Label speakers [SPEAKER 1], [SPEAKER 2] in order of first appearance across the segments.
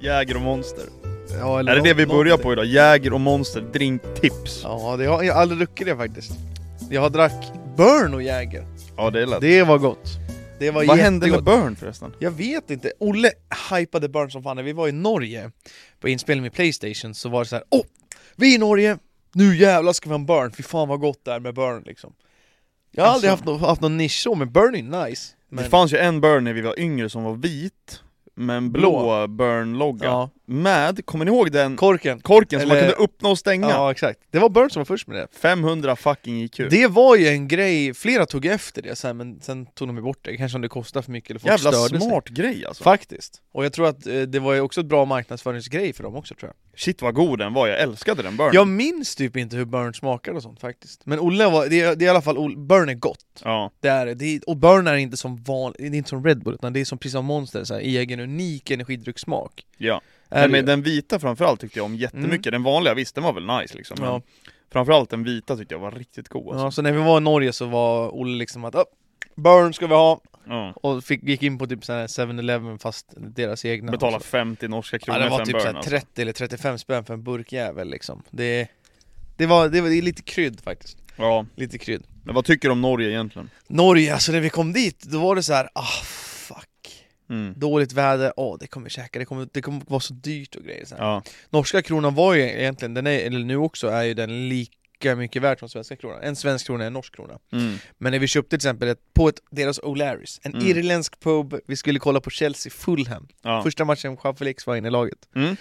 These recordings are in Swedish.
[SPEAKER 1] Jäger och monster.
[SPEAKER 2] Ja, eller
[SPEAKER 1] Är det det vi
[SPEAKER 2] nå-
[SPEAKER 1] börjar
[SPEAKER 2] någonting.
[SPEAKER 1] på idag? Jäger och monster, drinktips.
[SPEAKER 2] Ja, det har, jag har aldrig druckit det faktiskt. Jag har drack Burn och Jäger.
[SPEAKER 1] Ja det är lätt.
[SPEAKER 2] Det var gott. Det var
[SPEAKER 1] Vad hände
[SPEAKER 2] jättegott.
[SPEAKER 1] med Burn förresten?
[SPEAKER 2] Jag vet inte. Olle hypade Burn som fan när vi var i Norge på inspelning med Playstation så var det så här, Åh! Vi är i Norge! Nu jävlar ska vi ha en Burn! Fy fan vad gott det är med Burn liksom. Jag har
[SPEAKER 1] Alltså.
[SPEAKER 2] aldrig haft, nå- haft någon nisch så, men Burn är nice. Men,
[SPEAKER 1] Det fanns ju en Burn när vi var yngre som var vit, med en blå, Burn-logga.
[SPEAKER 2] ja,
[SPEAKER 1] Med, kommer ni ihåg den
[SPEAKER 2] korken.
[SPEAKER 1] korken som
[SPEAKER 2] Eller-
[SPEAKER 1] man kunde öppna och stänga?
[SPEAKER 2] Ja, exakt. Det var Burn som var först med det.
[SPEAKER 1] 500 fucking IQ.
[SPEAKER 2] Det var ju en grej, flera tog efter det sen, men sen tog de ju bort det. Kanske om det kostade för mycket eller folk
[SPEAKER 1] Jävla
[SPEAKER 2] störde sig.
[SPEAKER 1] smart grej alltså.
[SPEAKER 2] Faktiskt. Och jag tror att eh, det var ju också ett bra marknadsföringsgrej för dem också tror jag.
[SPEAKER 1] Shit vad god den var, jag älskade den Burn.
[SPEAKER 2] Jag minns typ inte hur burn smakar och sånt faktiskt. Men Olle var, det är, det är i alla fall, Olle- burn är gott.
[SPEAKER 1] Ja.
[SPEAKER 2] Det är det. det. är- Och burn är inte som vanlig, det är inte som Red Bull utan det är som precis som Monster, så här, egen unik energidryckssmak.
[SPEAKER 1] Ja.
[SPEAKER 2] Är
[SPEAKER 1] men
[SPEAKER 2] det. Mm.
[SPEAKER 1] den vita framförallt tyckte jag om jättemycket. Den vanliga visst, den var väl nice liksom. Men
[SPEAKER 2] Ja.
[SPEAKER 1] Framförallt den vita tyckte jag var riktigt god alltså.
[SPEAKER 2] ja, så när vi var i Norge så var Olle liksom att "Åh, Burn ska vi ha!
[SPEAKER 1] ja.
[SPEAKER 2] Och fick, gick in på typ sån här 7-Eleven fast deras egna
[SPEAKER 1] Betala 50 norska
[SPEAKER 2] Ja,
[SPEAKER 1] kronor
[SPEAKER 2] det var
[SPEAKER 1] för en
[SPEAKER 2] typ
[SPEAKER 1] Burn
[SPEAKER 2] så här
[SPEAKER 1] alltså.
[SPEAKER 2] 30 eller 35 spänn för en burkjävel liksom. Det, det, var, det var det är lite krydd faktiskt.
[SPEAKER 1] Ja,
[SPEAKER 2] Lite krydd.
[SPEAKER 1] men vad tycker du om Norge egentligen?
[SPEAKER 2] Norge, alltså när vi kom dit, då var det så här, ah fuck.
[SPEAKER 1] Mm.
[SPEAKER 2] Dåligt väder, åh det kommer vi käka, det kommer, det kommer vara så dyrt och grejer. Så här.
[SPEAKER 1] Ja.
[SPEAKER 2] Norska kronan var ju egentligen, den är, eller nu också, är ju den lika mycket värd som svenska kronan. En svensk krona är en norsk krona.
[SPEAKER 1] Mm.
[SPEAKER 2] Men när vi köpte till exempel ett, på ett, deras O'Larrys, en
[SPEAKER 1] Mm.
[SPEAKER 2] irländsk pub, vi skulle kolla på Chelsea Fulham.
[SPEAKER 1] Ja.
[SPEAKER 2] Första matchen Jean Felix var inne i laget.
[SPEAKER 1] Mm.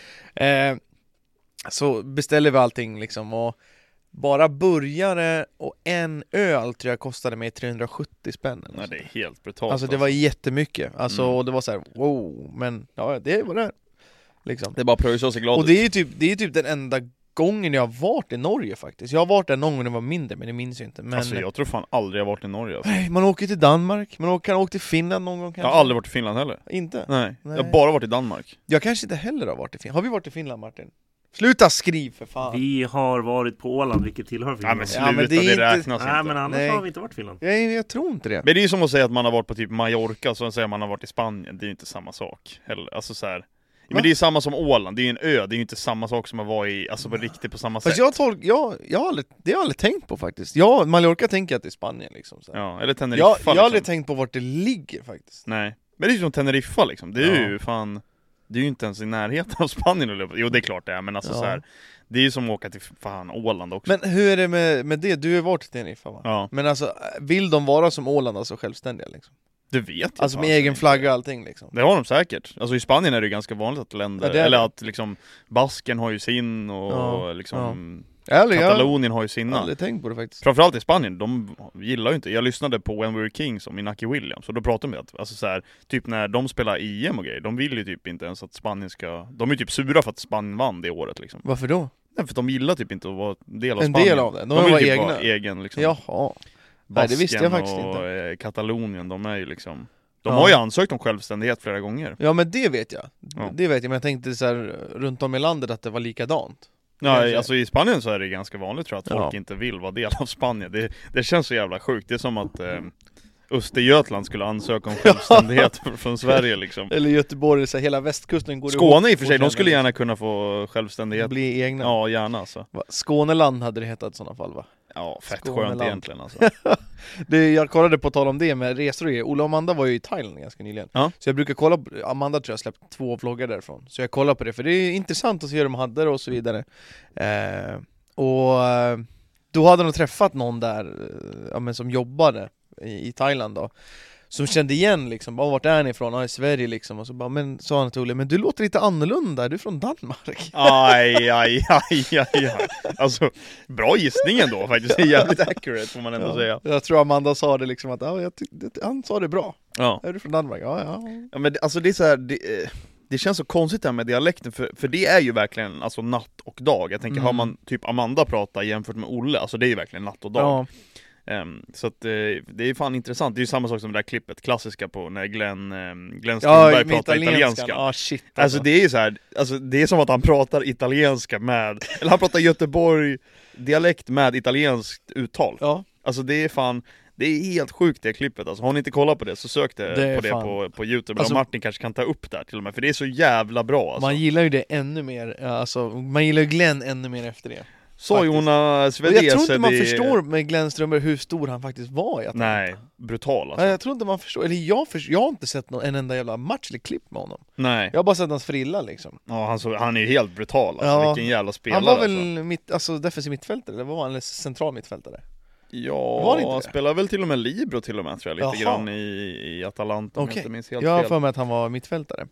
[SPEAKER 2] Eh, så beställer vi allting liksom och bara burgare och en öl tror jag kostade mig 370 spänn. eller
[SPEAKER 1] Nej,
[SPEAKER 2] så.
[SPEAKER 1] det är helt brutalt
[SPEAKER 2] Alltså det var jättemycket, alltså
[SPEAKER 1] Mm.
[SPEAKER 2] och det var så här: wow, men ja det var det här. Liksom.
[SPEAKER 1] Det är bara pröjsar sig glad
[SPEAKER 2] Och
[SPEAKER 1] ut.
[SPEAKER 2] det är ju typ, det är typ den enda gången jag har varit i Norge faktiskt. Jag har varit där någon gång när jag var mindre men det minns jag inte. Men
[SPEAKER 1] Alltså jag tror fan aldrig jag varit i Norge alltså.
[SPEAKER 2] Nej, man åker till Danmark, man åker- kan åka till Finland någon gång
[SPEAKER 1] Jag
[SPEAKER 2] kanske.
[SPEAKER 1] har aldrig varit i Finland heller
[SPEAKER 2] Inte?
[SPEAKER 1] Nej, jag har
[SPEAKER 2] Nej.
[SPEAKER 1] bara varit i Danmark
[SPEAKER 2] Jag kanske inte heller har varit i Finland. Har vi varit i Finland Martin? Sluta skriv för fan!
[SPEAKER 3] Vi har varit på Åland, vilket tillhör
[SPEAKER 1] Nej
[SPEAKER 3] Finland.
[SPEAKER 1] men
[SPEAKER 2] Ja,
[SPEAKER 1] sluta,
[SPEAKER 2] men
[SPEAKER 1] det,
[SPEAKER 2] det är inte-
[SPEAKER 1] räknas
[SPEAKER 3] Nej,
[SPEAKER 1] inte
[SPEAKER 3] men
[SPEAKER 1] men...
[SPEAKER 3] annars
[SPEAKER 2] Nej.
[SPEAKER 3] har vi inte varit i Finland.
[SPEAKER 2] Jag, jag tror inte det.
[SPEAKER 1] det är ju som att säga att man har varit på typ Mallorca, och sen säger man att man har varit i Spanien, det är ju inte samma sak heller, alltså så här. Men det är ju samma som Åland, det är ju en ö, det är ju inte samma sak som att vara i, alltså på riktigt på samma sätt
[SPEAKER 2] Fast jag, tolk, jag, jag har aldrig, det har jag aldrig tänkt på faktiskt. Jag, Mallorca tänker jag att det är Spanien liksom. Så. här.
[SPEAKER 1] Ja, eller Teneriffa
[SPEAKER 2] jag, jag har aldrig
[SPEAKER 1] liksom.
[SPEAKER 2] tänkt på vart det ligger faktiskt.
[SPEAKER 1] Nej, men det är ju som Teneriffa liksom, det är
[SPEAKER 2] Ja.
[SPEAKER 1] ju fan Det är ju inte ens i närheten av Spanien eller- Jo det är klart det är, men alltså
[SPEAKER 2] Ja.
[SPEAKER 1] så här. Det är ju som att åka till fan Åland också
[SPEAKER 2] Men hur är det med, med det? Du har varit i Teneriffa va?
[SPEAKER 1] Ja,
[SPEAKER 2] Men alltså, vill de vara som Åland, alltså självständiga liksom?
[SPEAKER 1] du vet ju
[SPEAKER 2] Alltså
[SPEAKER 1] fan
[SPEAKER 2] med egen
[SPEAKER 1] inte.
[SPEAKER 2] flagga och allting liksom?
[SPEAKER 1] Det har de säkert. Alltså i Spanien är det ju ganska vanligt att länder,
[SPEAKER 2] Ja, det är
[SPEAKER 1] eller
[SPEAKER 2] det.
[SPEAKER 1] att liksom Basken har ju sin och
[SPEAKER 2] Ja,
[SPEAKER 1] liksom
[SPEAKER 2] Ärligt, jag har
[SPEAKER 1] Katalonien har ju sina.
[SPEAKER 2] aldrig tänkt på det faktiskt.
[SPEAKER 1] Framförallt i Spanien, de gillar ju inte, jag lyssnade på When We Were Kings om Inaki Williams och då pratade de ju att, alltså så här, typ när de spelar EM och grejer, de vill ju typ inte ens att Spanien ska, de är ju typ sura för att Spanien vann det året liksom.
[SPEAKER 2] Varför då?
[SPEAKER 1] Nej, för att de gillar typ inte att vara en del av
[SPEAKER 2] En
[SPEAKER 1] Spanien.
[SPEAKER 2] del av det. De,
[SPEAKER 1] De vill
[SPEAKER 2] var
[SPEAKER 1] typ
[SPEAKER 2] egna.
[SPEAKER 1] vara egen liksom.
[SPEAKER 2] Jaha. Nej, det visste
[SPEAKER 1] Basken
[SPEAKER 2] jag faktiskt
[SPEAKER 1] och
[SPEAKER 2] inte.
[SPEAKER 1] eh, Katalonien, de är ju liksom, de
[SPEAKER 2] Ja.
[SPEAKER 1] har ju ansökt om självständighet flera gånger.
[SPEAKER 2] Ja men det vet jag.
[SPEAKER 1] Ja.
[SPEAKER 2] Det vet jag, men jag tänkte så här runt om i landet att det var likadant.
[SPEAKER 1] Nej,
[SPEAKER 2] Kanske.
[SPEAKER 1] alltså i Spanien så är det ganska vanligt tror jag att folk
[SPEAKER 2] Ja.
[SPEAKER 1] inte vill vara del av Spanien. Det, det känns så jävla sjukt. Det är som att eh, Östergötland skulle ansöka om självständighet fr- från Sverige liksom.
[SPEAKER 2] Eller Göteborg, så här, hela västkusten går ihop.
[SPEAKER 1] Skåne i och för sig, de skulle
[SPEAKER 2] känner
[SPEAKER 1] gärna kunna få självständighet.
[SPEAKER 2] Bli egna.
[SPEAKER 1] Ja, gärna alltså.
[SPEAKER 2] Va- Skåneland hade det hetat i sådana fall va?
[SPEAKER 1] Ja, fett skönt
[SPEAKER 2] Skåneland.
[SPEAKER 1] egentligen alltså.
[SPEAKER 2] Det, jag kollade på tal om det med resor och grejer. Ola och Amanda var ju i Thailand ganska nyligen
[SPEAKER 1] Ja.
[SPEAKER 2] Så jag brukar kolla, på- Amanda tror jag släppt två vloggar därifrån Så jag kollar på det för det är intressant att se hur de hade det och så vidare eh, Och eh, då hade de träffat någon där eh, ja, men som jobbade i, i Thailand då som kände igen liksom, bara, vart är ni ifrån? Ja, i Sverige liksom, och så bara, men sa han till Olle, men du låter lite annorlunda, är du från Danmark?
[SPEAKER 1] Aj, aj, aj, aj, aj. Alltså, bra gissning ändå faktiskt. Det är jävligt accurate får man ändå säga.
[SPEAKER 2] Jag tror Amanda sa det liksom att, ja, jag ty- det- han sa det bra,
[SPEAKER 1] Ja.
[SPEAKER 2] är du från Danmark? Ja, ja
[SPEAKER 1] Ja men det- alltså det är så här, det, eh, det känns så konstigt det här med dialekten, för, för det är ju verkligen alltså natt och dag. Jag tänker,
[SPEAKER 2] Mm.
[SPEAKER 1] hör man typ Amanda prata jämfört med Olle, alltså det är ju verkligen natt och dag. Ehm, så att eh, det är fan intressant, det är ju samma sak som det där klippet, klassiska på när Glenn, um, Glenn Strindberg
[SPEAKER 2] med
[SPEAKER 1] pratar
[SPEAKER 2] italienskan.
[SPEAKER 1] italienska.
[SPEAKER 2] Ja, ah, shit
[SPEAKER 1] Alltså det är ju så här, alltså det är som att han pratar italienska med, eller han pratar Göteborg dialekt med italienskt uttal.
[SPEAKER 2] Ja,
[SPEAKER 1] Alltså det är fan, Det är helt sjukt det klippet alltså, har ni inte kollat på det så sök det,
[SPEAKER 2] Det är
[SPEAKER 1] på det
[SPEAKER 2] fan-
[SPEAKER 1] på, på youtube,
[SPEAKER 2] Alltså-
[SPEAKER 1] och Martin kanske kan ta upp det här till och med, för det är så jävla bra alltså.
[SPEAKER 2] Man gillar ju det ännu mer, ja, alltså, man gillar ju Glenn ännu mer efter det
[SPEAKER 1] Så
[SPEAKER 2] faktiskt.
[SPEAKER 1] Jonas
[SPEAKER 2] Och jag tror inte
[SPEAKER 1] Vedese,
[SPEAKER 2] man
[SPEAKER 1] det-
[SPEAKER 2] förstår med Glenn Strömberg hur stor han faktiskt var i Atalanta
[SPEAKER 1] Nej, brutal alltså.
[SPEAKER 2] Nej, Jag tror inte man förstår, eller jag, förstår, jag har inte sett någon, en enda jävla match eller klipp med honom
[SPEAKER 1] Nej,
[SPEAKER 2] Jag har bara sett hans frilla liksom
[SPEAKER 1] ja, han, så, han är ju helt brutal alltså,
[SPEAKER 2] Ja.
[SPEAKER 1] vilken jävla spelare
[SPEAKER 2] Han var väl
[SPEAKER 1] alltså.
[SPEAKER 2] mitt, alltså, defensiv mittfältare, eller vad var han? Eller central mittfältare?
[SPEAKER 1] Ja,
[SPEAKER 2] Var det inte
[SPEAKER 1] han
[SPEAKER 2] det?
[SPEAKER 1] spelade väl till och med Libro till och med tror jag, lite
[SPEAKER 2] Jaha.
[SPEAKER 1] grann i, i Atalanta om jag
[SPEAKER 2] Okej.
[SPEAKER 1] inte minns helt
[SPEAKER 2] Jag har
[SPEAKER 1] fel.
[SPEAKER 2] för mig att han var mittfältare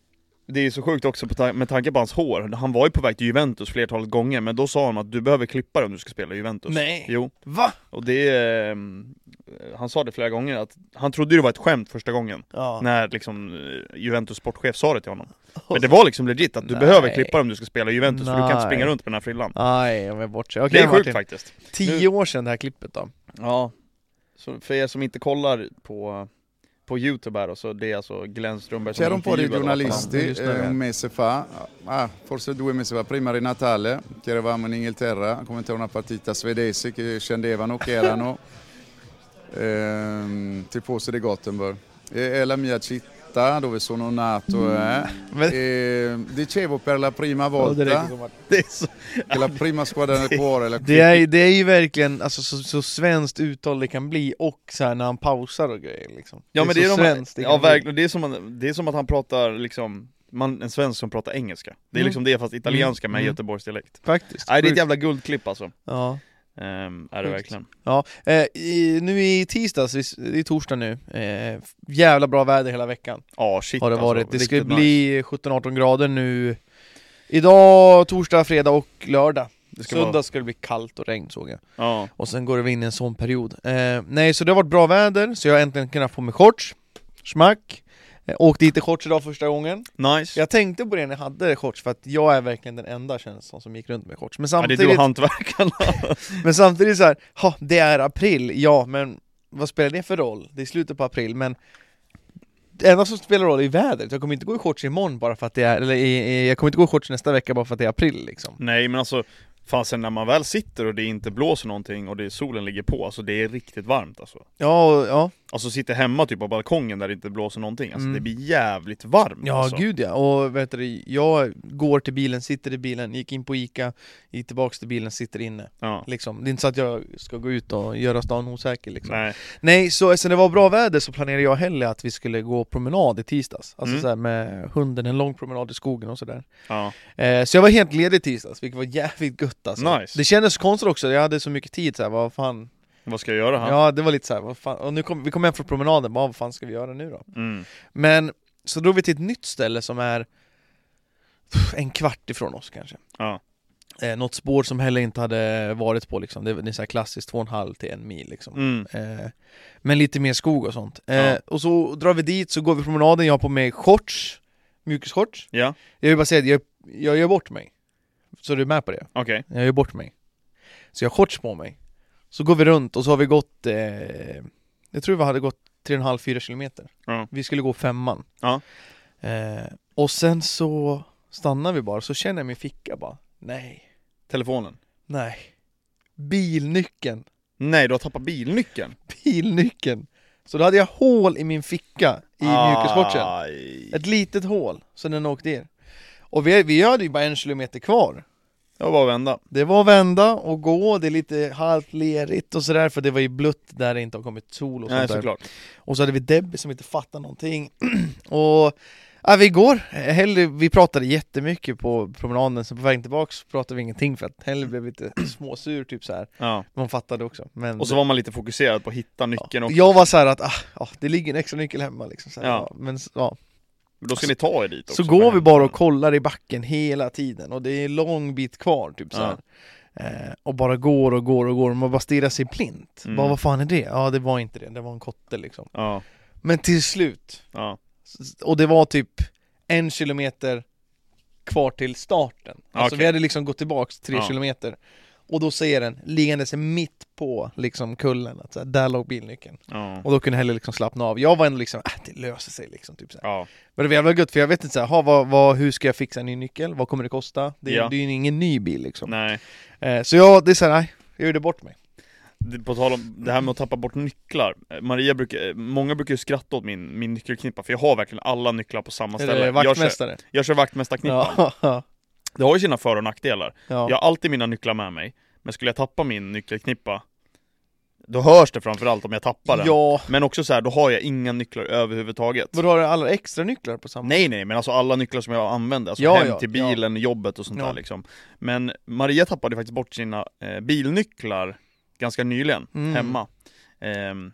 [SPEAKER 1] Det är så sjukt också på ta- med tanke på hans hår, han var ju på väg till Juventus flertalet gånger, men då sa han att du behöver klippa dig om du ska spela i Juventus.
[SPEAKER 2] Nej.
[SPEAKER 1] Jo,
[SPEAKER 2] Va?
[SPEAKER 1] och det, eh, han sa det flera gånger att han trodde det var ett skämt första gången,
[SPEAKER 2] Ja.
[SPEAKER 1] när liksom eh, Juventus sportchef sa det till honom. Men det var liksom legit att du
[SPEAKER 2] Nej.
[SPEAKER 1] behöver klippa dig om du ska spela i Juventus, för du kan inte
[SPEAKER 2] Nej.
[SPEAKER 1] springa runt med den här frillan.
[SPEAKER 2] Aj, jag var bortse. Okej
[SPEAKER 1] det är sjukt
[SPEAKER 2] Martin,
[SPEAKER 1] faktiskt.
[SPEAKER 2] tio år sedan det här klippet då
[SPEAKER 1] Ja, så för er som inte kollar på, på youtube här då, så det är alltså Glenn Strömberg
[SPEAKER 4] C'era un po' di
[SPEAKER 1] intervjuad av Atalanta.
[SPEAKER 4] giornalisti
[SPEAKER 2] giusto,
[SPEAKER 4] eh,
[SPEAKER 2] eh.
[SPEAKER 4] un mese fa, ah, forse due mesi fa, prima di Natale, che eravamo in Inghilterra a commentare una partita svedese che scendevano, che erano ehm, tifosi di Gothenburg. E è la mia città dove sono nato. eh.
[SPEAKER 2] Men-
[SPEAKER 4] E dicevo per la prima
[SPEAKER 2] Ja, det
[SPEAKER 4] volta
[SPEAKER 2] räcker som att-
[SPEAKER 1] Det är så,
[SPEAKER 4] che la prima squadra nel cuore, la
[SPEAKER 2] Det är, det är ju verkligen alltså, så, så svenskt uttal det kan bli och så här när han pausar och grejer liksom.
[SPEAKER 1] ja men det
[SPEAKER 2] så
[SPEAKER 1] är, de,
[SPEAKER 2] svenskt det
[SPEAKER 1] ja,
[SPEAKER 2] kan bli.
[SPEAKER 1] verkligen, det, är som, att- det är som att han pratar liksom man, en svensk som pratar engelska. Det är
[SPEAKER 2] Mm.
[SPEAKER 1] liksom det fast italienska med
[SPEAKER 2] Mm.
[SPEAKER 1] göteborgsdialekt.
[SPEAKER 2] Faktiskt.
[SPEAKER 1] Nej det är ett
[SPEAKER 2] Sjukt.
[SPEAKER 1] jävla guldklipp alltså.
[SPEAKER 2] ja.
[SPEAKER 1] Ehm, är det
[SPEAKER 2] Sjukt.
[SPEAKER 1] verkligen.
[SPEAKER 2] Ja. Eh, i, nu i tisdags, i s- det är torsdag nu, eh, jävla bra väder hela veckan
[SPEAKER 1] Ja shit
[SPEAKER 2] har det
[SPEAKER 1] alltså,
[SPEAKER 2] varit. Det ska
[SPEAKER 1] riktigt
[SPEAKER 2] bli 17-18 grader nu Idag, torsdag, fredag och lördag.
[SPEAKER 1] nice. det ska
[SPEAKER 2] Söndag
[SPEAKER 1] vara,
[SPEAKER 2] ska det bli kallt och regn såg jag.
[SPEAKER 1] ja.
[SPEAKER 2] Och sen går det in i en sån period. Eh, nej, så det har varit bra väder, så jag har äntligen kunnat få mig shorts, smack. Eh, åkte hit i shorts idag första gången.
[SPEAKER 1] Nice.
[SPEAKER 2] Jag tänkte på det när jag hade shorts, för att jag är verkligen den enda känns som, som gick runt med shorts. Men
[SPEAKER 1] Ja, det är
[SPEAKER 2] samtidigt,
[SPEAKER 1] du och hantverkarna.
[SPEAKER 2] men samtidigt så här, ha, det är april, ja men vad spelar det för roll? Det är slutet på april, men det enda som spelar roll är vädret. Jag kommer inte gå i shorts imorgon bara för att det är, eller i, i, jag kommer inte gå i shorts nästa vecka bara för att det är april liksom.
[SPEAKER 1] Nej men alltså, fan sen när man väl sitter och det inte blåser någonting och det, solen ligger på, alltså det är riktigt varmt alltså.
[SPEAKER 2] Ja, och- ja,
[SPEAKER 1] Alltså sitter hemma typ på balkongen där det inte blåser någonting, alltså
[SPEAKER 2] Mm.
[SPEAKER 1] det blir jävligt varmt
[SPEAKER 2] Ja
[SPEAKER 1] alltså.
[SPEAKER 2] gud ja, och vet du, jag går till bilen, sitter i bilen, gick in på Ica, gick tillbaks till bilen, sitter inne
[SPEAKER 1] Ja.
[SPEAKER 2] liksom. Det är inte så att jag ska gå ut och göra stan osäker liksom Nej,
[SPEAKER 1] Nej.
[SPEAKER 2] så eftersom det var bra väder så planerade jag hellre att vi skulle gå promenad i tisdags Alltså
[SPEAKER 1] Mm.
[SPEAKER 2] så här med hunden, en lång promenad i skogen och sådär
[SPEAKER 1] Ja.
[SPEAKER 2] eh, Så jag var helt ledig i tisdags, vilket var jävligt gött alltså
[SPEAKER 1] Nice.
[SPEAKER 2] Det kändes konstigt också, jag hade så mycket tid så här, vad fan
[SPEAKER 1] Vad ska jag göra här?
[SPEAKER 2] Ja det var lite så här, vad fan, och nu kom, vi kom hem från promenaden, bara, vad fan ska vi göra nu då?
[SPEAKER 1] Mm.
[SPEAKER 2] Men så drog vi till ett nytt ställe som är pff, en kvart ifrån oss kanske.
[SPEAKER 1] Ja.
[SPEAKER 2] Eh, något spår som heller inte hade varit på liksom. Det det är så här klassiskt två och en halv till en mil liksom.
[SPEAKER 1] Mm.
[SPEAKER 2] Eh, men lite mer skog och sånt. Eh,
[SPEAKER 1] Ja.
[SPEAKER 2] Och så drar vi dit, så går vi promenaden, jag har på mig shorts, mjukisshorts.
[SPEAKER 1] Ja,
[SPEAKER 2] Jag vill bara säga att jag, jag gör bort mig. Så du är med på det?
[SPEAKER 1] okej.
[SPEAKER 2] Jag gör bort mig. Så jag har shorts på mig. Så går vi runt och så har vi gått, eh, jag tror vi hade gått 3,5-4 kilometer.
[SPEAKER 1] Ja.
[SPEAKER 2] Vi skulle gå femman.
[SPEAKER 1] Ja.
[SPEAKER 2] Eh, och sen så stannar vi bara, så känner jag min ficka bara, nej,
[SPEAKER 1] Telefonen.
[SPEAKER 2] nej. Bilnyckeln,
[SPEAKER 1] Nej, du har tappat bilnyckeln.
[SPEAKER 2] bilnyckeln. Så då hade jag hål i min ficka i
[SPEAKER 1] Ah.
[SPEAKER 2] mjukisshortsen.
[SPEAKER 1] Aj.
[SPEAKER 2] Ett litet hål, så den åkte in. Och vi, vi hade ju bara en kilometer kvar.
[SPEAKER 1] Jag var bara att vända.
[SPEAKER 2] Det var att vända och gå, det är lite halvt lerigt och sådär för det var ju blött där det inte har kommit sol och
[SPEAKER 1] Nej,
[SPEAKER 2] sånt där.
[SPEAKER 1] såklart.
[SPEAKER 2] Och så hade vi Debbie som inte fattar någonting och ja, vi går, Hellre, vi pratade jättemycket på promenaden så på vägen tillbaks pratade vi ingenting för att Hellre blev lite småsur typ så här.
[SPEAKER 1] Ja.
[SPEAKER 2] Men hon fattade också. Men
[SPEAKER 1] Och så var man lite fokuserad på att hitta nyckeln
[SPEAKER 2] ja.
[SPEAKER 1] och
[SPEAKER 2] Jag var så här att ah, ja, det ligger en extra nyckel hemma liksom. Så, här,
[SPEAKER 1] Ja.
[SPEAKER 2] ja. Men, s- ja.
[SPEAKER 1] då ska ni ta er dit också.
[SPEAKER 2] så går vi bara och kollar i backen hela tiden och det är lång bit kvar typ så här.
[SPEAKER 1] Ja.
[SPEAKER 2] Eh, och bara går och går och går, man bara stirrar sig blint.
[SPEAKER 1] Mm.
[SPEAKER 2] Bara, vad fan är det? Ja, det var inte det, det var en kotte liksom.
[SPEAKER 1] Ja,
[SPEAKER 2] Men till slut,
[SPEAKER 1] ja.
[SPEAKER 2] och det var typ en kilometer kvar till starten. Alltså
[SPEAKER 1] Okej.
[SPEAKER 2] vi hade liksom gått tillbaks tre
[SPEAKER 1] Ja.
[SPEAKER 2] kilometer. Och då ser den liggandes mitt på liksom kullen, att så här, där låg bilnyckeln.
[SPEAKER 1] ja.
[SPEAKER 2] Och då kunde Helle liksom slappna av. Jag var ändå liksom, äh, det löser sig liksom. Typ så här.
[SPEAKER 1] ja.
[SPEAKER 2] Men det var jävla gött, för jag vet inte så här, "Ha, vad, vad, hur ska jag fixa en ny nyckel? Vad kommer det kosta? Det är,
[SPEAKER 1] Ja.
[SPEAKER 2] det är ju ingen ny bil liksom.
[SPEAKER 1] Nej.
[SPEAKER 2] Eh, så jag, det är så här, nej, jag gjorde bort mig.
[SPEAKER 1] det- på tal om det här med att tappa bort nycklar. Eh, Maria brukar, eh, många brukar ju skratta åt min, min nyckelknippa, för jag har verkligen alla nycklar på samma
[SPEAKER 2] Eller
[SPEAKER 1] ställe. Jag kör,
[SPEAKER 2] vaktmästare.
[SPEAKER 1] jag kör vaktmästarknippan.
[SPEAKER 2] Ja, ja.
[SPEAKER 1] Det har ju sina för och nackdelar.
[SPEAKER 2] ja.
[SPEAKER 1] Jag har alltid mina nycklar med mig, men skulle jag tappa min nyckelknippa, då hörs det framförallt om jag tappar den.
[SPEAKER 2] ja.
[SPEAKER 1] Men också så här, då har jag inga nycklar överhuvudtaget.
[SPEAKER 2] Vadå, har du alla extra nycklar på samma?
[SPEAKER 1] Nej nej, men alltså alla nycklar som jag använder, alltså
[SPEAKER 2] Ja,
[SPEAKER 1] hem
[SPEAKER 2] ja,
[SPEAKER 1] till bilen, jobbet och sånt
[SPEAKER 2] Ja.
[SPEAKER 1] där liksom. Men Maria tappade faktiskt bort sina eh, bilnycklar ganska nyligen,
[SPEAKER 2] Mm.
[SPEAKER 1] hemma. Ehm,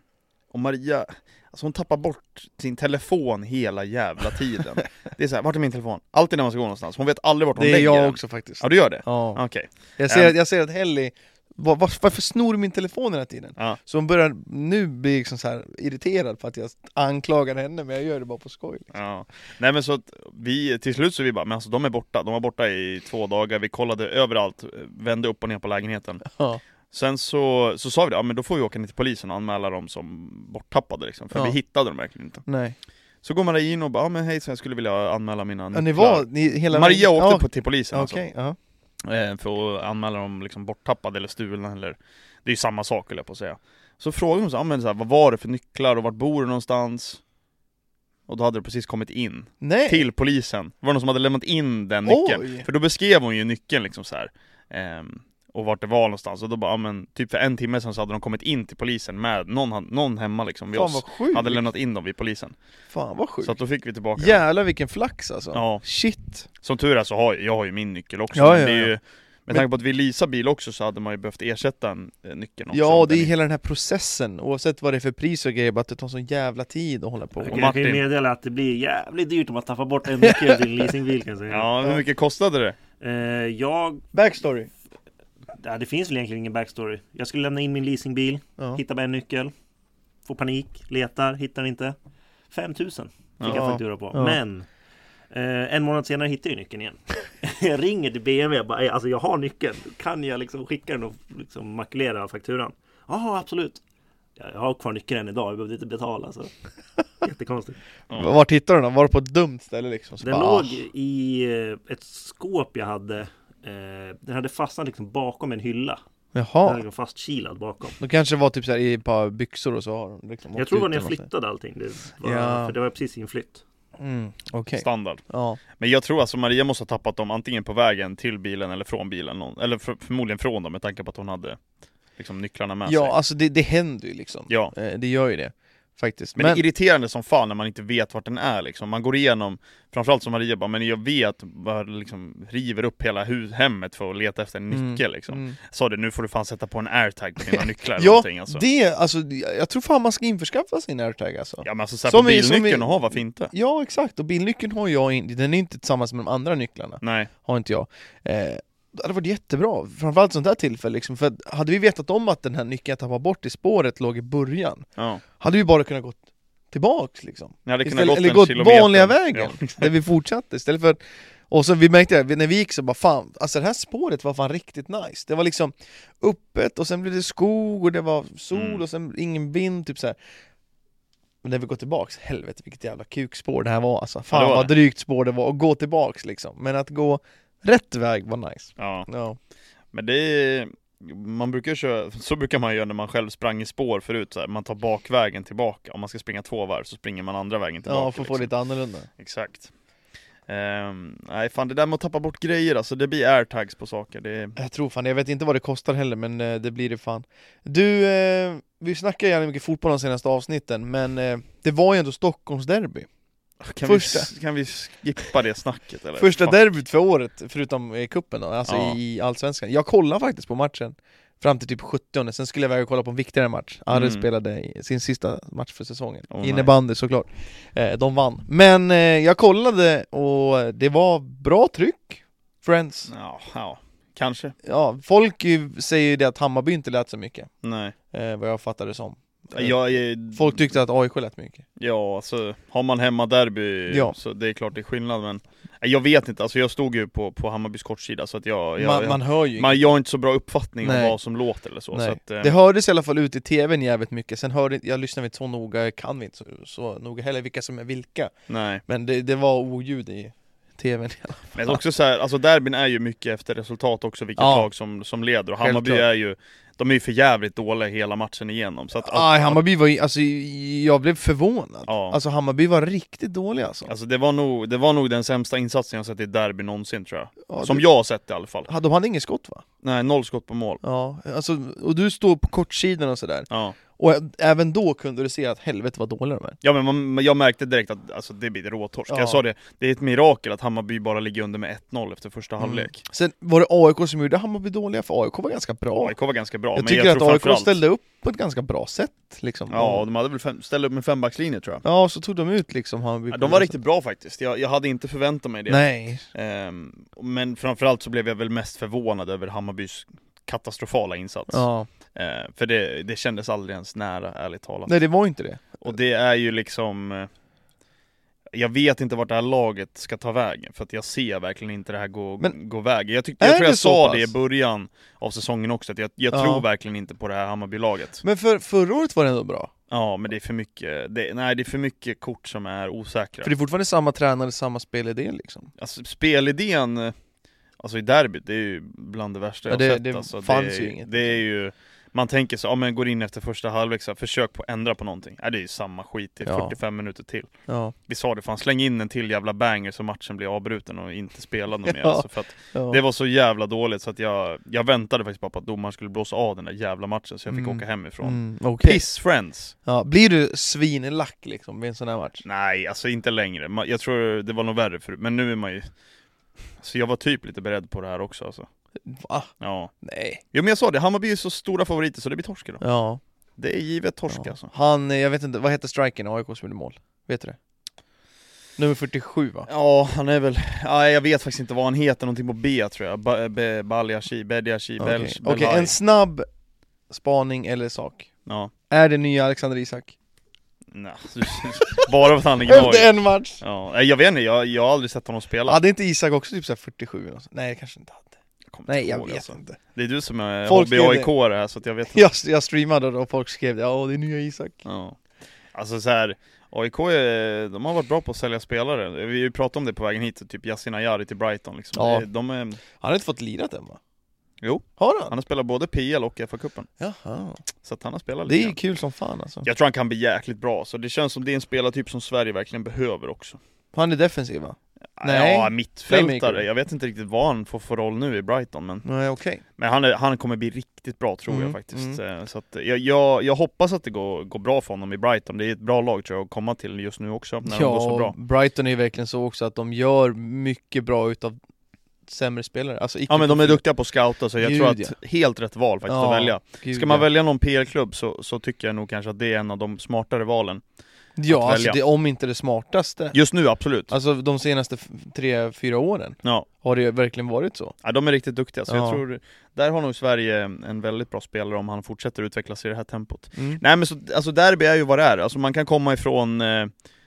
[SPEAKER 1] och Maria, alltså hon tappar bort sin telefon hela jävla tiden. det är så här, vart är min telefon? Alltid när man ska gå någonstans, hon vet aldrig vart hon
[SPEAKER 2] Det är
[SPEAKER 1] lägger
[SPEAKER 2] jag
[SPEAKER 1] den.
[SPEAKER 2] också faktiskt.
[SPEAKER 1] Ja du gör det?
[SPEAKER 2] Ja.
[SPEAKER 1] Okej.
[SPEAKER 2] Jag, ser,
[SPEAKER 1] Ehm.
[SPEAKER 2] jag ser att Helly, var, var, varför snor du min telefon hela tiden?
[SPEAKER 1] Ja.
[SPEAKER 2] Så hon börjar nu bli liksom så här irriterad för att jag anklagar henne, men jag gör det bara på skoj.
[SPEAKER 1] Ja. Nej men så att vi, till slut så vi bara, men alltså de är borta, de var borta i två dagar, vi kollade överallt, vände upp och ner på lägenheten.
[SPEAKER 2] Ja.
[SPEAKER 1] Sen så, så sa vi det, ja men då får vi åka ner till polisen och anmäla dem som borttappade liksom, för
[SPEAKER 2] Ja.
[SPEAKER 1] vi hittade dem verkligen inte.
[SPEAKER 2] Nej.
[SPEAKER 1] Så går man in och bara, ja men hejsan jag skulle vilja anmäla mina
[SPEAKER 2] Ja, ni var, ni, hela
[SPEAKER 1] Mm. Maria åkte
[SPEAKER 2] ja,
[SPEAKER 1] på, till polisen
[SPEAKER 2] Okej, ja.
[SPEAKER 1] alltså, eh, för att anmäla dem liksom borttappade eller stulna eller Det är ju samma sak höll jag på att säga. Så frågade hon så, här, ja, men så här, vad var det för nycklar och vart bor du någonstans? Och då hade det precis kommit in
[SPEAKER 2] Nej!
[SPEAKER 1] till polisen. Det var någon som hade lämnat in den nyckeln.
[SPEAKER 2] Oj!
[SPEAKER 1] För då beskrev hon ju nyckeln liksom så här. ehm, och vart det var någonstans. Och då bara, ja, men typ för en timme sedan så hade de kommit in till polisen med någon, han- någon hemma liksom vid
[SPEAKER 2] Fan
[SPEAKER 1] oss.
[SPEAKER 2] vad sjukt!
[SPEAKER 1] Hade lämnat in dem vid polisen.
[SPEAKER 2] Fan vad sjukt!
[SPEAKER 1] Så att då fick vi tillbaka dem.
[SPEAKER 2] Jävlar vilken flax alltså!
[SPEAKER 1] Ja.
[SPEAKER 2] Shit!
[SPEAKER 1] Som tur är så har jag, jag har ju min nyckel också.
[SPEAKER 2] Ja,
[SPEAKER 1] men
[SPEAKER 2] ja,
[SPEAKER 1] det är
[SPEAKER 2] ja.
[SPEAKER 1] ju, med
[SPEAKER 2] Men-
[SPEAKER 1] tanke på att vi leasar bil också så hade man ju behövt ersätta en, eh, nyckeln också.
[SPEAKER 2] Ja, det
[SPEAKER 1] Den
[SPEAKER 2] är hela den här processen, oavsett vad det är för pris och grejer, bara att det tar sån jävla tid att hålla på.
[SPEAKER 1] Och
[SPEAKER 3] Jag kan
[SPEAKER 1] Martin.
[SPEAKER 3] ju meddela att det blir jävligt dyrt om man tappar bort en nyckel till en leasingbil kan jag säga.
[SPEAKER 1] Ja, hur mycket kostade det?
[SPEAKER 3] Eh, jag...
[SPEAKER 2] Backstory!
[SPEAKER 3] Ja, det finns väl egentligen ingen backstory. Jag skulle lämna in min leasingbil,
[SPEAKER 2] Ja.
[SPEAKER 3] hittar bara en nyckel. Får panik, letar, hittar inte. 5000 fick
[SPEAKER 2] Ja.
[SPEAKER 3] jag faktura på.
[SPEAKER 2] Ja.
[SPEAKER 3] Men eh, en månad senare hittar jag nyckeln igen. jag ringer till BMW och bara, "Ey, alltså jag har nyckeln. Kan jag liksom skicka den och liksom makulera fakturan? Ja, absolut. "Ja, Jag har kvar nyckeln än idag, jag behövde inte betala. Så. Jättekonstigt.
[SPEAKER 1] Ja.
[SPEAKER 2] Vart hittade du den? Var det på ett dumt ställe liksom? Så
[SPEAKER 3] Den
[SPEAKER 2] bara,
[SPEAKER 3] låg
[SPEAKER 2] ah.
[SPEAKER 3] i eh, ett skåp jag hade. Eh, den hade fastnat liksom bakom en hylla. Den
[SPEAKER 2] "Ah, Jaha!
[SPEAKER 3] hade liksom fastkilad bakom.
[SPEAKER 2] Då kanske det var typ så här i ett par byxor och så har de liksom
[SPEAKER 3] Jag
[SPEAKER 2] åkt
[SPEAKER 3] tror det var
[SPEAKER 2] ut
[SPEAKER 3] när jag
[SPEAKER 2] eller någonting.
[SPEAKER 3] flyttade allting. Det var,
[SPEAKER 2] Ja.
[SPEAKER 3] För det var precis inflytt.
[SPEAKER 2] Mm, okej.
[SPEAKER 1] Standard.
[SPEAKER 2] Ja.
[SPEAKER 1] Men jag tror alltså Maria måste ha tappat dem antingen på vägen till bilen eller från bilen. någon- Eller för, förmodligen från dem med tanke på att hon hade liksom nycklarna med sig.
[SPEAKER 2] ja, alltså det, det händer ju liksom.
[SPEAKER 1] Ja.
[SPEAKER 2] Eh, Det gör ju det, faktiskt.
[SPEAKER 1] Men, det är irriterande som fan när man inte vet vart den är liksom. Man går igenom, framförallt som Maria bara, men jag vet, bara liksom river upp hela hus, hemmet för att leta efter en
[SPEAKER 2] Mm.
[SPEAKER 1] nyckel liksom.
[SPEAKER 2] Mm.
[SPEAKER 1] Jag Sa det, nu får du fan sätta på en airtag på dina nycklar eller
[SPEAKER 2] Ja,
[SPEAKER 1] någonting alltså.
[SPEAKER 2] det, alltså, jag tror fan man ska införskaffa sin airtag alltså.
[SPEAKER 1] Ja men alltså såhär på
[SPEAKER 2] Som i- som i-
[SPEAKER 1] bilnyckeln, jaha varför inte?
[SPEAKER 2] Ja exakt, och bilnyckeln har jag inte, den är inte tillsammans med de andra nycklarna,
[SPEAKER 1] Nej,
[SPEAKER 2] har inte jag eh, Det hade varit jättebra, framförallt sånt här tillfälle liksom, för att hade vi vetat om att den här nyckeln jag tappade bort i spåret låg i början
[SPEAKER 1] ja.
[SPEAKER 2] Hade vi bara kunnat gått tillbaks liksom
[SPEAKER 1] Ni hade kunnat
[SPEAKER 2] Istället-
[SPEAKER 1] gått
[SPEAKER 2] Eller
[SPEAKER 1] en
[SPEAKER 2] gått
[SPEAKER 1] kilometer.
[SPEAKER 2] vanliga vägen,
[SPEAKER 1] Ja.
[SPEAKER 2] där vi fortsatte istället för att- och så vi märkte det, när vi gick så bara fan, alltså det här spåret var fan riktigt nice Det var liksom öppet och sen blev det skog och det var sol
[SPEAKER 1] Mm.
[SPEAKER 2] och sen ingen vind, typ så här. Men när vi går tillbaks, helvete vilket jävla kukspår det här var alltså Fan
[SPEAKER 1] det var
[SPEAKER 2] vad
[SPEAKER 1] det.
[SPEAKER 2] drygt spår det var att gå tillbaks liksom Men att gå rätt väg var nice
[SPEAKER 1] ja.
[SPEAKER 2] Ja,
[SPEAKER 1] Men det är, man brukar ju köra, så brukar man göra när man själv sprang i spår förut så här, man tar bakvägen tillbaka. Om man ska springa två varv så springer man andra vägen tillbaka.
[SPEAKER 2] ja för att få
[SPEAKER 1] liksom.
[SPEAKER 2] lite annorlunda
[SPEAKER 1] Exakt. Ehm, nej fan det där med att tappa bort grejer alltså, det blir airtags på saker. Det är,
[SPEAKER 2] Jag tror fan det. jag vet inte vad det kostar heller men eh, det blir det fan Du, eh, vi snackar gärna mycket fotboll de senaste avsnitten men eh, det var ju ändå Stockholmsderby
[SPEAKER 1] kan,
[SPEAKER 2] Första.
[SPEAKER 1] Vi, kan vi skippa det snacket eller?
[SPEAKER 2] Första
[SPEAKER 1] Fan.
[SPEAKER 2] derbyt för året, förutom eh, kuppen då, alltså
[SPEAKER 1] Ja.
[SPEAKER 2] i Allsvenskan Jag kollade faktiskt på matchen fram till typ 70 sen skulle jag iväg och kolla på en viktigare match Arre
[SPEAKER 1] Mm.
[SPEAKER 2] spelade i sin sista match för säsongen,
[SPEAKER 1] Oh,
[SPEAKER 2] innebandy såklart eh, De vann, men eh, jag kollade och det var bra tryck Friends,
[SPEAKER 1] Ja, ja, kanske.
[SPEAKER 2] ja folk ju säger ju det att Hammarby inte lät så mycket
[SPEAKER 1] Nej.
[SPEAKER 2] eh, vad jag fattade det som
[SPEAKER 1] Jag är,
[SPEAKER 2] Eh, Folk tyckte att AIK lät mycket.
[SPEAKER 1] Ja, alltså har man hemma derby
[SPEAKER 2] Ja.
[SPEAKER 1] så det är klart det är skillnad men Nej, Jag vet inte, alltså jag stod ju på, på Hammarbys kortsida så att jag, jag,
[SPEAKER 2] man,
[SPEAKER 1] jag,
[SPEAKER 2] man hör ju
[SPEAKER 1] man jag har inte så bra uppfattning
[SPEAKER 2] Nej.
[SPEAKER 1] om vad som låter eller så,
[SPEAKER 2] Nej.
[SPEAKER 1] så att, eh,
[SPEAKER 2] Det hördes i alla fall ut i tvn jävligt mycket, sen hörde jag lyssnade inte så noga, jag kan inte så, så noga heller vilka som är vilka
[SPEAKER 1] nej.
[SPEAKER 2] Men det, det var oljud i tvn i alla fall.
[SPEAKER 1] Men också så här, alltså derbyn är ju mycket efter resultat också, vilket
[SPEAKER 2] Ja.
[SPEAKER 1] lag som, som leder och Hammarby
[SPEAKER 2] Självklart.
[SPEAKER 1] är ju de är ju för jävligt dåliga hela matchen igenom. Så att,
[SPEAKER 2] Aj, Hammarby var ju- alltså jag blev förvånad.
[SPEAKER 1] Ja.
[SPEAKER 2] Alltså Hammarby var riktigt dåliga alltså.
[SPEAKER 1] Alltså det var, nog, det var nog den sämsta insatsen jag sett i ett derby någonsin tror jag.
[SPEAKER 2] Ja,
[SPEAKER 1] Som
[SPEAKER 2] det-
[SPEAKER 1] jag har sett i alla fall.
[SPEAKER 2] Ja, De hade inget skott va?
[SPEAKER 1] Nej, noll skott på mål.
[SPEAKER 2] Ja, alltså, och du står på kortsidan och sådär.
[SPEAKER 1] Ja,
[SPEAKER 2] Och ä- även då kunde du se att helvete vad dåliga de är.
[SPEAKER 1] ja men man, men jag märkte direkt att alltså, det blir råtorsk.
[SPEAKER 2] Ja.
[SPEAKER 1] Jag sa det, det är ett mirakel att Hammarby bara ligger under med 1-0 efter första
[SPEAKER 2] Mm.
[SPEAKER 1] halvlek.
[SPEAKER 2] Sen var det AIK som gjorde Hammarby dåliga, för AIK var ganska bra.
[SPEAKER 1] AIK var ganska bra,
[SPEAKER 2] jag
[SPEAKER 1] men
[SPEAKER 2] tycker
[SPEAKER 1] jag tror
[SPEAKER 2] att AIK
[SPEAKER 1] framförallt...
[SPEAKER 2] ställde upp på ett ganska bra sätt liksom.
[SPEAKER 1] Ja,
[SPEAKER 2] och,
[SPEAKER 1] de hade väl fem, ställde upp med fembackslinje tror jag.
[SPEAKER 2] ja, och så tog de ut liksom Hammarby.
[SPEAKER 1] Ja,
[SPEAKER 2] på
[SPEAKER 1] De var
[SPEAKER 2] det
[SPEAKER 1] riktigt bra faktiskt, jag, jag hade inte förväntat mig det.
[SPEAKER 2] sättet. Nej,
[SPEAKER 1] Ehm, men framförallt så blev jag väl mest förvånad över Hammarbys katastrofala insats.
[SPEAKER 2] ja.
[SPEAKER 1] Ehm, för det, det kändes aldrig ens nära, ärligt talat.
[SPEAKER 2] Nej, det var inte det.
[SPEAKER 1] Och det är ju liksom eh, Jag vet inte vart det här laget ska ta vägen För att jag ser verkligen inte det här gå,
[SPEAKER 2] Men-
[SPEAKER 1] gå vägen Jag, tyckte,
[SPEAKER 2] Är
[SPEAKER 1] jag tror
[SPEAKER 2] det
[SPEAKER 1] jag
[SPEAKER 2] så
[SPEAKER 1] sa
[SPEAKER 2] pass?
[SPEAKER 1] det i början av säsongen också att Jag, jag
[SPEAKER 2] Ja.
[SPEAKER 1] tror verkligen inte på det här Hammarby-laget
[SPEAKER 2] Men för, förra året var det ändå bra.
[SPEAKER 1] Ja men det är för mycket det, Nej det är för mycket kort som är osäkra
[SPEAKER 2] För det är fortfarande samma tränare, samma spelidé liksom.
[SPEAKER 1] Alltså spelidén eh, Alltså i derbyt, det är ju bland det värsta
[SPEAKER 2] Ja,
[SPEAKER 1] jag
[SPEAKER 2] det-
[SPEAKER 1] sett
[SPEAKER 2] det
[SPEAKER 1] alltså,
[SPEAKER 2] fanns
[SPEAKER 1] det,
[SPEAKER 2] ju inget.
[SPEAKER 1] Det är ju man tänker så, ja men går in efter första halvlek så här, försök på att ändra på någonting. Nej det är ju samma skit i
[SPEAKER 2] Ja.
[SPEAKER 1] 45 minuter till.
[SPEAKER 2] Ja.
[SPEAKER 1] vi sa det, fan släng in en till jävla banger så matchen blir avbruten och inte spelad någon mer
[SPEAKER 2] Ja.
[SPEAKER 1] alltså, för att
[SPEAKER 2] ja.
[SPEAKER 1] Det var så jävla dåligt så att jag, jag väntade faktiskt bara på att domaren skulle blåsa av den där jävla matchen så jag fick
[SPEAKER 2] Mm.
[SPEAKER 1] åka hemifrån
[SPEAKER 2] mm, okej.
[SPEAKER 1] Piss friends!
[SPEAKER 2] Ja, blir du svinlack liksom vid en sån här match?
[SPEAKER 1] Nej, alltså inte längre. Ma- Jag tror det var nog värre förut, men nu är man ju... Alltså jag var typ lite beredd på det här också alltså.
[SPEAKER 2] Va?
[SPEAKER 1] Ja.
[SPEAKER 2] Nej.
[SPEAKER 1] Jo men jag sa det, Hammarby är så stora favoriter så det blir torsk idag.
[SPEAKER 2] Ja.
[SPEAKER 1] Det är givet torsk
[SPEAKER 2] ja.
[SPEAKER 1] alltså.
[SPEAKER 2] Han, eh, jag vet inte, vad hette strikern i AIK som gjorde mål? Vet du det? Nummer 47 va?
[SPEAKER 1] Ja, han är väl... Ja, jag vet faktiskt inte vad han heter, någonting på B tror jag. Ba- Be- Baljashi, Bedjashi,
[SPEAKER 2] Okej,
[SPEAKER 1] Belch,
[SPEAKER 2] Okej,
[SPEAKER 1] Belhai.
[SPEAKER 2] en snabb spaning eller sak.
[SPEAKER 1] Ja.
[SPEAKER 2] Är det nya Alexander Isak?
[SPEAKER 1] Nej, bara för att han är
[SPEAKER 2] Efter
[SPEAKER 1] Gnager.
[SPEAKER 2] en match!
[SPEAKER 1] Ja, nej, jag vet inte, jag, jag har aldrig sett honom spela.
[SPEAKER 2] Hade inte Isak också typ så här 47 eller något sånt? Nej, det kanske inte hade.
[SPEAKER 1] Jag kommer
[SPEAKER 2] Nej,
[SPEAKER 1] inte
[SPEAKER 2] jag
[SPEAKER 1] ihåg,
[SPEAKER 2] vet
[SPEAKER 1] alltså.
[SPEAKER 2] inte.
[SPEAKER 1] Det är du som är
[SPEAKER 2] Folk skrev
[SPEAKER 1] HBAIK det här, så att jag vet inte.
[SPEAKER 2] Jag, jag streamade då och folk skrev det, ja det är nya Isak.
[SPEAKER 1] Ja. Alltså så här, AIK är, de har varit bra på att sälja spelare. Vi har ju pratat om det på vägen hit, typ Yasin Ayari till Brighton liksom.
[SPEAKER 2] Ja.
[SPEAKER 1] Det- De är,
[SPEAKER 2] Han har inte fått lirat än va?
[SPEAKER 1] jo,
[SPEAKER 2] Har han?
[SPEAKER 1] han har spelat både PL och FA-cupen.
[SPEAKER 2] Jaha.
[SPEAKER 1] Så att han har spelat
[SPEAKER 2] Det
[SPEAKER 1] lite
[SPEAKER 2] är ju
[SPEAKER 1] grann.
[SPEAKER 2] kul som fan alltså.
[SPEAKER 1] Jag tror han kan bli jäkligt bra, så det känns som det är en spelartyp som Sverige verkligen behöver också.
[SPEAKER 2] Han är defensiv va? Nej.
[SPEAKER 1] Nej. Ja, mittfältare.
[SPEAKER 2] Playmaker.
[SPEAKER 1] Jag vet inte riktigt vad han får för roll nu i Brighton, men
[SPEAKER 2] Nej okej.
[SPEAKER 1] Men han, är, han kommer bli riktigt bra tror
[SPEAKER 2] Mm,
[SPEAKER 1] jag faktiskt. Eh, Så att eh, jag, jag, jag hoppas att det går, går bra för honom i Brighton. Det är ett bra lag tror jag att komma till just nu också, när de går så bra.
[SPEAKER 2] Brighton är ju verkligen så också att de gör mycket bra utav sämre spelare. Alltså icke-
[SPEAKER 1] Ja men de är duktiga på att scouta, så jag
[SPEAKER 2] Gud,
[SPEAKER 1] tror att
[SPEAKER 2] ja.
[SPEAKER 1] helt rätt val faktiskt
[SPEAKER 2] Ja,
[SPEAKER 1] att välja.
[SPEAKER 2] Gud,
[SPEAKER 1] Ska man
[SPEAKER 2] ja.
[SPEAKER 1] välja någon PR-klubb så, så tycker jag nog kanske att det är en av de smartare valen.
[SPEAKER 2] Ja,
[SPEAKER 1] att
[SPEAKER 2] alltså
[SPEAKER 1] välja?
[SPEAKER 2] det, om inte det smartaste.
[SPEAKER 1] Just nu absolut.
[SPEAKER 2] Alltså de senaste f- tre, fyra åren
[SPEAKER 1] Ja,
[SPEAKER 2] har det verkligen varit så.
[SPEAKER 1] ja de är riktigt duktiga. Så
[SPEAKER 2] Ja.
[SPEAKER 1] jag tror, där har nog Sverige en väldigt bra spelare om han fortsätter utvecklas i det här tempot.
[SPEAKER 2] Mm.
[SPEAKER 1] Nej men så, alltså derby är ju vad det är, alltså man kan komma ifrån eh,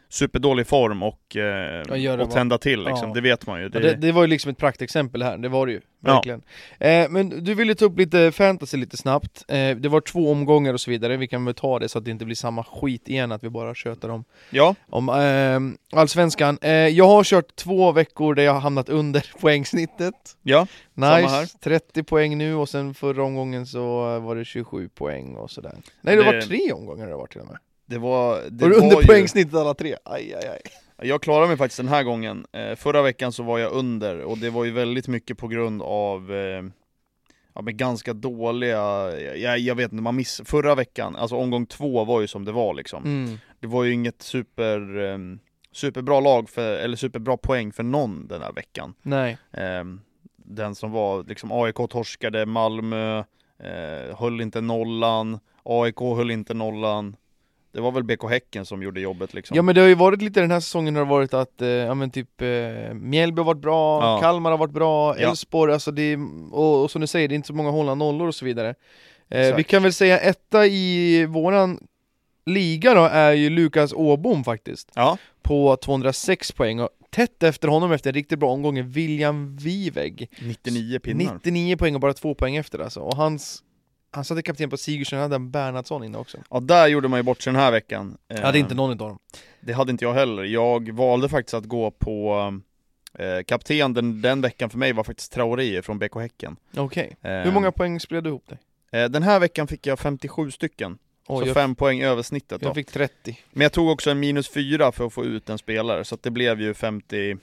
[SPEAKER 1] superdålig form och, eh,
[SPEAKER 2] Ja, gör det
[SPEAKER 1] och
[SPEAKER 2] bara.
[SPEAKER 1] tända till liksom,
[SPEAKER 2] Ja.
[SPEAKER 1] det vet man ju.
[SPEAKER 2] Ja,
[SPEAKER 1] Det,
[SPEAKER 2] det, det var ju liksom ett praktexempel här, det var det ju.
[SPEAKER 1] Ja.
[SPEAKER 2] Verkligen. Eh, men du ville ta upp lite fantasy lite snabbt. Eh, det var två omgångar och så vidare, vi kan väl ta det så att det inte blir samma skit igen, att vi bara tjötar om,
[SPEAKER 1] Ja,
[SPEAKER 2] om eh, allsvenskan. Eh, jag har kört två veckor där jag har hamnat under poängsnittet.
[SPEAKER 1] ja, Samma
[SPEAKER 2] Nice,
[SPEAKER 1] här.
[SPEAKER 2] 30 poäng nu och sen förra omgången så eh, var det 27 poäng och sådär. Nej det, var
[SPEAKER 1] Det-
[SPEAKER 2] tre omgångar det var till och med.
[SPEAKER 1] det var... Det
[SPEAKER 2] var du
[SPEAKER 1] var
[SPEAKER 2] under
[SPEAKER 1] ju-
[SPEAKER 2] poängsnittet alla tre? Aj, aj, aj.
[SPEAKER 1] Jag klarade mig faktiskt den här gången. Eh, förra veckan så var jag under och det var ju väldigt mycket på grund av eh, Ja men ganska dåliga, jag, jag vet inte, man miss, förra veckan, alltså omgång två var ju som det var liksom.
[SPEAKER 2] Mm.
[SPEAKER 1] Det var ju inget super, eh, superbra lag, för, eller superbra poäng för någon den här veckan.
[SPEAKER 2] Nej.
[SPEAKER 1] Ehm, den som var liksom AIK torskade, Malmö eh, höll inte nollan, AIK höll inte nollan. Det var väl BK Häcken som gjorde jobbet liksom.
[SPEAKER 2] Ja men det har ju varit lite den här säsongen har det varit att, eh, ja men typ eh, Mjällby har varit bra,
[SPEAKER 1] Ja.
[SPEAKER 2] Kalmar har varit bra,
[SPEAKER 1] Ja.
[SPEAKER 2] Elfsborg, alltså det är, och, och som du säger, det är inte så många hållna nollor och så vidare. Eh, vi
[SPEAKER 1] Exakt.
[SPEAKER 2] kan väl säga etta i våran liga då är ju Lukas Åbom faktiskt.
[SPEAKER 1] ja.
[SPEAKER 2] på 206 poäng och tätt efter honom efter en riktigt bra omgång är William Wiveg
[SPEAKER 1] 99 pinnar.
[SPEAKER 2] 99 poäng och bara två poäng efter alltså och hans han satte kapten på Sigurdsson, han hade en Bernhardsson inne också
[SPEAKER 1] Ja där gjorde man ju bort sig den här veckan. Ehm,
[SPEAKER 2] Jag hade inte någon utav dem
[SPEAKER 1] det hade inte jag heller. Jag valde faktiskt att gå på eh, kapten den, den veckan för mig var faktiskt Traoré från BK Häcken.
[SPEAKER 2] Okej,
[SPEAKER 1] Ehm,
[SPEAKER 2] hur många poäng spelade du ihop dig?
[SPEAKER 1] eh, Eh, Den här veckan fick jag 57 stycken,
[SPEAKER 2] Oj,
[SPEAKER 1] så
[SPEAKER 2] jag,
[SPEAKER 1] 5 poäng översnittet då.
[SPEAKER 2] jag fick 30.
[SPEAKER 1] Men jag tog också en minus 4 för att få ut en spelare, så att det blev ju 50,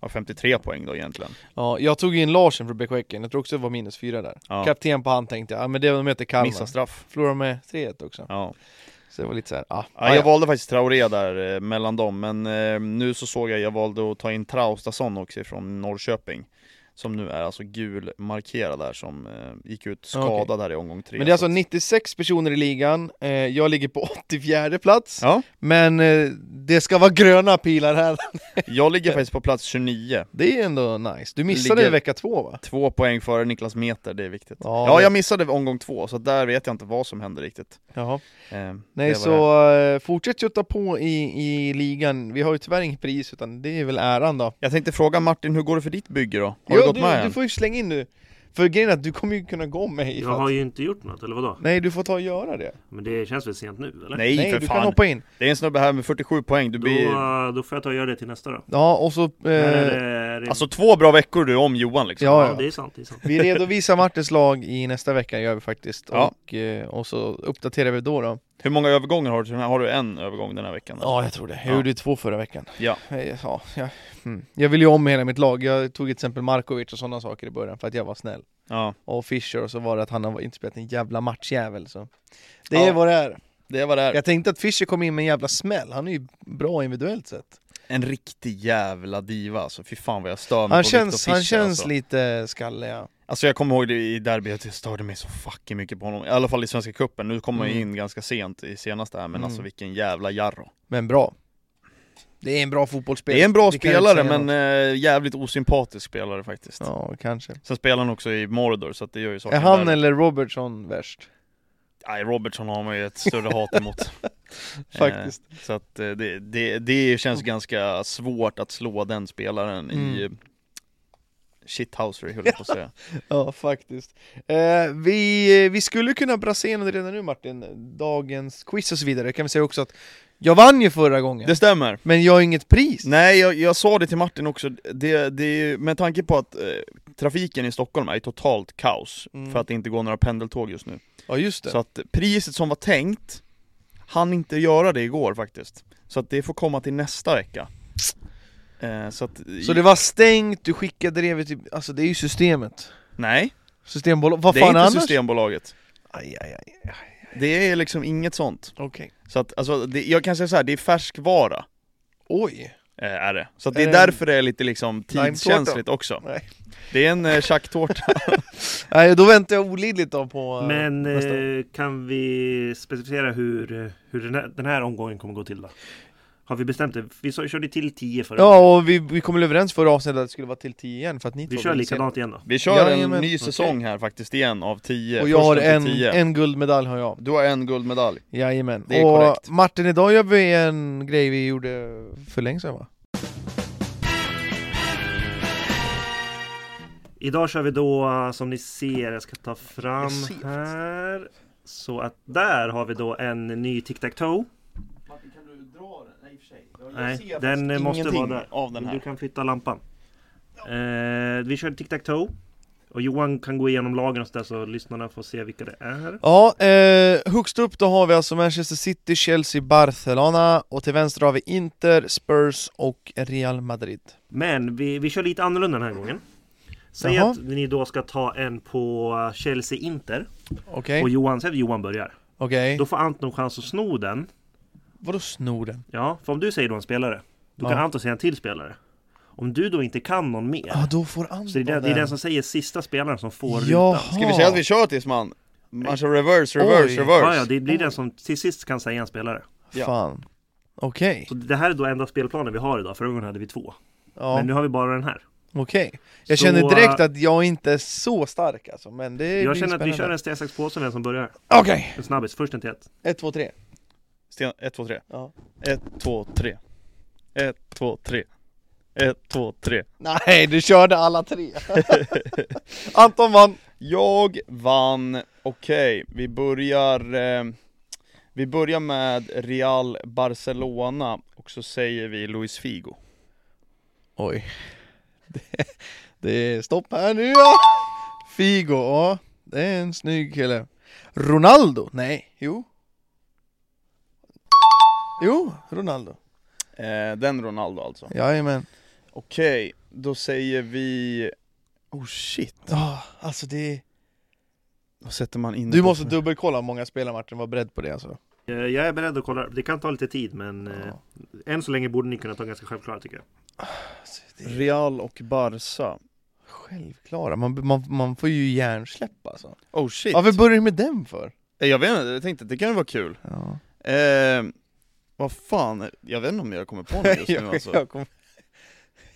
[SPEAKER 1] ja, 53 poäng då egentligen.
[SPEAKER 2] Ja, jag tog in Larsen för BK Häcken, jag tror också det var minus 4 där.
[SPEAKER 1] Ja.
[SPEAKER 2] Kapten på han tänkte jag, ja men det de heter Kalmar.
[SPEAKER 1] Missa straff.
[SPEAKER 2] Förlorade med 3-1 också.
[SPEAKER 1] Ja.
[SPEAKER 2] Så det var lite såhär, ah,
[SPEAKER 1] Ja, jag valde faktiskt Traoré där eh, mellan dem, men eh, nu så såg jag jag valde att ta in Traustason också från Norrköping. Som nu är alltså gul markerad där som eh, gick ut skadad
[SPEAKER 2] Okej.
[SPEAKER 1] här i omgång tre.
[SPEAKER 2] Men det är
[SPEAKER 1] så
[SPEAKER 2] alltså
[SPEAKER 1] att-
[SPEAKER 2] 96 personer i ligan, eh, jag ligger på 84 plats.
[SPEAKER 1] Ja,
[SPEAKER 2] Men eh, det ska vara gröna pilar här.
[SPEAKER 1] jag ligger faktiskt på plats 29.
[SPEAKER 2] Det är ändå nice. Du missade
[SPEAKER 1] Ligger-
[SPEAKER 2] vecka två va?
[SPEAKER 1] Två poäng före Niklas Meter, det är viktigt.
[SPEAKER 2] Ja,
[SPEAKER 1] Ja,
[SPEAKER 2] det-
[SPEAKER 1] jag missade omgång två, så där vet jag inte vad som hände riktigt.
[SPEAKER 2] Jaha.
[SPEAKER 1] Eh, det var
[SPEAKER 2] Nej
[SPEAKER 1] det.
[SPEAKER 2] så eh, fortsätt tjutta på i, i ligan. Vi har ju tyvärr inget pris utan det är väl äran då. Har
[SPEAKER 1] Jag tänkte fråga Martin, hur går det för ditt bygge då? Har du gått
[SPEAKER 2] du,
[SPEAKER 1] med
[SPEAKER 2] du
[SPEAKER 1] än?
[SPEAKER 2] får ju slänga in nu. För grejen är att du kommer ju kunna gå med i
[SPEAKER 3] Jag har ju inte gjort något, eller vadå?
[SPEAKER 2] Nej du får ta och göra det.
[SPEAKER 3] Men det känns väl sent nu, eller?
[SPEAKER 1] Nej,
[SPEAKER 2] Nej
[SPEAKER 1] för
[SPEAKER 2] du
[SPEAKER 1] fan!
[SPEAKER 2] kan hoppa in.
[SPEAKER 1] Det är en snubbe här med 47 poäng, du
[SPEAKER 3] Då,
[SPEAKER 1] blir...
[SPEAKER 3] eh, då får jag ta och göra det till nästa då.
[SPEAKER 2] Ja och så...
[SPEAKER 3] Eller är
[SPEAKER 2] Eh,
[SPEAKER 3] det, är det...
[SPEAKER 1] Alltså två bra veckor du om Johan liksom.
[SPEAKER 2] ja,
[SPEAKER 3] ja,
[SPEAKER 2] ja.
[SPEAKER 3] det är sant. Det är sant.
[SPEAKER 2] Vi redovisar Martins lag i nästa vecka gör vi faktiskt.
[SPEAKER 1] Ja.
[SPEAKER 2] Och, eh, och så uppdaterar vi då då.
[SPEAKER 1] Hur många övergångar har du? till den här? Har du en övergång den här veckan?
[SPEAKER 2] Ja, jag tror det. Jag
[SPEAKER 1] Ja.
[SPEAKER 2] gjorde ju två förra veckan.
[SPEAKER 1] Ja.
[SPEAKER 2] Eh, Ja, ja. Mm. Jag ville ju om hela mitt lag. Jag tog till exempel Markovic och sådana saker i början för att jag var snäll.
[SPEAKER 1] ja.
[SPEAKER 2] Och Fischer och så var det att han har inte spelat en jävla matchjävel så. Det
[SPEAKER 1] Ja.
[SPEAKER 2] är vad det är.
[SPEAKER 1] Det var det här.
[SPEAKER 2] Jag tänkte att Fischer kom in med en jävla smäll. Han är ju bra individuellt sett.
[SPEAKER 1] En riktig jävla diva alltså, fy fan vad jag stör mig
[SPEAKER 2] Han
[SPEAKER 1] på
[SPEAKER 2] känns,
[SPEAKER 1] Victor
[SPEAKER 2] han
[SPEAKER 1] Fischer,
[SPEAKER 2] känns
[SPEAKER 1] alltså.
[SPEAKER 2] lite skallig ja.
[SPEAKER 1] Alltså jag kommer ihåg det i derbyt, jag störde mig så fucking mycket på honom. I alla fall i Svenska Cupen, nu kommer han in ganska sent i senaste här, men
[SPEAKER 2] Mm.
[SPEAKER 1] alltså vilken jävla jarro.
[SPEAKER 2] Men bra. Det är en bra fotbollsspelare.
[SPEAKER 1] Det är en bra
[SPEAKER 2] Vi kan inte
[SPEAKER 1] spelare,
[SPEAKER 2] säga
[SPEAKER 1] men
[SPEAKER 2] något.
[SPEAKER 1] eh, jävligt osympatisk spelare faktiskt.
[SPEAKER 2] Ja, kanske.
[SPEAKER 1] Sen spelar han också i Mordor, så att det gör ju saker
[SPEAKER 2] Är han
[SPEAKER 1] värre.
[SPEAKER 2] eller Robertson värst?
[SPEAKER 1] Nej, Robertson har man ju ett större hat emot.
[SPEAKER 2] Faktiskt.
[SPEAKER 1] Eh, så att eh, det, det, det känns ganska svårt att slå den spelaren i eh,
[SPEAKER 2] Mm.
[SPEAKER 1] shithousery, höll jag på att säga.
[SPEAKER 2] Ja, faktiskt. Eh, vi, vi skulle kunna brassa igenom det redan nu Martin, dagens quiz och så vidare. Kan vi säga också att jag vann ju förra gången,
[SPEAKER 1] Det stämmer.
[SPEAKER 2] men jag har inget pris.
[SPEAKER 1] Nej, jag, jag sa det till Martin också, det, det är ju, med tanke på att eh, trafiken i Stockholm är i totalt kaos,
[SPEAKER 2] Mm.
[SPEAKER 1] för att det inte går några pendeltåg just nu.
[SPEAKER 2] Ja, just det.
[SPEAKER 1] Så att priset som var tänkt, hann inte göra det igår faktiskt. Så att det får komma till nästa vecka. Eh, så att,
[SPEAKER 2] Så det var stängt, du skickade det till... Alltså det är ju systemet.
[SPEAKER 1] Nej,
[SPEAKER 2] Systembolaget, vad
[SPEAKER 1] det är
[SPEAKER 2] fan
[SPEAKER 1] inte
[SPEAKER 2] annars?
[SPEAKER 1] Systembolaget.
[SPEAKER 2] Aj, aj, aj.
[SPEAKER 1] Det är liksom inget sånt.
[SPEAKER 2] Okej.
[SPEAKER 1] Så att, alltså, det, jag kan säga så här, det är färskvara.
[SPEAKER 2] Oj.
[SPEAKER 1] eh, Är det. Så att det är
[SPEAKER 2] Eh,
[SPEAKER 1] därför det är lite liksom
[SPEAKER 2] limetårta.
[SPEAKER 1] tidskänsligt också.
[SPEAKER 2] Nej.
[SPEAKER 1] Det är en eh, tjacktårta.
[SPEAKER 2] Nej, då väntar jag olidligt då på... eh,
[SPEAKER 3] Men
[SPEAKER 2] nästa.
[SPEAKER 3] eh, kan vi specificera hur, eh, hur den, här, den här omgången kommer gå till då? Har vi bestämt det? Vi sa- körde till 10 förra gången.
[SPEAKER 2] Ja, och vi, vi kom väl överens förra avsnittet att det skulle vara till 10 igen för att ni
[SPEAKER 3] Vi
[SPEAKER 2] två
[SPEAKER 3] kör
[SPEAKER 2] vill se
[SPEAKER 3] likadant igen då.
[SPEAKER 1] Vi kör
[SPEAKER 2] Ja,
[SPEAKER 1] en
[SPEAKER 2] jajamän.
[SPEAKER 1] ny säsong här faktiskt igen av 10
[SPEAKER 2] det. Och jag har
[SPEAKER 1] Första till 10.
[SPEAKER 2] en, en guldmedalj har jag.
[SPEAKER 1] Du har en guldmedalj
[SPEAKER 2] Jajamän.
[SPEAKER 1] Det är
[SPEAKER 2] och
[SPEAKER 1] korrekt.
[SPEAKER 2] Martin, idag gör vi en grej vi gjorde för länge sedan va?
[SPEAKER 3] Idag kör vi då eh, som ni ser, jag ska ta fram
[SPEAKER 1] Jag ser faktiskt.
[SPEAKER 3] här. Så att där har vi då en ny Tic Tac Toe.
[SPEAKER 2] Martin kan du dra den? Nej i och för sig.
[SPEAKER 3] Nej, den eh, måste vara
[SPEAKER 1] Ingenting
[SPEAKER 3] där.
[SPEAKER 1] av den
[SPEAKER 3] Du
[SPEAKER 1] här
[SPEAKER 3] kan flytta lampan. Eh, vi kör Tic Tac Toe. Och Johan kan gå igenom lagen och så där så lyssnarna får se vilka det är.
[SPEAKER 2] Ja, eh, högst upp då har vi alltså Manchester City, Chelsea, Barcelona och till vänster har vi Inter, Spurs och Real Madrid.
[SPEAKER 3] Men vi, vi kör lite annorlunda den här gången. Säg
[SPEAKER 2] Jaha.
[SPEAKER 3] att ni då ska ta en på Chelsea-Inter
[SPEAKER 2] Okej,
[SPEAKER 3] och Johan, säg att Johan börjar.
[SPEAKER 2] okej.
[SPEAKER 3] Då får Anton chans att sno den.
[SPEAKER 2] Vadå snor den?
[SPEAKER 3] Ja, för om du säger då en spelare, då kan
[SPEAKER 2] Ja.
[SPEAKER 3] Anton säga en till spelare. Om du då inte kan någon mer,
[SPEAKER 2] Ja, då får Anton
[SPEAKER 3] så det är, den, det är den som säger sista spelaren som får
[SPEAKER 2] Jaha.
[SPEAKER 3] rutan.
[SPEAKER 1] Ska vi säga att vi kör tills man, man kör reverse, reverse,
[SPEAKER 2] Oj.
[SPEAKER 3] Ja, ja,
[SPEAKER 1] reverse?
[SPEAKER 3] det blir den som till sist kan säga en spelare.
[SPEAKER 1] Ja.
[SPEAKER 2] Fan. Okej.
[SPEAKER 3] Så det här är då enda spelplanen vi har idag, förra gången hade vi två.
[SPEAKER 2] Ja,
[SPEAKER 3] Men nu har vi bara den här.
[SPEAKER 2] okej. Jag
[SPEAKER 3] Så,
[SPEAKER 2] känner direkt
[SPEAKER 3] äh,
[SPEAKER 2] att jag inte är så stark alltså, men det
[SPEAKER 3] Jag
[SPEAKER 2] blir
[SPEAKER 3] känner att vi kör
[SPEAKER 2] spännande.
[SPEAKER 3] en sten, sax, påse vem som börjar.
[SPEAKER 2] Okej!
[SPEAKER 3] En snabbis, först en till ett.
[SPEAKER 2] Ett, två, tre.
[SPEAKER 1] Sten, 1, 2, 3
[SPEAKER 2] Ja.
[SPEAKER 1] 1, 2, 3 1, 2, 3 1, 2, 3
[SPEAKER 2] Nej, du körde alla tre. Anton vann.
[SPEAKER 1] Jag vann, okej, vi börjar eh, Vi börjar med Real Barcelona och så säger vi Luis Figo
[SPEAKER 2] Oj. Det, det är stopp här nu ja! Figo, ja. Det är en snygg kille. Ronaldo? Nej, jo. Jo, Ronaldo.
[SPEAKER 1] Eh, den Ronaldo alltså.
[SPEAKER 2] Jajamän.
[SPEAKER 1] Okej, då säger vi... Oh shit,
[SPEAKER 2] Oh, alltså det...
[SPEAKER 1] vad sätter man in
[SPEAKER 2] Du
[SPEAKER 1] det på
[SPEAKER 2] måste
[SPEAKER 1] för-
[SPEAKER 2] dubbelkolla hur många spelar Martin, var beredd på det alltså.
[SPEAKER 3] Eh, Jag är beredd att kolla. Det kan ta lite tid men eh,
[SPEAKER 2] Ja.
[SPEAKER 3] än så länge borde ni kunna ta ganska självklara tycker jag.
[SPEAKER 2] Alltså, det är
[SPEAKER 1] Real och Barca.
[SPEAKER 2] självklara, man, man, man får ju hjärnsläpp alltså.
[SPEAKER 1] Oh shit.
[SPEAKER 2] Varför börjar du med den för?
[SPEAKER 1] Eh, Jag vet inte, jag tänkte att det kan ju vara kul.
[SPEAKER 2] Ja.
[SPEAKER 1] Eh, vad fan, jag vet inte om jag kommer på något just nu
[SPEAKER 2] jag,
[SPEAKER 1] alltså.
[SPEAKER 2] jag, kommer,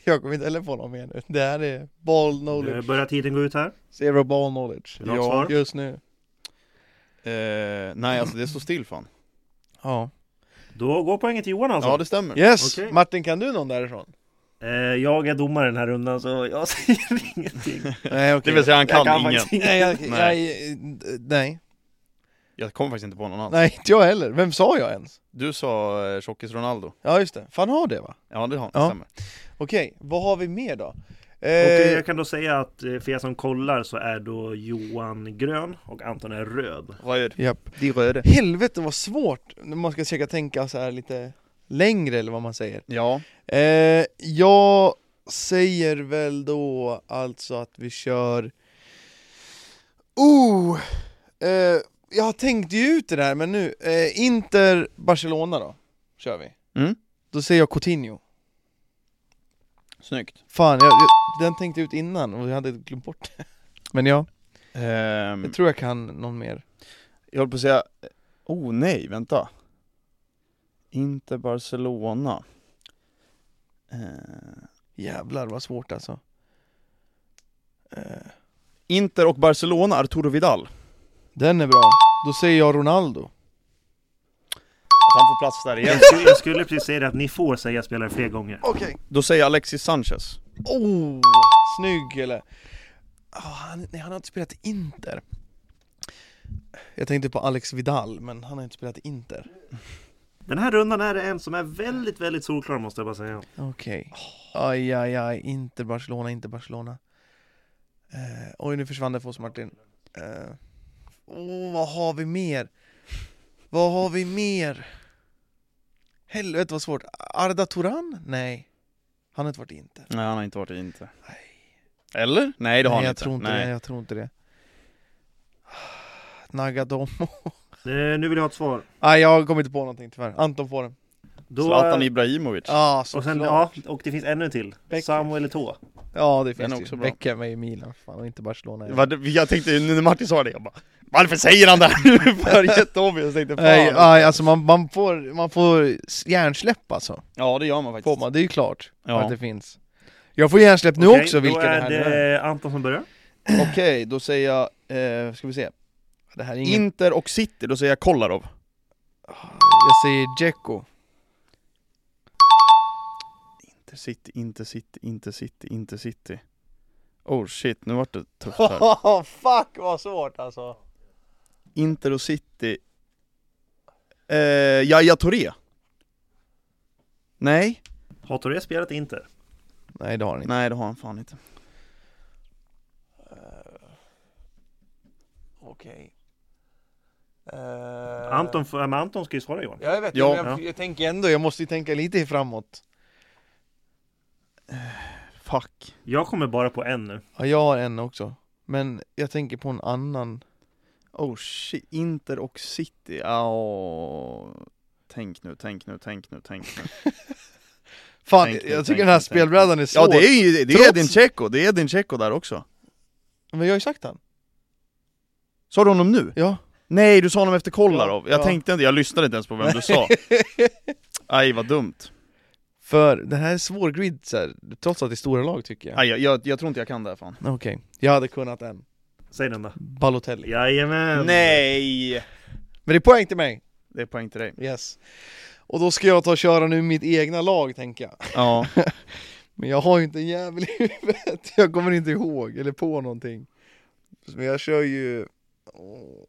[SPEAKER 2] jag kommer inte heller på någon mer nu. Det här är ball
[SPEAKER 3] Eh,
[SPEAKER 2] knowledge.
[SPEAKER 3] Börjar tiden gå ut här?
[SPEAKER 2] Zero ball knowledge.
[SPEAKER 3] Vill du ha ett
[SPEAKER 1] Ja.
[SPEAKER 3] svar?
[SPEAKER 2] Just nu.
[SPEAKER 1] Eh, nej alltså det står still fan.
[SPEAKER 2] Ja.
[SPEAKER 3] Då går poängen till Johan alltså.
[SPEAKER 1] Ja det stämmer.
[SPEAKER 2] Yes!
[SPEAKER 3] Okej.
[SPEAKER 2] Martin, kan du någon därifrån?
[SPEAKER 3] Eh, Jag är domare den här rundan så jag säger ingenting.
[SPEAKER 1] Eh.
[SPEAKER 2] Nej,
[SPEAKER 1] Det vill säga han kan,
[SPEAKER 3] Jag kan
[SPEAKER 1] ingen.
[SPEAKER 3] faktiskt ingenting.
[SPEAKER 2] Nej, jag, nej.
[SPEAKER 1] Nej.
[SPEAKER 2] nej.
[SPEAKER 1] Jag kommer faktiskt inte på någon annan.
[SPEAKER 2] Nej, inte jag heller. Vem sa jag ens?
[SPEAKER 1] Du sa eh, tjockis Ronaldo.
[SPEAKER 2] Ja, just det. Fan har det va?
[SPEAKER 1] Ja det har
[SPEAKER 2] Ja.
[SPEAKER 1] det stämmer.
[SPEAKER 2] Okej, vad har vi mer då?
[SPEAKER 3] Och eh,
[SPEAKER 2] Eh,
[SPEAKER 3] jag kan då säga att eh, för er som kollar så är då Johan grön och Anton är röd.
[SPEAKER 1] Röd.
[SPEAKER 2] Japp.
[SPEAKER 1] De röde.
[SPEAKER 2] Helvete vad svårt när man ska försöka tänka så här lite längre eller vad man säger.
[SPEAKER 1] Ja.
[SPEAKER 2] Eh, jag säger väl då alltså att vi kör... Oh! Eh, jag tänkte ju ut det där men nu, eh, Inter, Barcelona då, kör vi.
[SPEAKER 1] Mm.
[SPEAKER 2] Då säger jag Coutinho.
[SPEAKER 1] Snyggt.
[SPEAKER 2] Fan, jag, jag, den tänkte jag ut innan och jag hade glömt bort det. Men ja,
[SPEAKER 1] Ehm,
[SPEAKER 2] jag tror jag kan någon mer.
[SPEAKER 1] jag höll på att säga, oh nej, vänta. Inte Barcelona. Eh,
[SPEAKER 2] Jävlar vad svårt alltså. Eh,
[SPEAKER 1] Inter och Barcelona, Arturo Vidal. Att
[SPEAKER 2] den är bra. Då säger jag Ronaldo.
[SPEAKER 1] han får plats där igen.
[SPEAKER 3] Jag skulle, jag skulle precis säga det att ni får säga spelare fler gånger.
[SPEAKER 2] Okej.
[SPEAKER 1] Då säger jag Alexis Sanchez.
[SPEAKER 2] Oh, snygg eller? Ah, han, nej, han har inte spelat i Inter. Jag tänkte på Alex Vidal, men han har inte spelat i Inter.
[SPEAKER 3] Den här rundan är det en som är väldigt, väldigt solklar måste jag bara säga.
[SPEAKER 2] Okej. Aj, aj, aj. Inter, Barcelona, inte Barcelona. Eh, oj, nu försvann det för oss Martin. Eh, oh, vad har vi mer? Vad har vi mer? Helvete vad svårt. Arda Turan? Nej. Han har inte varit i Inter.
[SPEAKER 1] Nej han har inte varit i Inter. Eller? Nej det har
[SPEAKER 2] Nej,
[SPEAKER 1] han
[SPEAKER 2] jag
[SPEAKER 1] inte.
[SPEAKER 2] tror inte
[SPEAKER 1] nej.
[SPEAKER 2] det. Jag tror inte det. Nagadomo.
[SPEAKER 3] Eh, nu vill jag ha ett svar.
[SPEAKER 2] Nej, jag kommer inte på någonting tyvärr. Anton får den.
[SPEAKER 3] Då,
[SPEAKER 1] Zlatan Ibrahimovic.
[SPEAKER 2] Ja, ah,
[SPEAKER 3] och, sen,
[SPEAKER 2] såklart.
[SPEAKER 3] ja, och det finns ännu en till.
[SPEAKER 2] Becker.
[SPEAKER 3] Samuel Eto'o.
[SPEAKER 2] Ja, det
[SPEAKER 1] Den är
[SPEAKER 2] finns
[SPEAKER 1] också
[SPEAKER 2] ju.
[SPEAKER 1] bra.
[SPEAKER 2] Beckham är i Milan, fan, och inte Barcelona.
[SPEAKER 1] Vad- Jag tänkte ju när Martin sa det, jag bara Varför säger han det här nu? För jätteobvious, jag tänkte
[SPEAKER 2] Nej,
[SPEAKER 1] fan
[SPEAKER 2] aj, alltså man, man, får, man får hjärnsläpp alltså.
[SPEAKER 1] Ja det gör man faktiskt
[SPEAKER 2] Får man, det är ju klart
[SPEAKER 1] Ja.
[SPEAKER 2] att det finns. Jag får hjärnsläpp nu
[SPEAKER 3] Okej,
[SPEAKER 2] också,
[SPEAKER 3] Då
[SPEAKER 2] vilken det
[SPEAKER 3] är
[SPEAKER 2] här nu är.
[SPEAKER 3] det Anton som börjar.
[SPEAKER 1] Okej, då säger jag, eh, ska vi se
[SPEAKER 2] Det här är ingen...
[SPEAKER 1] Inter och City, då säger jag Kolarov
[SPEAKER 2] Jag säger Dzeko.
[SPEAKER 1] Inte City, inte City, inte City, inte City Oh shit, nu vart det tufft här
[SPEAKER 2] fuck vad svårt alltså.
[SPEAKER 1] Inter och City eh, Yahya Touré Nej,
[SPEAKER 3] Har Toré spelat i Inter?
[SPEAKER 2] Nej, det har han inte.
[SPEAKER 1] nej det har han fan inte
[SPEAKER 2] Eh, Okej. Eh.
[SPEAKER 3] Anton, får- men Anton ska ju svara Johan.
[SPEAKER 2] Ja, jag vet,
[SPEAKER 1] Ja.
[SPEAKER 2] men jag, jag tänker ändå, jag måste ju tänka lite framåt. Eh,
[SPEAKER 1] Fuck
[SPEAKER 3] Jag kommer bara på en nu.
[SPEAKER 2] Ja, jag har en också. Men jag tänker på en annan.
[SPEAKER 1] Oh shit, Inter och City, oh. Tänk nu, tänk nu, tänk nu, tänk nu
[SPEAKER 2] Fan,
[SPEAKER 1] Tänk nu,
[SPEAKER 2] jag
[SPEAKER 1] tänk
[SPEAKER 2] tycker
[SPEAKER 1] nu,
[SPEAKER 2] den här
[SPEAKER 1] tänk nu.
[SPEAKER 2] spelbrädan är svår.
[SPEAKER 1] Ja det är ju, det
[SPEAKER 2] Trots-
[SPEAKER 1] är Edin Dzeko, det är Edin Dzeko där också
[SPEAKER 2] Men jag har ju sagt han.
[SPEAKER 1] Sa du honom nu?
[SPEAKER 2] Ja.
[SPEAKER 1] Nej du sa honom efter Kolarov, jag
[SPEAKER 2] Ja.
[SPEAKER 1] tänkte inte, jag lyssnade inte ens på vem du sa Aj vad dumt
[SPEAKER 2] För den här är svår grid, så här, trots att det är stora lag tycker jag.
[SPEAKER 1] Aj, jag, jag, jag tror inte jag kan det här fan
[SPEAKER 2] Okej, jag hade kunnat en.
[SPEAKER 3] Säg den då.
[SPEAKER 2] Balotelli.
[SPEAKER 3] Jajamän!
[SPEAKER 1] Nej!
[SPEAKER 2] Men det är poäng till mig.
[SPEAKER 1] Ehm. Det är poäng till dig
[SPEAKER 2] Yes. Och då ska jag ta och köra nu mitt egna lag tänker jag.
[SPEAKER 1] Ja,
[SPEAKER 2] Men jag har ju inte en jävel i huvudet. Jag kommer inte ihåg eller på någonting. Men jag kör ju... Åh,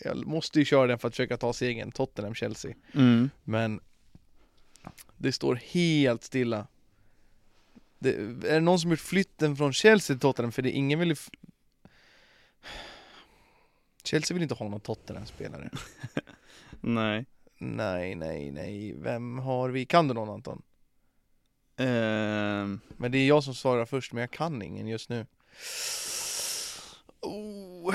[SPEAKER 2] Jag måste ju köra den för att försöka ta segern. Tottenham-Chelsea.
[SPEAKER 1] mm.
[SPEAKER 2] Men det står helt stilla. Det, är det någon som gjort flytten från Chelsea till Tottenham? För det, ingen vill ju... f- Chelsea vill inte ha någon Tottenham-spelare.
[SPEAKER 1] Nej.
[SPEAKER 2] Nej, nej, nej. Vem har vi? Kan du någon Anton?
[SPEAKER 1] Ehm,
[SPEAKER 2] Men det är jag som svarar först, men jag kan ingen just nu. Oh.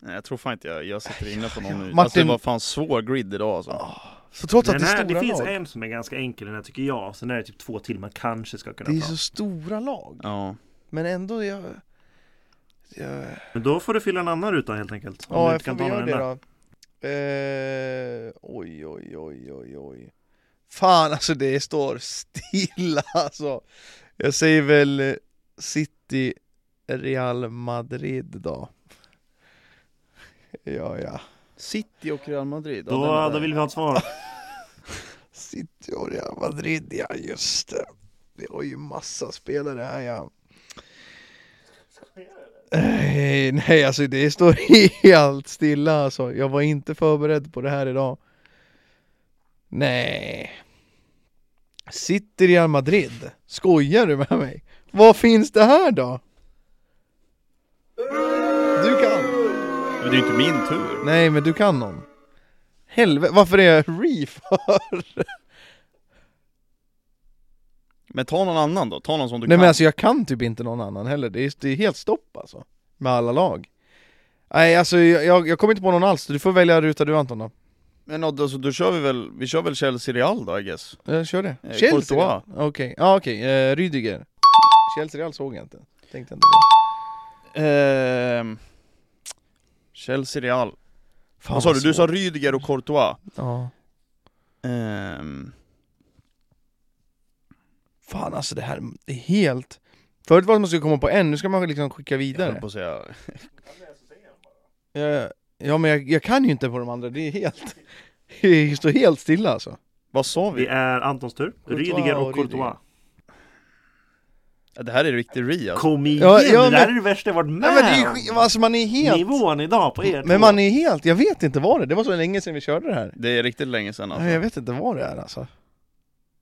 [SPEAKER 1] nej, jag tror fan inte jag, jag sitter inne på någon nu. Alltså det
[SPEAKER 2] Martin-
[SPEAKER 1] var fan svår grid idag alltså.
[SPEAKER 2] Ah. Så trots att
[SPEAKER 3] Den
[SPEAKER 2] det är
[SPEAKER 3] här,
[SPEAKER 2] stora
[SPEAKER 3] det finns
[SPEAKER 2] lag,
[SPEAKER 3] en som är ganska enkel den här tycker jag. Sen är det typ två till man kanske ska kunna
[SPEAKER 2] det är
[SPEAKER 3] ta.
[SPEAKER 2] så stora lag.
[SPEAKER 1] Ja.
[SPEAKER 2] Men ändå, jag... jag...
[SPEAKER 3] Men då får du fylla en annan ruta helt enkelt. Om du
[SPEAKER 2] Ja, jag
[SPEAKER 3] inte
[SPEAKER 2] får
[SPEAKER 3] kan
[SPEAKER 2] vi
[SPEAKER 3] ta
[SPEAKER 2] göra
[SPEAKER 3] någon
[SPEAKER 2] det då.
[SPEAKER 3] enda.
[SPEAKER 2] Eh, oj, oj, oj, oj, oj. Fan alltså det står stilla alltså. Jag säger väl eh, City Real Madrid då. Ja, ja.
[SPEAKER 1] City och Real Madrid. ja, den är
[SPEAKER 3] Då,
[SPEAKER 1] där.
[SPEAKER 3] då vill vi ha ett svar.
[SPEAKER 2] City och Real Madrid, ja just det. Vi har ju massa spelare här ja. Eh, Nej, alltså det står helt stilla alltså. Jag var inte förberedd på det här idag. Nej. City Real Madrid? Skojar du med mig? Vad finns det här då? Du kan.
[SPEAKER 1] Men det är ju inte min tur.
[SPEAKER 2] Nej, men du kan någon. Helvete, varför är jag re för?
[SPEAKER 1] Men ta någon annan då, ta någon som du
[SPEAKER 2] Nej
[SPEAKER 1] kan.
[SPEAKER 2] men alltså jag kan typ inte någon annan heller, det är, det är helt stopp alltså Med alla lag Nej alltså jag, jag, jag kommer inte på någon alls, du får välja ruta du Anton då
[SPEAKER 1] Men alltså, då kör vi väl, vi kör väl Chelsea Real då I guess?
[SPEAKER 2] eh, Kör det,
[SPEAKER 1] Eh,
[SPEAKER 2] Chelsea
[SPEAKER 1] Courtois.
[SPEAKER 2] ja. Okej, ja okej, eh, Rydiger Chelsea Real såg jag inte, tänkte inte på
[SPEAKER 1] Ehm, Chelsea Real.
[SPEAKER 2] Fan,
[SPEAKER 1] Vad sa du?
[SPEAKER 2] vad
[SPEAKER 1] Du sa
[SPEAKER 2] svårt.
[SPEAKER 1] Rydiger och Courtois.
[SPEAKER 2] Ja
[SPEAKER 1] Ehm,
[SPEAKER 2] Fan alltså det här är helt Förut var det att man skulle komma på en, nu ska man liksom skicka
[SPEAKER 1] jag höll
[SPEAKER 2] vidare
[SPEAKER 1] på att säga.
[SPEAKER 2] Ja, ja men jag, jag kan ju inte på de andra, det är helt Det står helt stilla alltså
[SPEAKER 1] Vad sa vi?
[SPEAKER 3] Det är Antons tur.
[SPEAKER 2] Courtois
[SPEAKER 3] Rydiger
[SPEAKER 2] och
[SPEAKER 3] och Courtois.
[SPEAKER 2] Rydiger.
[SPEAKER 1] Det här är riktig ria. alltså.
[SPEAKER 3] Kom igen!
[SPEAKER 2] Ja, ja,
[SPEAKER 3] det där
[SPEAKER 2] men-
[SPEAKER 3] är det värsta jag varit med
[SPEAKER 2] Nej men det är ju, skit- alltså man är
[SPEAKER 3] om.
[SPEAKER 2] helt
[SPEAKER 3] Nivån idag på er
[SPEAKER 2] Men
[SPEAKER 3] två.
[SPEAKER 2] man är helt, jag vet inte vad det det var så länge sedan vi körde det här
[SPEAKER 1] Det är riktigt länge sedan
[SPEAKER 2] Nej, Jag
[SPEAKER 1] alltså.
[SPEAKER 2] vet inte vad det är alltså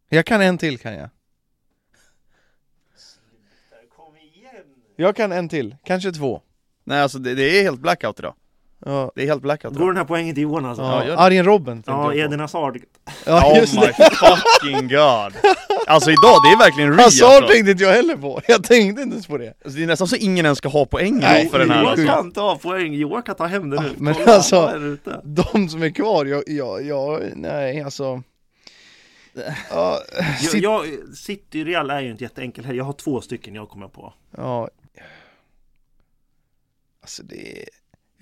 [SPEAKER 2] Jag kan en till kan jag
[SPEAKER 3] Kom igen!
[SPEAKER 2] Jag kan en till, kanske två
[SPEAKER 1] Nej alltså det, det är helt blackout idag.
[SPEAKER 2] Ja,
[SPEAKER 1] Det är helt blackout
[SPEAKER 3] Går
[SPEAKER 1] idag.
[SPEAKER 3] den här poängen till Jonas?
[SPEAKER 2] ja,
[SPEAKER 1] Ja, gör det.
[SPEAKER 2] Arjen Robben tänkte
[SPEAKER 3] ja
[SPEAKER 2] jag på.
[SPEAKER 3] Eden Hazard.
[SPEAKER 2] Ja
[SPEAKER 1] Oh
[SPEAKER 2] just det,
[SPEAKER 1] my fucking god! Alltså idag, det är verkligen ria alltså.
[SPEAKER 2] Hazard tänkte inte jag heller på, jag tänkte inte ens på det
[SPEAKER 1] Alltså, Det är nästan så ingen ens ska ha poängen
[SPEAKER 2] Nej,
[SPEAKER 1] för den här
[SPEAKER 3] Johan
[SPEAKER 1] alltså.
[SPEAKER 3] kan ta poäng, Johan kan ta hem det nu.
[SPEAKER 2] men
[SPEAKER 3] Kolla,
[SPEAKER 2] alltså-
[SPEAKER 3] han är ute.
[SPEAKER 2] De som är kvar, jag, jag, jag nej alltså Ja,
[SPEAKER 3] Jag,
[SPEAKER 2] sitt-
[SPEAKER 3] jag, City Real är ju inte jätteenkel här. Jag har två stycken jag kommer på.
[SPEAKER 2] ja Alltså det är...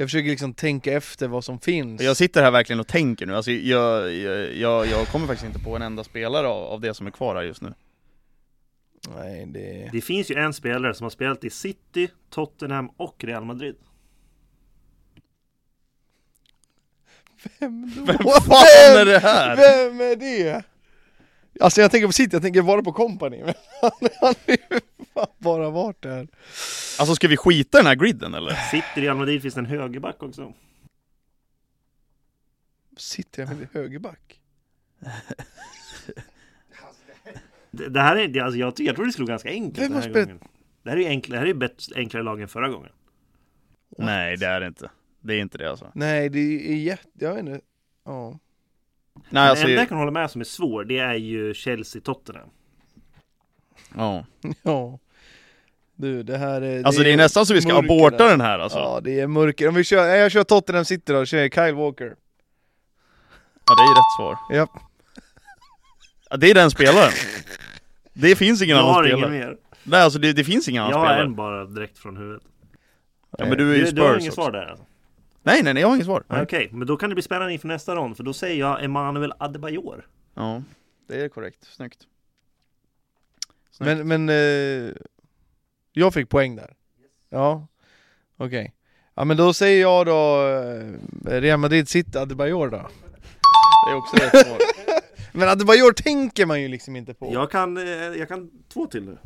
[SPEAKER 2] Jag försöker liksom tänka efter vad som finns
[SPEAKER 1] Jag sitter här verkligen och tänker nu, alltså jag, jag, jag, jag kommer faktiskt inte på en enda spelare av, av det som är kvar här just nu
[SPEAKER 2] Nej det...
[SPEAKER 3] Det finns ju en spelare som har spelat i City, Tottenham och Real Madrid.
[SPEAKER 2] Vem då?
[SPEAKER 1] Vem fan är det här?
[SPEAKER 2] Vem är det? Alltså jag tänker på City, jag tänker bara på Company men han, han är ju fan bara varit där
[SPEAKER 1] Alltså ska vi skita i den här griden eller?
[SPEAKER 3] City, Real Madrid finns det en högerback också.
[SPEAKER 2] City, jag är högerback
[SPEAKER 3] Det, det här är, det, alltså jag, tycker- jag tror det skulle gå ganska enkelt
[SPEAKER 2] Vem
[SPEAKER 3] den
[SPEAKER 2] har
[SPEAKER 3] här
[SPEAKER 2] spelat-
[SPEAKER 3] gången. Det här är ju enkla, det här är ju bättre, enklare lag än förra gången.
[SPEAKER 1] Nej det är det inte, det är inte det alltså
[SPEAKER 2] Nej det är jätte, jag vet inte Ja,
[SPEAKER 1] Nej alltså,
[SPEAKER 3] Den enda jag kan hålla med som är svår, det är ju Chelsea-Tottenham.
[SPEAKER 1] ja.
[SPEAKER 2] ja Du det här är
[SPEAKER 1] alltså det är nästan så vi ska
[SPEAKER 2] mörker
[SPEAKER 1] aborta
[SPEAKER 2] där.
[SPEAKER 1] den här alltså ja.
[SPEAKER 2] Ja det är mörker, om vi kör, nej, jag kör Tottenham City då, då kör jag Kyle Walker
[SPEAKER 1] det är rätt svar
[SPEAKER 2] Japp
[SPEAKER 1] ja, Det är den spelaren Det finns ingen
[SPEAKER 3] Jag
[SPEAKER 1] annan
[SPEAKER 3] har ingen
[SPEAKER 1] spelare
[SPEAKER 3] mer.
[SPEAKER 1] Nej alltså det, det finns ingen annan
[SPEAKER 3] Jag har
[SPEAKER 1] spelare
[SPEAKER 3] en bara direkt från huvudet.
[SPEAKER 1] ja, men du är ju
[SPEAKER 3] Du,
[SPEAKER 1] Spurs
[SPEAKER 3] du har inget
[SPEAKER 1] också.
[SPEAKER 3] svar där alltså?
[SPEAKER 1] Nej nej nej, jag har inget svar
[SPEAKER 3] Okej, men då kan det bli spännande inför nästa rond, för då säger jag Emanuel Adebayor.
[SPEAKER 1] Ja, det är korrekt, snyggt
[SPEAKER 2] Men, men eh, jag fick poäng där. Ja, okej. Ja men då säger jag då eh, Real Madrid City Adebayor då.
[SPEAKER 1] Det är också rätt svar
[SPEAKER 2] Men Adebayor tänker man ju liksom inte på.
[SPEAKER 3] Jag kan, eh, jag kan två till nu.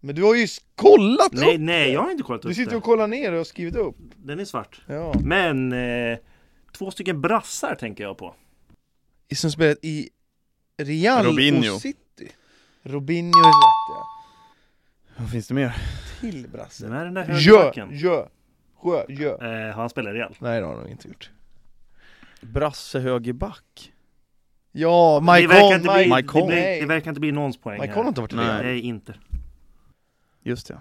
[SPEAKER 2] Men du har ju s- kollat
[SPEAKER 3] Nej,
[SPEAKER 2] upp
[SPEAKER 3] nej, jag har inte kollat
[SPEAKER 2] Du
[SPEAKER 3] upp
[SPEAKER 2] sitter
[SPEAKER 3] det.
[SPEAKER 2] och kollar ner och har skrivit upp.
[SPEAKER 3] Den är svart.
[SPEAKER 2] Ja.
[SPEAKER 3] Men eh, två stycken brassar tänker jag på.
[SPEAKER 2] Som spelat i Real
[SPEAKER 1] Robinho.
[SPEAKER 2] och City. Robinho är rätt ja.
[SPEAKER 1] Vad finns det mer?
[SPEAKER 2] Till brasse.
[SPEAKER 3] Vem är den där
[SPEAKER 2] Jö,
[SPEAKER 3] högerbacken?
[SPEAKER 2] jö. Sjö, jö.
[SPEAKER 3] Eh, har han spelat Real?
[SPEAKER 2] Nej det har han nog inte gjort
[SPEAKER 5] Brasse högerback.
[SPEAKER 2] Ja,
[SPEAKER 3] Det verkar,
[SPEAKER 2] Maikon,
[SPEAKER 3] inte bli, det,
[SPEAKER 1] Maicon.
[SPEAKER 3] blir, det
[SPEAKER 2] Maikon
[SPEAKER 3] verkar inte bli någons poäng
[SPEAKER 2] har inte varit i
[SPEAKER 1] Nej.
[SPEAKER 2] Real
[SPEAKER 3] Nej, inte.
[SPEAKER 1] Just det.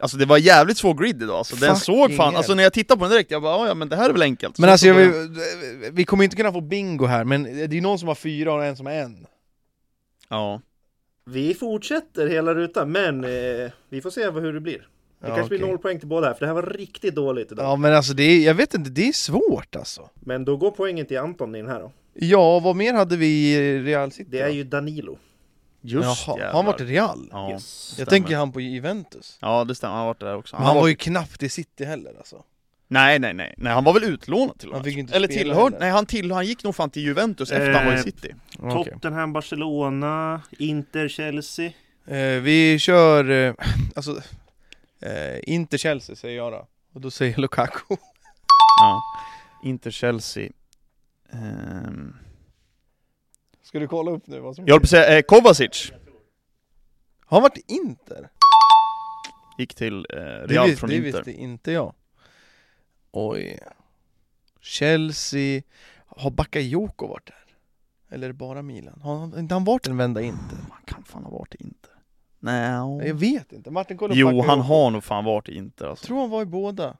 [SPEAKER 1] Alltså det var jävligt svår grid idag alltså, den
[SPEAKER 2] Fucking
[SPEAKER 1] såg fan,
[SPEAKER 2] hell.
[SPEAKER 1] alltså när jag tittade på den direkt, jag bara "Ja, ja men det här är väl enkelt
[SPEAKER 2] Men
[SPEAKER 1] Så
[SPEAKER 2] alltså,
[SPEAKER 1] så
[SPEAKER 2] jag, eh,
[SPEAKER 1] började-
[SPEAKER 2] vi, vi kommer inte kunna få bingo här, men det är ju någon som har fyra och en som har en
[SPEAKER 1] Ja,
[SPEAKER 3] Vi fortsätter hela rutan, men eh, vi får se vad- hur det blir. Det
[SPEAKER 2] Ja,
[SPEAKER 3] kanske blir
[SPEAKER 2] okej.
[SPEAKER 3] noll poäng till båda här, för det här var riktigt dåligt idag.
[SPEAKER 2] Ja men alltså det är, jag vet inte, det är svårt alltså
[SPEAKER 3] Men då går poängen till Anton i den här då.
[SPEAKER 2] Ja, vad mer hade vi i Real City?
[SPEAKER 3] Det är ju Danilo.
[SPEAKER 1] just
[SPEAKER 2] Jaha, har
[SPEAKER 1] jävlar.
[SPEAKER 2] han varit i Real?
[SPEAKER 1] Ja,
[SPEAKER 3] Yes.
[SPEAKER 2] jag
[SPEAKER 1] stämmer.
[SPEAKER 2] tänker han på Juventus
[SPEAKER 1] Ja det stämmer, han har varit där också
[SPEAKER 2] Men han var ju knappt i City heller alltså
[SPEAKER 1] Nej nej nej, nej han var väl utlånad till och
[SPEAKER 2] Han
[SPEAKER 1] med.
[SPEAKER 2] fick ju inte
[SPEAKER 1] Eller
[SPEAKER 2] spela
[SPEAKER 1] tillhörd,
[SPEAKER 2] heller.
[SPEAKER 1] nej han, till, han gick nog fan till Juventus efter han var i
[SPEAKER 3] Eh,
[SPEAKER 1] City
[SPEAKER 3] Tottenham, Barcelona, Inter, Chelsea.
[SPEAKER 2] Eh, vi kör, eh, alltså, eh, inte Chelsea säger jag då Och då säger Lukaku
[SPEAKER 1] ja. Inter Chelsea Ehm,
[SPEAKER 2] Ska du kolla upp nu vad som
[SPEAKER 1] Jag höll på att säga, eh, Kovacic
[SPEAKER 2] Har han varit i Inter?
[SPEAKER 1] gick till eh, Real
[SPEAKER 2] det vis-
[SPEAKER 1] från
[SPEAKER 2] det
[SPEAKER 1] Inter
[SPEAKER 2] visste inte jag Oj Chelsea Har Bakayoko varit där? Eller är det bara Milan? Har han, inte han varit en vända i Inter?
[SPEAKER 1] Han kan fan ha varit i Inter
[SPEAKER 2] Nej, Jag
[SPEAKER 1] Nej.
[SPEAKER 2] vet inte, Martin kolla upp
[SPEAKER 1] Mm. Jo
[SPEAKER 2] Bakayoko.
[SPEAKER 1] han har nog fan varit i Inter
[SPEAKER 2] Jag
[SPEAKER 1] alltså.
[SPEAKER 2] tror han var i båda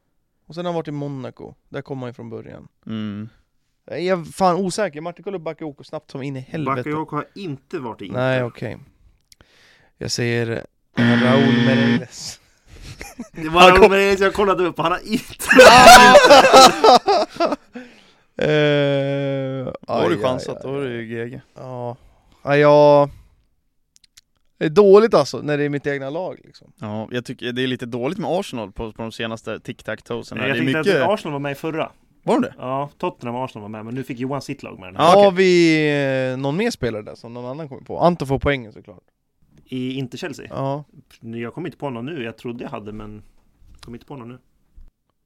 [SPEAKER 2] Och sen har han varit i Monaco, där kom han ju från början
[SPEAKER 1] mm.
[SPEAKER 2] Nej, Jag är fan osäker, Martin kolla upp Bakayoko snabbt som in i helvete
[SPEAKER 3] Bakayoko har inte varit i Inter.
[SPEAKER 2] Nej okej Jag säger Raúl Meirelles
[SPEAKER 3] Det var han jag kollade upp, han har inte...
[SPEAKER 2] uh,
[SPEAKER 1] Då har du chansat, då har du ju GG
[SPEAKER 2] Ja, ja jag... Det är dåligt alltså när det är mitt egna lag liksom
[SPEAKER 1] Ja, jag tycker det är lite dåligt med Arsenal på, på de senaste tic tac toesen Det
[SPEAKER 3] Jag
[SPEAKER 1] är
[SPEAKER 3] tänkte
[SPEAKER 1] mycket...
[SPEAKER 3] att Arsenal var med i förra.
[SPEAKER 1] Var de det?
[SPEAKER 3] Ja, Tottenham och Arsenal var med, men nu fick Johan sitt lag med den här.
[SPEAKER 1] Ja, Ah, okej.
[SPEAKER 2] Har vi eh, någon mer spelare där som någon annan kommer på? Anton får poängen såklart
[SPEAKER 3] I Inter-Chelsea.
[SPEAKER 2] Ja
[SPEAKER 3] Jag kom inte på någon nu, jag trodde jag hade, men... Kom inte på någon nu.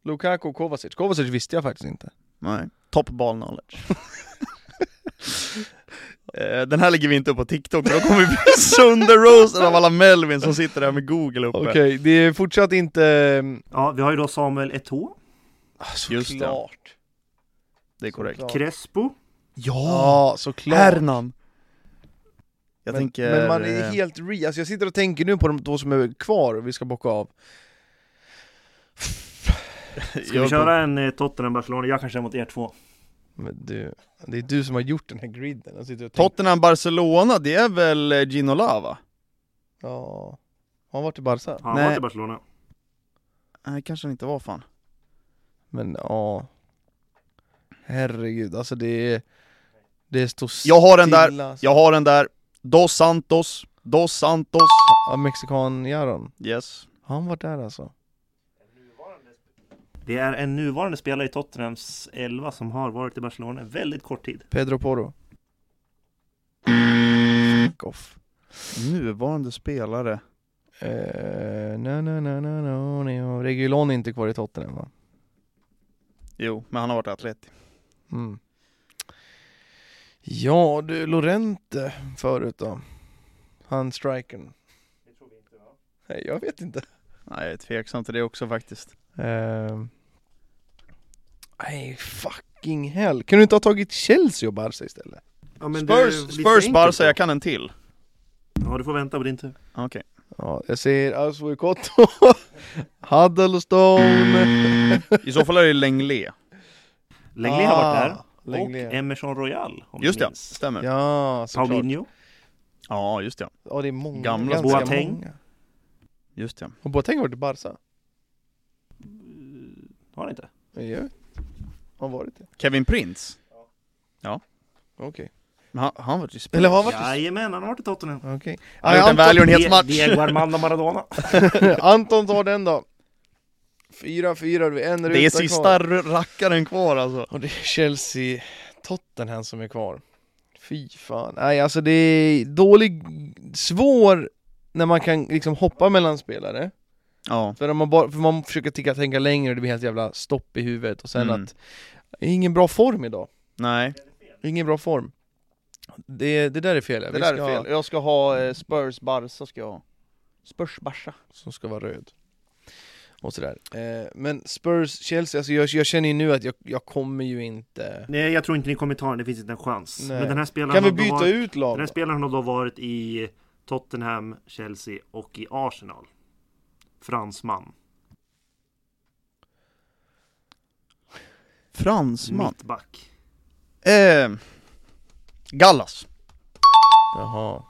[SPEAKER 2] Lukaku och Kovacic, Kovacic visste jag faktiskt inte
[SPEAKER 1] Nej. Top ball knowledge. Eh, Den här lägger vi inte upp på TikTok för då kommer vi bli sönderroastade av alla Melvin som sitter där med Google uppe
[SPEAKER 2] Okej, det är fortsatt inte... eh,
[SPEAKER 3] Ja, vi har ju då Samuel Eto'o,
[SPEAKER 1] Just det. Det är korrekt
[SPEAKER 2] Såklart.
[SPEAKER 3] Crespo.
[SPEAKER 2] Ja, såklart!
[SPEAKER 1] Hernan! Jag
[SPEAKER 2] men,
[SPEAKER 1] tänker...
[SPEAKER 2] men man är
[SPEAKER 1] eh,
[SPEAKER 2] helt re... Alltså jag sitter och tänker nu på de två som är kvar och vi ska bocka av
[SPEAKER 3] Ska vi
[SPEAKER 1] jag-
[SPEAKER 3] köra en eh, Tottenham-Barcelona? Jag kan köra mot er två.
[SPEAKER 2] Men du, det är du som har gjort den här griden, jag sitter och tänker
[SPEAKER 1] Tottenham Barcelona, det är väl eh, Gino Lava?
[SPEAKER 2] Ja... Har han varit i Barca?
[SPEAKER 3] Ja, han
[SPEAKER 1] Nej.
[SPEAKER 3] var till Barcelona.
[SPEAKER 1] Nej, kanske han inte var fan.
[SPEAKER 2] Men ja... Herregud, alltså det är... Det står
[SPEAKER 1] Jag har den där.
[SPEAKER 2] stilla, alltså.
[SPEAKER 1] Jag har den där. Dos Santos. Dos Santos.
[SPEAKER 2] Ja, mexikan Jaron.
[SPEAKER 1] Yes.
[SPEAKER 2] Har han varit där alltså?
[SPEAKER 3] Det är en nuvarande spelare i Tottenhams 11 som har varit i Barcelona en väldigt kort tid.
[SPEAKER 2] Pedro Porro?
[SPEAKER 1] Mm.
[SPEAKER 2] Fuck off.
[SPEAKER 1] Nuvarande spelare.
[SPEAKER 2] Eh, no, no, no, no, no, no. Regulon är inte kvar i Tottenham va?
[SPEAKER 1] Jo, men han har varit atlet.
[SPEAKER 2] Mm. Ja du, Lorente förut då? Han strikern? Nej, jag vet inte.
[SPEAKER 1] Nej, jag är tveksam till det också faktiskt.
[SPEAKER 2] Eh, nej, fucking hell. Kunde du inte ha tagit Chelsea och Barca istället?
[SPEAKER 3] Ja, men det är
[SPEAKER 1] Spurs,
[SPEAKER 3] lite
[SPEAKER 1] Spurs
[SPEAKER 3] enkelt
[SPEAKER 1] Barca,
[SPEAKER 3] då.
[SPEAKER 1] jag kan en till. Ah,
[SPEAKER 3] Ja, du får vänta på din tur.
[SPEAKER 1] Okej.
[SPEAKER 2] Ja, jag säger Aswi Kotto, Huddlestone
[SPEAKER 1] I så fall är det Lenglet.
[SPEAKER 3] Lenglet
[SPEAKER 2] Ah,
[SPEAKER 3] har varit där. Och
[SPEAKER 2] Lenglet.
[SPEAKER 3] Emerson Royal, om
[SPEAKER 1] Just
[SPEAKER 3] ni
[SPEAKER 1] det,
[SPEAKER 3] minns.
[SPEAKER 1] stämmer. Ja,
[SPEAKER 2] Ja, såklart.
[SPEAKER 3] Paulinho.
[SPEAKER 1] ja just det.
[SPEAKER 2] Ja, det är många.
[SPEAKER 1] Gamla
[SPEAKER 2] ganska
[SPEAKER 3] Boateng.
[SPEAKER 2] många.
[SPEAKER 1] Just det.
[SPEAKER 2] Och Boateng har varit i Barca?
[SPEAKER 3] Har han inte?
[SPEAKER 2] Ja, jag vet. Har varit det?
[SPEAKER 1] Kevin Prince.
[SPEAKER 2] Okej.
[SPEAKER 1] Men han, han var ju spelare.
[SPEAKER 2] Eller har han varit i...
[SPEAKER 3] Jajamän, han har varit i Tottenham.
[SPEAKER 2] Okej.
[SPEAKER 1] Han har gjort en välgörenhetsmatch.
[SPEAKER 3] Die- Diego Armando Maradona.
[SPEAKER 2] Anton tar den då. 4-4, vi en ruta
[SPEAKER 1] Det är
[SPEAKER 2] kvar.
[SPEAKER 1] sista r- rackaren kvar alltså.
[SPEAKER 2] Och det är Chelsea-Tottenham som är kvar. Fy fan. Nej, alltså det är dålig, svår när man kan liksom hoppa mellan spelare.
[SPEAKER 1] Ja.
[SPEAKER 2] För, om man, bara, för man försöker tänka, tänka längre och det blir helt jävla stopp i huvudet. Och sen
[SPEAKER 1] Mm.
[SPEAKER 2] att, det är ingen bra form idag.
[SPEAKER 1] Nej.
[SPEAKER 2] Det är Ingen bra form. Det, det där är fel. ja.
[SPEAKER 5] Det
[SPEAKER 2] Vi
[SPEAKER 5] där
[SPEAKER 2] ska
[SPEAKER 5] är
[SPEAKER 2] ha-
[SPEAKER 5] fel. Jag ska ha eh, Spurs Barca ska jag ha. Spurs Barca.
[SPEAKER 2] Som ska vara röd. och sådär. Eh, men Spurs, Chelsea, alltså jag, jag känner ju nu att jag, jag kommer ju inte...
[SPEAKER 3] Nej, jag tror inte ni kommer ta den. Det finns inte en chans.
[SPEAKER 2] Nej.
[SPEAKER 3] Men den här spelaren
[SPEAKER 2] Kan vi
[SPEAKER 3] har då
[SPEAKER 2] byta
[SPEAKER 3] varit,
[SPEAKER 2] ut
[SPEAKER 3] Den här
[SPEAKER 2] lag?
[SPEAKER 3] spelaren har då varit i Tottenham, Chelsea och i Arsenal. Fransman.
[SPEAKER 1] Fransman.
[SPEAKER 3] Mittback.
[SPEAKER 1] Eh, Gallas.
[SPEAKER 2] Jaha.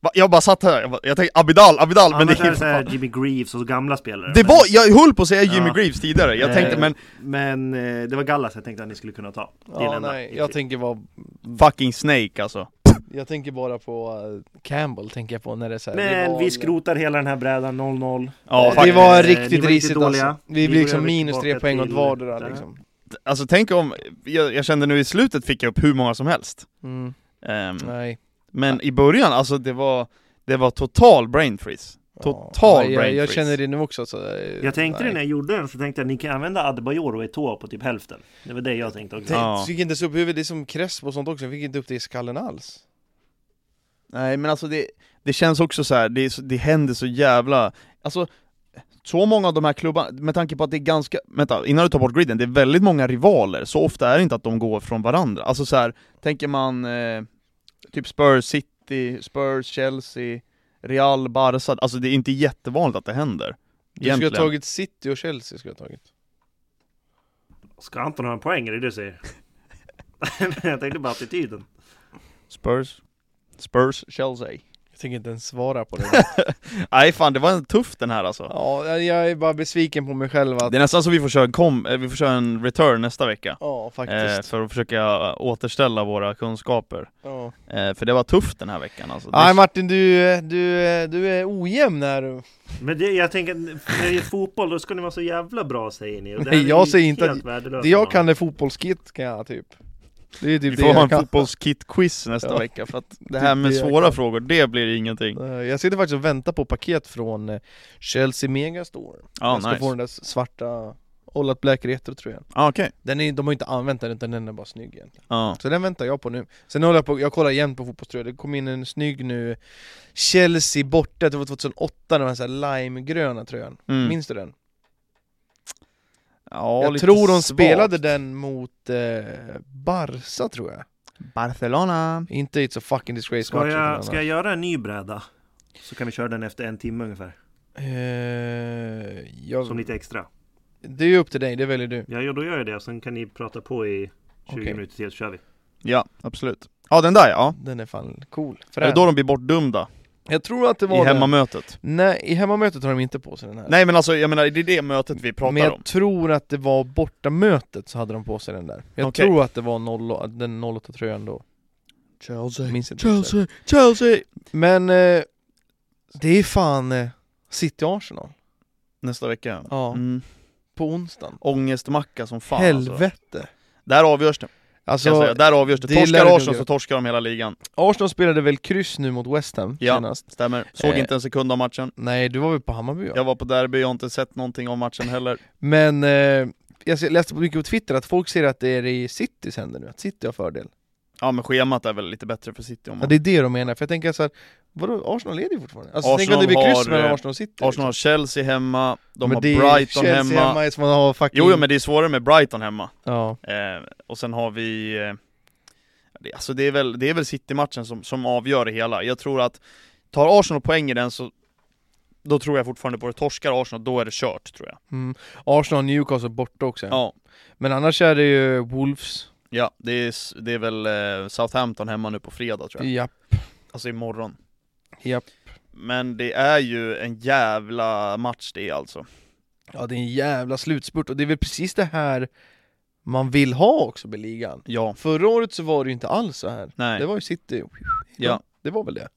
[SPEAKER 1] Va, Jag bara satt här, jag, bara, jag tänkte Abidal, Abidal, men
[SPEAKER 3] Annars
[SPEAKER 1] det
[SPEAKER 3] är
[SPEAKER 1] är
[SPEAKER 3] det så här
[SPEAKER 1] fan.
[SPEAKER 3] Jimmy Greaves och så gamla spelare.
[SPEAKER 1] Det var, jag höll på att säga Jimmy
[SPEAKER 3] Ja.
[SPEAKER 1] Greaves tidigare, jag tänkte
[SPEAKER 3] Eh.
[SPEAKER 1] men
[SPEAKER 3] Men eh, det var Gallas jag tänkte att ni skulle kunna ta. Det är den
[SPEAKER 2] Ja,
[SPEAKER 3] enda.
[SPEAKER 2] nej, jag tänker, bara,
[SPEAKER 1] fucking Snake alltså.
[SPEAKER 2] jag tänker bara på eh, Campbell, tänker jag på när det är så här, det
[SPEAKER 3] Men
[SPEAKER 2] var-
[SPEAKER 3] vi skrotar hela den här brädan 0-0.
[SPEAKER 1] Ja,
[SPEAKER 2] det
[SPEAKER 1] faktiskt.
[SPEAKER 2] var
[SPEAKER 3] Eh, ni var
[SPEAKER 2] riktigt
[SPEAKER 3] riktigt
[SPEAKER 2] risigt
[SPEAKER 3] dåliga.
[SPEAKER 2] alltså.
[SPEAKER 3] Vi
[SPEAKER 2] Vi blir liksom
[SPEAKER 3] börjar
[SPEAKER 2] minus tre
[SPEAKER 3] tillbaka
[SPEAKER 2] poäng åt
[SPEAKER 3] till
[SPEAKER 2] vardera
[SPEAKER 3] där.
[SPEAKER 2] liksom.
[SPEAKER 1] Alltså tänk om, jag, jag kände nu i slutet fick jag upp hur många som helst.
[SPEAKER 2] Mm,
[SPEAKER 1] Ehm,
[SPEAKER 2] nej.
[SPEAKER 1] men i början, alltså det var, det var total brain freeze. Total
[SPEAKER 2] ja, jag,
[SPEAKER 1] brain
[SPEAKER 2] jag
[SPEAKER 1] freeze.
[SPEAKER 2] känner det nu också så, eh,
[SPEAKER 3] Jag tänkte det
[SPEAKER 2] nej.
[SPEAKER 3] när jag gjorde den, så tänkte jag ni kan använda Adebayor och Eto'o på typ hälften. Det var det jag tänkte också.
[SPEAKER 1] Ja.
[SPEAKER 2] Jag fick inte ens upp huvudet, det är som Crespo och sånt också, jag fick inte upp det i skallen alls
[SPEAKER 1] Nej men alltså det, det känns också så här. Det, är så- det händer så jävla... Alltså, så många av de här klubbarna, med tanke på att det är ganska... Vänta, innan du tar bort griden, det är väldigt många rivaler, så ofta är det inte att de går från varandra. Alltså så här, tänker man eh, typ Spurs City, Spurs Chelsea, Real, Barca, alltså det är inte jättevanligt att det händer.
[SPEAKER 2] Du skulle
[SPEAKER 1] Egentligen.
[SPEAKER 2] ha tagit City och Chelsea skulle jag ha tagit
[SPEAKER 3] Ska Anton ha en poäng? Är det det du säger? jag tänkte bara attityden.
[SPEAKER 1] Spurs, Spurs, Chelsea.
[SPEAKER 2] Jag tänker inte ens svara på det
[SPEAKER 1] Nej fan, det var en tuff den här alltså.
[SPEAKER 2] Ja, jag är bara besviken på mig själv att
[SPEAKER 1] Det är nästan så vi får köra en, kom, eh, vi får köra en return nästa vecka.
[SPEAKER 2] Ja,
[SPEAKER 1] Eh,
[SPEAKER 2] faktiskt
[SPEAKER 1] för att försöka eh, återställa våra kunskaper.
[SPEAKER 2] ja.
[SPEAKER 1] Eh, för det var tufft den här veckan alltså.
[SPEAKER 2] Nej
[SPEAKER 1] det,
[SPEAKER 2] Martin, du, du, du är ojämn här du
[SPEAKER 3] Men det, jag tänker, när det är fotboll då ska ni vara så jävla bra säger ni. Och det här
[SPEAKER 2] Nej,
[SPEAKER 3] är
[SPEAKER 2] jag
[SPEAKER 3] ju
[SPEAKER 2] säger inte
[SPEAKER 3] helt
[SPEAKER 2] att-
[SPEAKER 3] värdelöst.
[SPEAKER 2] Det jag kan är fotbollskit kan jag typ Det är typ
[SPEAKER 1] vi
[SPEAKER 2] det
[SPEAKER 1] får
[SPEAKER 2] jag
[SPEAKER 1] ha en
[SPEAKER 2] kan.
[SPEAKER 1] fotbollskit-quiz nästa
[SPEAKER 2] Ja.
[SPEAKER 1] vecka för att det här
[SPEAKER 2] Typ
[SPEAKER 1] med
[SPEAKER 2] det jag
[SPEAKER 1] svåra frågor, det blir ingenting.
[SPEAKER 2] Eh, Jag sitter faktiskt och väntar på paket från eh, Chelsea Megastore
[SPEAKER 1] Ja,
[SPEAKER 2] Jag ska
[SPEAKER 1] Ah, nice.
[SPEAKER 2] få den där svarta All Out Black Retro tröjan
[SPEAKER 1] Ja, okej.
[SPEAKER 2] Den är, de har inte använt den utan den är bara snygg igen
[SPEAKER 1] Ja.
[SPEAKER 2] Så den väntar jag på nu. Sen håller jag på, jag kollar igen på fotbollströjor, det kom in en snygg nu Chelsea borta, det var 2008, den här, så här limegröna tröjan.
[SPEAKER 1] Mm.
[SPEAKER 2] Minns du den?
[SPEAKER 1] Ja,
[SPEAKER 2] jag
[SPEAKER 1] lite
[SPEAKER 2] tror de
[SPEAKER 1] svagt.
[SPEAKER 2] spelade den mot eh, Barca tror jag.
[SPEAKER 1] Barcelona.
[SPEAKER 2] Inte It's a fucking disgrace
[SPEAKER 3] Ska
[SPEAKER 2] match,
[SPEAKER 3] jag,
[SPEAKER 2] utan
[SPEAKER 3] ska jag göra en ny bräda? Så kan vi köra den efter en timme ungefär.
[SPEAKER 2] annan. Eh, jag,
[SPEAKER 3] Som lite extra.
[SPEAKER 2] Det är ju upp till dig, det väljer du.
[SPEAKER 3] Ja, ja, då gör jag det. Sen kan ni prata på i 20
[SPEAKER 2] Okej.
[SPEAKER 3] minuter till så kör vi.
[SPEAKER 1] Ja, absolut. Ja, den där ja.
[SPEAKER 2] Den är fan cool.
[SPEAKER 1] Är det
[SPEAKER 2] Frän.
[SPEAKER 1] då de blir bortdömda?
[SPEAKER 2] Jag tror att det
[SPEAKER 1] I
[SPEAKER 2] var den.
[SPEAKER 1] hemmamötet?
[SPEAKER 2] Nej, i hemmamötet har de inte på sig den här.
[SPEAKER 1] Nej men alltså, jag menar, det är det mötet vi pratar
[SPEAKER 2] Men jag
[SPEAKER 1] om.
[SPEAKER 2] tror att det var bortamötet så hade de på sig den där Jag
[SPEAKER 1] Okej.
[SPEAKER 2] tror att det var 0, den 08 tröjan då
[SPEAKER 1] Chelsea,
[SPEAKER 2] Minns inte
[SPEAKER 1] Chelsea, Chelsea!
[SPEAKER 2] Men eh, det är fan eh, City-Arsenal
[SPEAKER 1] Nästa vecka.
[SPEAKER 2] Ja.
[SPEAKER 1] Mm.
[SPEAKER 2] på onsdagen
[SPEAKER 1] Ångestmacka som fan alltså.
[SPEAKER 2] Helvete!
[SPEAKER 1] Där avgörs det.
[SPEAKER 2] Alltså,
[SPEAKER 1] Kan jag säga. Där avgörs det.
[SPEAKER 2] det lär
[SPEAKER 1] Torskar
[SPEAKER 2] det nog
[SPEAKER 1] Arsenal
[SPEAKER 2] göra.
[SPEAKER 1] så torskar de hela ligan.
[SPEAKER 2] Arsenal spelade väl kryss nu mot West Ham
[SPEAKER 1] Ja.
[SPEAKER 2] senast?
[SPEAKER 1] Stämmer. Såg
[SPEAKER 2] Eh.
[SPEAKER 1] inte en sekund av matchen.
[SPEAKER 2] Nej, du var väl på Hammarby va?
[SPEAKER 1] Jag var på derby, jag har inte sett någonting av matchen heller.
[SPEAKER 2] Men eh, jag ser- läste på mycket på Twitter att folk ser att det är i Citys händer nu, att City har fördel
[SPEAKER 1] Mm. Ja men schemat är väl lite bättre för City om
[SPEAKER 2] Ja
[SPEAKER 1] man...
[SPEAKER 2] det är det de menar, för jag tänker såhär Vadå, Arsenal leder ju fortfarande? Alltså tänk om
[SPEAKER 1] Arsenal
[SPEAKER 2] det blir kryss
[SPEAKER 1] har,
[SPEAKER 2] mellan
[SPEAKER 1] eh,
[SPEAKER 2] Arsenal och City
[SPEAKER 1] Arsenal har Chelsea hemma, de
[SPEAKER 2] Men
[SPEAKER 1] har
[SPEAKER 2] det är
[SPEAKER 1] Brighton
[SPEAKER 2] Chelsea
[SPEAKER 1] hemma.
[SPEAKER 2] hemma som man har fucking...
[SPEAKER 1] Jo, jo men det är svårare med Brighton hemma.
[SPEAKER 2] Ja,
[SPEAKER 1] Eh, och sen har vi... Eh, det- alltså det är väl, det är väl City-matchen som, som avgör det hela. Jag tror att tar Arsenal poäng i den så... Då tror jag fortfarande på det. Torskar Arsenal, då är det kört tror jag.
[SPEAKER 2] mm. Arsenal och Newcastle borta också
[SPEAKER 1] Ja.
[SPEAKER 2] Men annars är det ju Wolves
[SPEAKER 1] Ja, det är, s- det är väl eh, Southampton hemma nu på fredag tror jag.
[SPEAKER 2] Japp,
[SPEAKER 1] Alltså imorgon.
[SPEAKER 2] japp
[SPEAKER 1] Men det är ju en jävla match det alltså.
[SPEAKER 2] Ja det är en jävla slutspurt och det är väl precis det här man vill ha också med ligan
[SPEAKER 1] Ja.
[SPEAKER 2] Förra året så var det ju inte alls så här
[SPEAKER 1] Nej.
[SPEAKER 2] Det var ju City,
[SPEAKER 1] Ja.
[SPEAKER 2] det var väl det?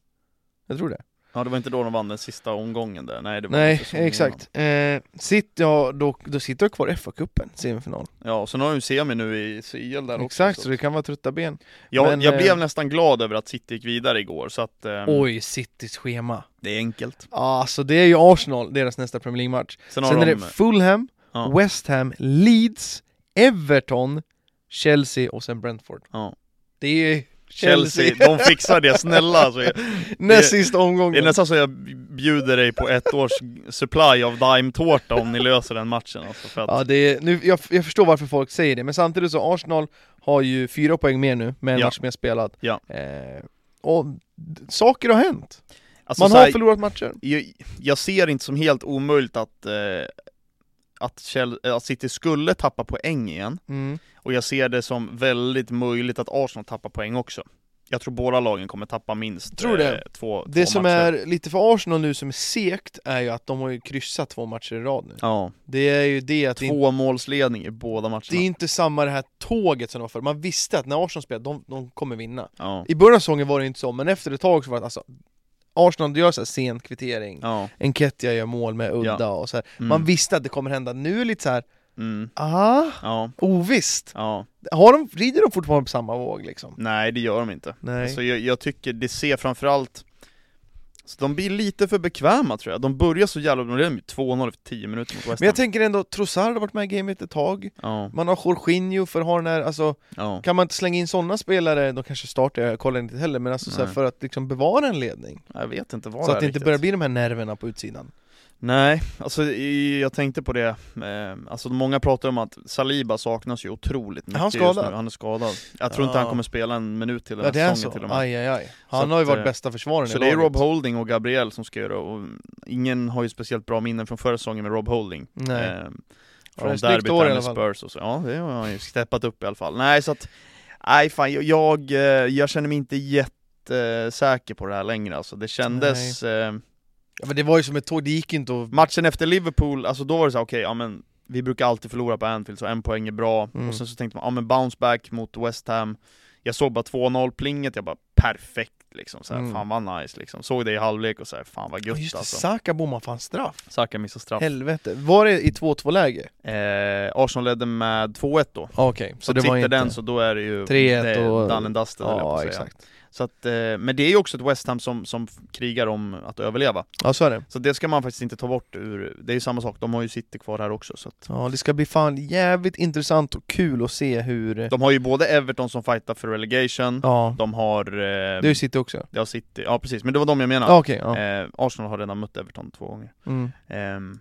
[SPEAKER 2] Jag tror det
[SPEAKER 1] ja, det var inte då de vann den sista omgången där. Nej, det var
[SPEAKER 2] Nej,
[SPEAKER 1] säsongen innan.
[SPEAKER 2] exakt eh, City har dock, då sitter jag kvar i FA-cupen, semifinal
[SPEAKER 1] Ja, och sen har de ju semi nu i CL där också.
[SPEAKER 2] Exakt,
[SPEAKER 1] så
[SPEAKER 2] så det kan vara trötta ben
[SPEAKER 1] jag,
[SPEAKER 2] men,
[SPEAKER 1] jag blev
[SPEAKER 2] eh,
[SPEAKER 1] nästan glad över att City gick vidare igår, så att eh,
[SPEAKER 2] Oj, Citys schema
[SPEAKER 1] det är enkelt.
[SPEAKER 2] Alltså det är ju Arsenal, deras nästa Premier League-match
[SPEAKER 1] Sen har
[SPEAKER 2] Sen är
[SPEAKER 1] de...
[SPEAKER 2] det Fulham,
[SPEAKER 1] ja,
[SPEAKER 2] West Ham, Leeds, Everton, Chelsea och sen Brentford.
[SPEAKER 1] Ja.
[SPEAKER 2] Det är
[SPEAKER 1] Chelsea, de fixar det, snälla alltså.
[SPEAKER 2] Näst sista omgången.
[SPEAKER 1] Det är nästan så jag bjuder dig på ett års supply av Daimtårta om ni löser den matchen alltså, för att,
[SPEAKER 2] Ja, det är, nu, jag, jag förstår varför folk säger det, men samtidigt så Arsenal har ju fyra poäng mer nu med en
[SPEAKER 1] Ja.
[SPEAKER 2] match mer spelad.
[SPEAKER 1] Ja.
[SPEAKER 2] Eh, och d- saker har hänt.
[SPEAKER 1] alltså,
[SPEAKER 2] Man
[SPEAKER 1] så
[SPEAKER 2] har
[SPEAKER 1] här-
[SPEAKER 2] förlorat matcher.
[SPEAKER 1] jag, jag ser inte som helt omöjligt att, eh, att, Chel- eh, att City skulle tappa poäng igen,
[SPEAKER 2] Mm.
[SPEAKER 1] och jag ser det som väldigt möjligt att Arsenal tappar poäng också. Jag tror båda lagen kommer tappa minst
[SPEAKER 2] Tror du det?
[SPEAKER 1] eh, två,
[SPEAKER 2] Det
[SPEAKER 1] två
[SPEAKER 2] som
[SPEAKER 1] matcher.
[SPEAKER 2] är lite för Arsenal nu som är segt är ju att de har ju kryssat två matcher i rad nu.
[SPEAKER 1] Ja,
[SPEAKER 2] Det är ju det att det inte,
[SPEAKER 1] två målsledning i båda matcherna.
[SPEAKER 2] det är inte samma det här tåget som det var förr. Man visste att när Arsenal spelade, de, de kommer vinna.
[SPEAKER 1] Ja,
[SPEAKER 2] I början av säsongen var det inte så, men efter ett tag så var det alltså Arsenal gör så här sen kvittering,
[SPEAKER 1] ja,
[SPEAKER 2] Enketia gör mål med udda och så här.
[SPEAKER 1] mm,
[SPEAKER 2] Man visste att det kommer hända, nu är det lite så här,
[SPEAKER 1] mm,
[SPEAKER 2] ah,
[SPEAKER 1] ja,
[SPEAKER 2] ovisst.
[SPEAKER 1] ja,
[SPEAKER 2] Har de, rider de fortfarande på samma våg liksom?
[SPEAKER 1] nej det gör de inte.
[SPEAKER 2] Nej.
[SPEAKER 1] Alltså jag, jag tycker det ser framförallt så de blir lite för bekväma tror jag, de börjar så jävla... De leder med 2-0 efter 10 minuter mot West Ham.
[SPEAKER 2] men jag tänker ändå, Trossard har varit med i gamet ett tag,
[SPEAKER 1] Ja,
[SPEAKER 2] man har Jorginho för att ha den här, alltså
[SPEAKER 1] ja,
[SPEAKER 2] kan man inte slänga in sådana spelare, de kanske startar, jag kollar inte heller, men alltså så här,
[SPEAKER 1] Nej.
[SPEAKER 2] för att liksom bevara en ledning.
[SPEAKER 1] jag vet inte vad
[SPEAKER 2] så
[SPEAKER 1] det
[SPEAKER 2] att
[SPEAKER 1] är
[SPEAKER 2] det inte
[SPEAKER 1] riktigt.
[SPEAKER 2] börjar bli de här nerverna på utsidan.
[SPEAKER 1] Nej, alltså i- jag tänkte på det, eh, alltså många pratar om att Saliba saknas ju otroligt mycket just
[SPEAKER 2] skadad?
[SPEAKER 1] nu. han är skadad. Jag tror inte
[SPEAKER 2] Ja.
[SPEAKER 1] han kommer spela en minut till den
[SPEAKER 2] Ja
[SPEAKER 1] här
[SPEAKER 2] det är
[SPEAKER 1] säsongen till
[SPEAKER 2] så,
[SPEAKER 1] och med.
[SPEAKER 2] aj, aj, aj.
[SPEAKER 1] Så
[SPEAKER 2] Han
[SPEAKER 1] att,
[SPEAKER 2] har ju varit
[SPEAKER 1] eh,
[SPEAKER 2] bästa försvararen i
[SPEAKER 1] Så det är
[SPEAKER 2] laget.
[SPEAKER 1] Rob Holding och Gabriel som ska göra och ingen har ju speciellt bra minnen från förra säsongen med Rob Holding.
[SPEAKER 2] Nej.
[SPEAKER 1] Eh,
[SPEAKER 2] det är
[SPEAKER 1] från
[SPEAKER 2] ett snyggt
[SPEAKER 1] derbyt
[SPEAKER 2] år i
[SPEAKER 1] där
[SPEAKER 2] alla
[SPEAKER 1] med
[SPEAKER 2] fall.
[SPEAKER 1] Spurs och så. Ja, det har han ju steppat upp i alla fall. Nej, så att, nej fan, jag, jag, eh, jag känner mig inte jättesäker på det här längre alltså. Det kändes... Eh,
[SPEAKER 2] Ja, men det var ju som ett tåg, det gick ju inte att...
[SPEAKER 1] Matchen efter Liverpool, alltså då var det så här, okej, ja men vi brukar alltid förlora på Anfield så en poäng är bra,
[SPEAKER 2] Mm.
[SPEAKER 1] och sen så tänkte man, ja men bounce back mot West Ham Jag såg bara 2-0 plinget, jag bara perfekt liksom, så här,
[SPEAKER 2] Mm.
[SPEAKER 1] fan vad nice liksom Såg det i halvlek och så här, fan vad
[SPEAKER 2] Ja,
[SPEAKER 1] gött
[SPEAKER 2] Just det,
[SPEAKER 1] alltså
[SPEAKER 2] Saka bommar fan straff.
[SPEAKER 1] Saka missade straff
[SPEAKER 2] Helvete. Var det i 2-2 läge?
[SPEAKER 1] eh, Arsenal ledde med 2-1 då
[SPEAKER 2] Ah, Okej, så,
[SPEAKER 1] så
[SPEAKER 2] det var
[SPEAKER 1] sitter
[SPEAKER 2] inte...
[SPEAKER 1] den så då är det ju
[SPEAKER 2] 3-1
[SPEAKER 1] det är
[SPEAKER 2] och-
[SPEAKER 1] done and dusted höll jag på
[SPEAKER 2] ja,
[SPEAKER 1] att säga.
[SPEAKER 2] exakt.
[SPEAKER 1] Så att, eh, Men det är ju också ett West Ham som, som krigar om att överleva
[SPEAKER 2] Ja, så är det.
[SPEAKER 1] Så det ska man faktiskt inte ta bort ur, det är ju samma sak, de har ju City kvar här också så att
[SPEAKER 2] Ja, det ska bli fan jävligt intressant och kul att se hur...
[SPEAKER 1] De har ju både Everton som fightar för relegation,
[SPEAKER 2] Ja,
[SPEAKER 1] de har... Eh,
[SPEAKER 2] du sitter också.
[SPEAKER 1] ja, City, ja precis, men det var de jag menade.
[SPEAKER 2] Ja, okej. ja.
[SPEAKER 1] Eh, Arsenal har redan mött Everton två gånger.
[SPEAKER 2] Mm.
[SPEAKER 1] Ehm,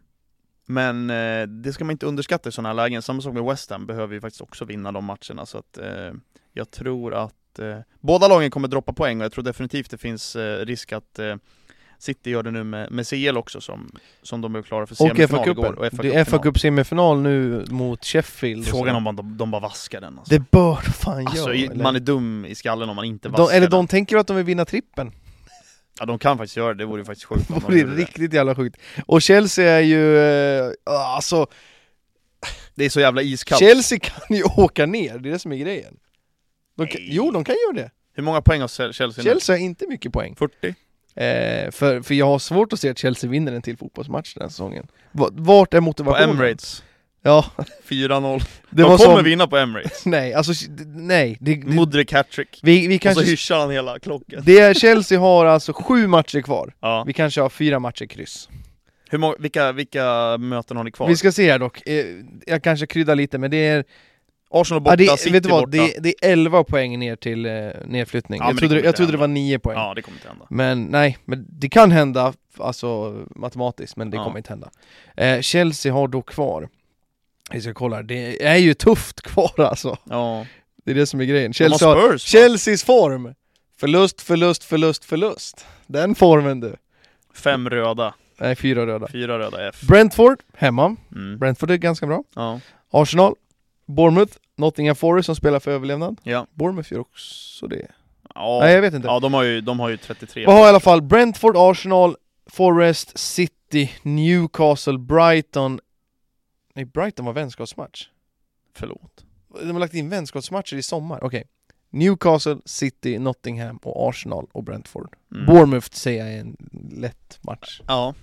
[SPEAKER 1] men eh, det ska man inte underskatta i sådana här lägen. Samma sak med West Ham, behöver ju faktiskt också vinna de matcherna. Så att, eh, jag tror att eh, båda lagen kommer droppa poäng och jag tror definitivt det finns eh, risk att eh, City gör det nu med, med CL också som, som de blev klara för
[SPEAKER 2] Och
[SPEAKER 1] semifinal igår.
[SPEAKER 2] FA-cupen. Det är FA-cup semifinal nu mot Sheffield. och så.
[SPEAKER 1] Frågan om man, de, de bara vaskar den alltså.
[SPEAKER 2] Det bör de fan
[SPEAKER 1] Alltså,
[SPEAKER 2] göra.
[SPEAKER 1] i-
[SPEAKER 2] eller?
[SPEAKER 1] man är dum i skallen om man inte vaskar
[SPEAKER 2] de, eller
[SPEAKER 1] den.
[SPEAKER 2] de tänker att de vill vinna trippen
[SPEAKER 1] Ja de kan faktiskt göra det, det vore ju faktiskt sjukt om
[SPEAKER 2] Det
[SPEAKER 1] de
[SPEAKER 2] vore
[SPEAKER 1] gjorde det.
[SPEAKER 2] riktigt jävla sjukt. Och Chelsea är ju... Eh, alltså,
[SPEAKER 1] det är så jävla iskallt
[SPEAKER 2] Chelsea kan ju åka ner, det är det som är grejen. De kan,
[SPEAKER 1] Nej.
[SPEAKER 2] jo, de kan göra det.
[SPEAKER 1] Hur många poäng har Chel- Chelsea,
[SPEAKER 2] Chelsea har inte mycket poäng.
[SPEAKER 1] nu? 40?
[SPEAKER 2] Eh, för, för jag har svårt att se att Chelsea vinner en till fotbollsmatch den här säsongen. Va- Vart är
[SPEAKER 1] På
[SPEAKER 2] motivationen?
[SPEAKER 1] Emirates?
[SPEAKER 2] Ja,
[SPEAKER 1] 4-0
[SPEAKER 2] det
[SPEAKER 1] De
[SPEAKER 2] var
[SPEAKER 1] kommer
[SPEAKER 2] som...
[SPEAKER 1] vinna på Emirates,
[SPEAKER 2] Nej, alltså d- nej. Det, det,
[SPEAKER 1] Modric hattrick
[SPEAKER 2] vi, vi
[SPEAKER 1] Och så
[SPEAKER 2] kanske...
[SPEAKER 1] hyschar han hela klocken
[SPEAKER 2] Det Chelsea har alltså sju matcher kvar.
[SPEAKER 1] Ja,
[SPEAKER 2] Vi kanske har fyra matcher kryss.
[SPEAKER 1] Hur många, vilka, vilka möten har ni kvar?
[SPEAKER 2] Vi ska se här dock, eh, jag kanske kryddar lite men det är...
[SPEAKER 1] Arsenal borta,
[SPEAKER 2] Ja, det,
[SPEAKER 1] City
[SPEAKER 2] vet du vad?
[SPEAKER 1] borta
[SPEAKER 2] Det, det är 11 poäng ner till eh, nedflyttning.
[SPEAKER 1] Ja, men
[SPEAKER 2] jag
[SPEAKER 1] det kommer
[SPEAKER 2] trodde, det, jag
[SPEAKER 1] inte
[SPEAKER 2] trodde det var
[SPEAKER 1] hända.
[SPEAKER 2] 9 poäng.
[SPEAKER 1] Ja det kommer inte hända
[SPEAKER 2] Men nej, men det kan hända, alltså matematiskt, men det
[SPEAKER 1] Ja.
[SPEAKER 2] kommer inte hända. Eh, Chelsea har då kvar, vi ska kolla, här, det är ju tufft kvar alltså.
[SPEAKER 1] Ja,
[SPEAKER 2] Det är det som är grejen.
[SPEAKER 1] de har
[SPEAKER 2] Chelsea har,
[SPEAKER 1] Spurs va?
[SPEAKER 2] Chelseas form! Förlust, förlust, förlust, förlust. Den formen du.
[SPEAKER 1] Fem röda,
[SPEAKER 2] Nej, fyra röda.
[SPEAKER 1] fyra röda F
[SPEAKER 2] Brentford, hemma.
[SPEAKER 1] mm.
[SPEAKER 2] Brentford är ganska bra.
[SPEAKER 1] Ja,
[SPEAKER 2] Arsenal, Bournemouth, Nottingham Forest som spelar för överlevnad.
[SPEAKER 1] ja,
[SPEAKER 2] Bournemouth gör också det. Nej,
[SPEAKER 1] ja,
[SPEAKER 2] jag vet inte.
[SPEAKER 1] ja de, har ju, de har ju 33
[SPEAKER 2] Vad har i alla fall Brentford, Arsenal, Forest, City, Newcastle, Brighton... Nej, Brighton var vänskapsmatch.
[SPEAKER 1] Förlåt
[SPEAKER 2] De har lagt in vänskapsmatcher i sommar. Okej. Newcastle, City, Nottingham och Arsenal och Brentford.
[SPEAKER 1] Mm.
[SPEAKER 2] Bournemouth säger jag är en lätt match.
[SPEAKER 1] Ja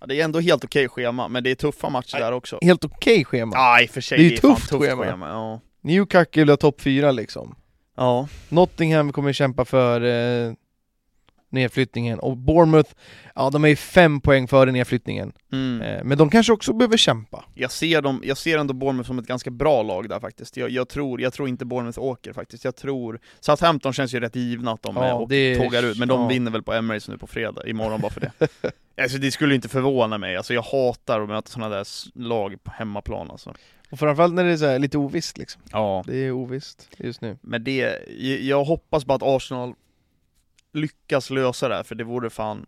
[SPEAKER 1] Ja, det är ändå helt okej schema, men det är tuffa matcher
[SPEAKER 2] Nej.
[SPEAKER 1] där också
[SPEAKER 2] Helt okej schema.
[SPEAKER 1] Ja i och för sig,
[SPEAKER 2] Det är ju
[SPEAKER 1] fan
[SPEAKER 2] tufft schema.
[SPEAKER 1] ja.
[SPEAKER 2] Newcastle vill ha topp fyra liksom.
[SPEAKER 1] ja
[SPEAKER 2] Nottingham kommer kämpa för eh, nedflyttningen och Bournemouth, ja de är ju fem poäng före nedflyttningen.
[SPEAKER 1] Mm.
[SPEAKER 2] Eh, Men de kanske också behöver kämpa.
[SPEAKER 1] Jag ser, dem, jag ser ändå Bournemouth som ett ganska bra lag där faktiskt. Jag, jag, tror, jag tror inte Bournemouth åker faktiskt. Jag tror... Southampton känns ju rätt givna att de
[SPEAKER 2] Ja,
[SPEAKER 1] är och
[SPEAKER 2] det-
[SPEAKER 1] tågar ut, men de
[SPEAKER 2] ja.
[SPEAKER 1] vinner väl på Emirates nu på fredag, imorgon bara för det. alltså det skulle ju inte förvåna mig, alltså jag hatar att möta sådana där s- lag på hemmaplan alltså.
[SPEAKER 2] Och framförallt när det är så här lite ovisst liksom.
[SPEAKER 1] Ja.
[SPEAKER 2] Det är ovisst just nu.
[SPEAKER 1] Men det, jag- jag hoppas bara att Arsenal lyckas lösa det här, för det vore fan...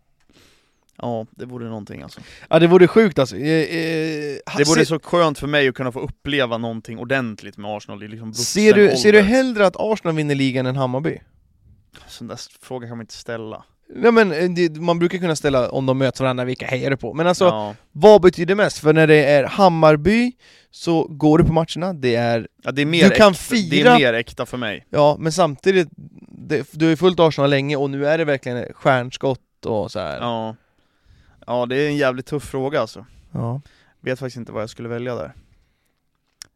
[SPEAKER 1] Ja, det vore någonting alltså.
[SPEAKER 2] Ja det vore sjukt alltså. Eh, eh, ha-
[SPEAKER 1] Det vore
[SPEAKER 2] se-
[SPEAKER 1] så skönt för mig att kunna få uppleva någonting ordentligt med Arsenal i liksom vuxen
[SPEAKER 2] ser, du, ser du
[SPEAKER 1] ålder.
[SPEAKER 2] hellre att Arsenal vinner ligan än Hammarby?
[SPEAKER 1] Sån där fråga kan man inte ställa.
[SPEAKER 2] Nej men eh, det, man brukar kunna ställa om de möts varandra, vilka hejar du på? Men alltså,
[SPEAKER 1] ja.
[SPEAKER 2] vad betyder mest? För när det är Hammarby så går du på matcherna, det är
[SPEAKER 1] Ja, det är mer
[SPEAKER 2] du kan
[SPEAKER 1] äkta, Det
[SPEAKER 2] fira-
[SPEAKER 1] är mer äkta för mig.
[SPEAKER 2] Ja, men samtidigt, det, du har ju följt Arsenal länge och nu är det verkligen ett stjärnskott och så här. Ja.
[SPEAKER 1] Ja. ja, det är en jävligt tuff fråga alltså.
[SPEAKER 2] Ja.
[SPEAKER 1] Vet faktiskt inte vad jag skulle välja där.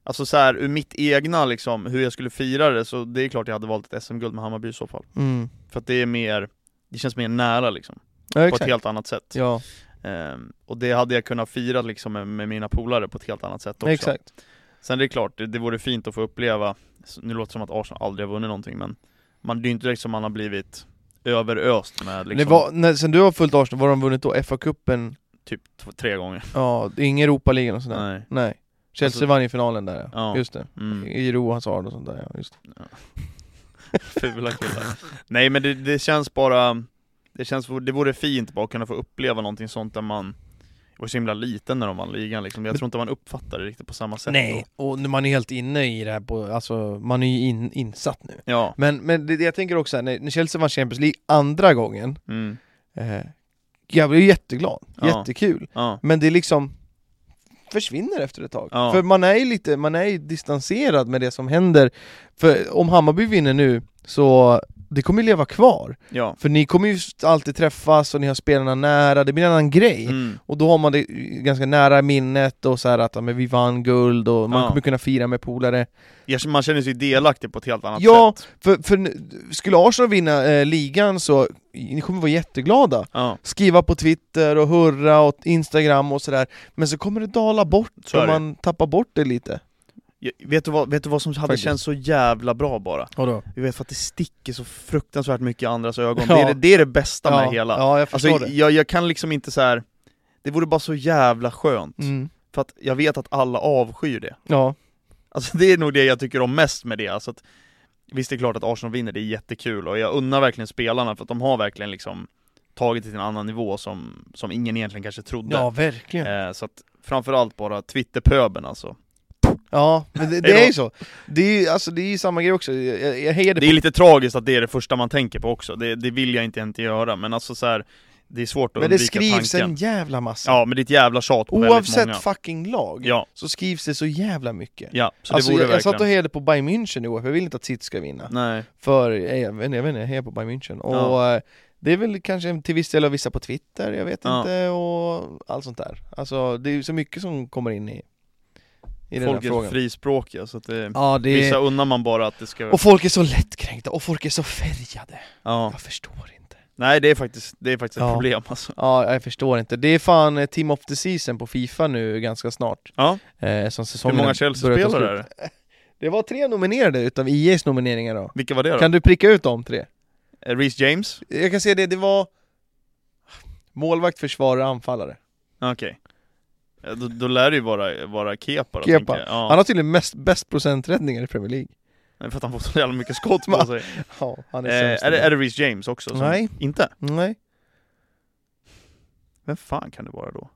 [SPEAKER 1] Alltså så här, ur mitt egna liksom, hur jag skulle fira det, så det är klart jag hade valt ett SM-guld med Hammarby i så fall.
[SPEAKER 2] Mm.
[SPEAKER 1] För att det är mer, det känns mer nära liksom.
[SPEAKER 2] ja,
[SPEAKER 1] På ett
[SPEAKER 2] exakt.
[SPEAKER 1] helt annat sätt.
[SPEAKER 2] Ja,
[SPEAKER 1] Ehm, och det hade jag kunnat fira liksom med, med mina polare på ett helt annat sätt också.
[SPEAKER 2] exakt.
[SPEAKER 1] Sen är det klart, det, det vore fint att få uppleva, s- nu låter det som att Arsenal aldrig har vunnit någonting men man, det är ju inte direkt som man har blivit överöst med liksom,
[SPEAKER 2] Det var, när, sen du har följt Arsenal, vad har de vunnit då? FA-cupen?
[SPEAKER 1] typ t- tre gånger.
[SPEAKER 2] Ja, det är ingen Europa-ligan och sådär? Nej.
[SPEAKER 1] Nej.
[SPEAKER 2] Chelsea
[SPEAKER 1] Alltså-
[SPEAKER 2] vann ju finalen där ja.
[SPEAKER 1] Ja.
[SPEAKER 2] just det.
[SPEAKER 1] Mm.
[SPEAKER 2] Giro, Hazard och sånt där ja, just det.
[SPEAKER 1] Fula killar. Nej men det, det känns bara, det, känns, det vore fint bara att kunna få uppleva någonting sånt där man jag var så himla liten när de vann ligan liksom. Jag tror inte man uppfattar det riktigt på samma sätt
[SPEAKER 2] Nej,
[SPEAKER 1] då.
[SPEAKER 2] och nu- man är helt inne i det här på, alltså man är ju in, insatt nu.
[SPEAKER 1] Ja,
[SPEAKER 2] Men, men det, det jag tänker också, här, när när Chelsea vann Champions League andra gången,
[SPEAKER 1] mm.
[SPEAKER 2] eh, jag blev jätteglad,
[SPEAKER 1] Ja.
[SPEAKER 2] jättekul.
[SPEAKER 1] ja,
[SPEAKER 2] Men det är liksom försvinner efter ett tag.
[SPEAKER 1] Ja.
[SPEAKER 2] För man är ju lite, man är ju distanserad med det som händer. För om Hammarby vinner nu, så det kommer ju leva kvar.
[SPEAKER 1] ja.
[SPEAKER 2] För ni kommer ju alltid träffas och ni har spelarna nära, det blir en annan grej.
[SPEAKER 1] Mm.
[SPEAKER 2] Och då har man det ganska nära minnet och så här att ja, men vi vann guld och man
[SPEAKER 1] Ja.
[SPEAKER 2] kommer kunna fira med polare.
[SPEAKER 1] Jag- Man känner sig delaktig på ett helt annat
[SPEAKER 2] Ja.
[SPEAKER 1] sätt.
[SPEAKER 2] För, för nu- skulle Arsenal vinna eh, ligan så ni kommer vara jätteglada.
[SPEAKER 1] Ja,
[SPEAKER 2] skriva på Twitter och hurra och Instagram och sådär Men så kommer det dala bort
[SPEAKER 1] Så är
[SPEAKER 2] och
[SPEAKER 1] det.
[SPEAKER 2] man tappar bort det lite
[SPEAKER 1] Jag- Vet du vad, vet du vad som hade
[SPEAKER 2] Faktiskt.
[SPEAKER 1] känts så jävla bra bara?
[SPEAKER 2] Vadå?
[SPEAKER 1] Vi vet för att det sticker så fruktansvärt mycket i andras ögon.
[SPEAKER 2] Ja.
[SPEAKER 1] Det, är det, det är det bästa
[SPEAKER 2] Ja,
[SPEAKER 1] med hela.
[SPEAKER 2] ja jag
[SPEAKER 1] alltså,
[SPEAKER 2] förstår det
[SPEAKER 1] jag, jag kan liksom inte så här. Det vore bara så jävla skönt.
[SPEAKER 2] mm.
[SPEAKER 1] För att jag vet att alla avskyr det.
[SPEAKER 2] Ja,
[SPEAKER 1] Alltså det är nog det jag tycker om mest med det. Alltså att, visst det är klart att Arsenal vinner, det är jättekul. Och jag unnar verkligen spelarna för att de har verkligen liksom tagit det till en annan nivå som, som ingen egentligen kanske trodde.
[SPEAKER 2] ja verkligen
[SPEAKER 1] Eh, så att framförallt bara Twitterpöbeln alltså.
[SPEAKER 2] Ja, men det, det är ju så Det är ju alltså, det är ju samma grej också, jag, jag hejade
[SPEAKER 1] Det är lite tragiskt att det är det första man tänker på också, det, det vill jag inte, inte göra, men alltså så här, det är svårt att
[SPEAKER 2] på Men det
[SPEAKER 1] undvika
[SPEAKER 2] skrivs
[SPEAKER 1] tanken.
[SPEAKER 2] en jävla massa
[SPEAKER 1] Ja, men det är ett jävla tjat på väldigt
[SPEAKER 2] Oavsett
[SPEAKER 1] många.
[SPEAKER 2] fucking lag
[SPEAKER 1] Ja,
[SPEAKER 2] så skrivs det så jävla mycket
[SPEAKER 1] ja, så
[SPEAKER 2] Alltså
[SPEAKER 1] det vore
[SPEAKER 2] jag, jag
[SPEAKER 1] verkligen...
[SPEAKER 2] satt och hejade på Bayern München i år, för jag vill inte att City ska vinna
[SPEAKER 1] Nej,
[SPEAKER 2] För, eh, jag vet inte, jag, vet inte, jag hejar på Bayern München och
[SPEAKER 1] Ja.
[SPEAKER 2] eh, det är väl kanske en- till viss del av vissa på Twitter, jag vet
[SPEAKER 1] Ja.
[SPEAKER 2] inte, och allt sånt där Alltså det är ju så mycket som kommer in i, i den här
[SPEAKER 1] folk är
[SPEAKER 2] frågan
[SPEAKER 1] frispråkiga så att det...
[SPEAKER 2] Ja det
[SPEAKER 1] Vissa
[SPEAKER 2] är...
[SPEAKER 1] unnar man bara att det ska...
[SPEAKER 2] Och folk är så lättkränkta, och folk är så färgade
[SPEAKER 1] Ja.
[SPEAKER 2] Jag förstår inte
[SPEAKER 1] Nej det är faktiskt, det är faktiskt
[SPEAKER 2] Ja.
[SPEAKER 1] ett problem alltså.
[SPEAKER 2] Ja, jag förstår inte. Det är fan eh, Team of the Season på Fifa nu ganska snart
[SPEAKER 1] Ja.
[SPEAKER 2] eh, som
[SPEAKER 1] Hur
[SPEAKER 2] säsongen
[SPEAKER 1] många
[SPEAKER 2] har börjat ta
[SPEAKER 1] Chelsea-spelare
[SPEAKER 2] slut.
[SPEAKER 1] är det?
[SPEAKER 2] Det var tre nominerade utav IEs nomineringar då
[SPEAKER 1] Vilka var det då?
[SPEAKER 2] Kan du pricka ut de tre?
[SPEAKER 1] Eh, Reece James?
[SPEAKER 2] Jag kan säga det, det var målvakt, försvarare, anfallare
[SPEAKER 1] Ja, Okej. Eh, Då, då lär det ju vara, vara Kepa då,
[SPEAKER 2] Kepa.
[SPEAKER 1] tänker jag. Ja.
[SPEAKER 2] Han har tydligen mest, bäst procenträddningar i Premier League
[SPEAKER 1] Nej, För att han fått så jävla mycket skott på sig.
[SPEAKER 2] Ja, han är sämst
[SPEAKER 1] Eh, är,
[SPEAKER 2] i
[SPEAKER 1] det, är det Reece James också? Som
[SPEAKER 2] Nej.
[SPEAKER 1] Inte?
[SPEAKER 2] Nej,
[SPEAKER 1] Vem fan kan det vara då?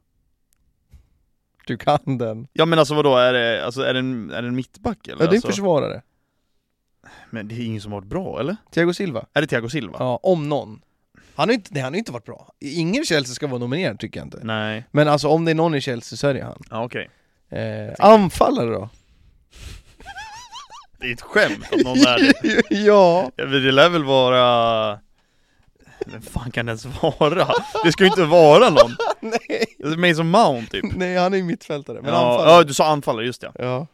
[SPEAKER 2] du kan den
[SPEAKER 1] Ja men alltså vadå, är det, alltså, är det, en, är det en mittback eller?
[SPEAKER 2] Ja, det är en
[SPEAKER 1] alltså,
[SPEAKER 2] försvarare
[SPEAKER 1] Men det är ingen som har varit bra eller?
[SPEAKER 2] Thiago Silva
[SPEAKER 1] Är det Thiago Silva?
[SPEAKER 2] Ja, om någon han har, ju inte, nej, han har ju inte varit bra. Ingen i Chelsea ska vara nominerad tycker jag inte.
[SPEAKER 1] Nej,
[SPEAKER 2] Men alltså om det är någon i Chelsea så är det han.
[SPEAKER 1] ja okej.
[SPEAKER 2] Eh, anfallare då?
[SPEAKER 1] Det är ett skämt om någon är det.
[SPEAKER 2] ja!
[SPEAKER 1] Ja, men Det lär väl vara... Vem fan kan det ens vara? Det ska ju inte vara någon!
[SPEAKER 2] Nej.
[SPEAKER 1] Det är Mason Mount typ.
[SPEAKER 2] Nej, han är ju mittfältare. Men
[SPEAKER 1] ja,
[SPEAKER 2] anfallare.
[SPEAKER 1] ja, du sa anfallare, just det.
[SPEAKER 2] Ja.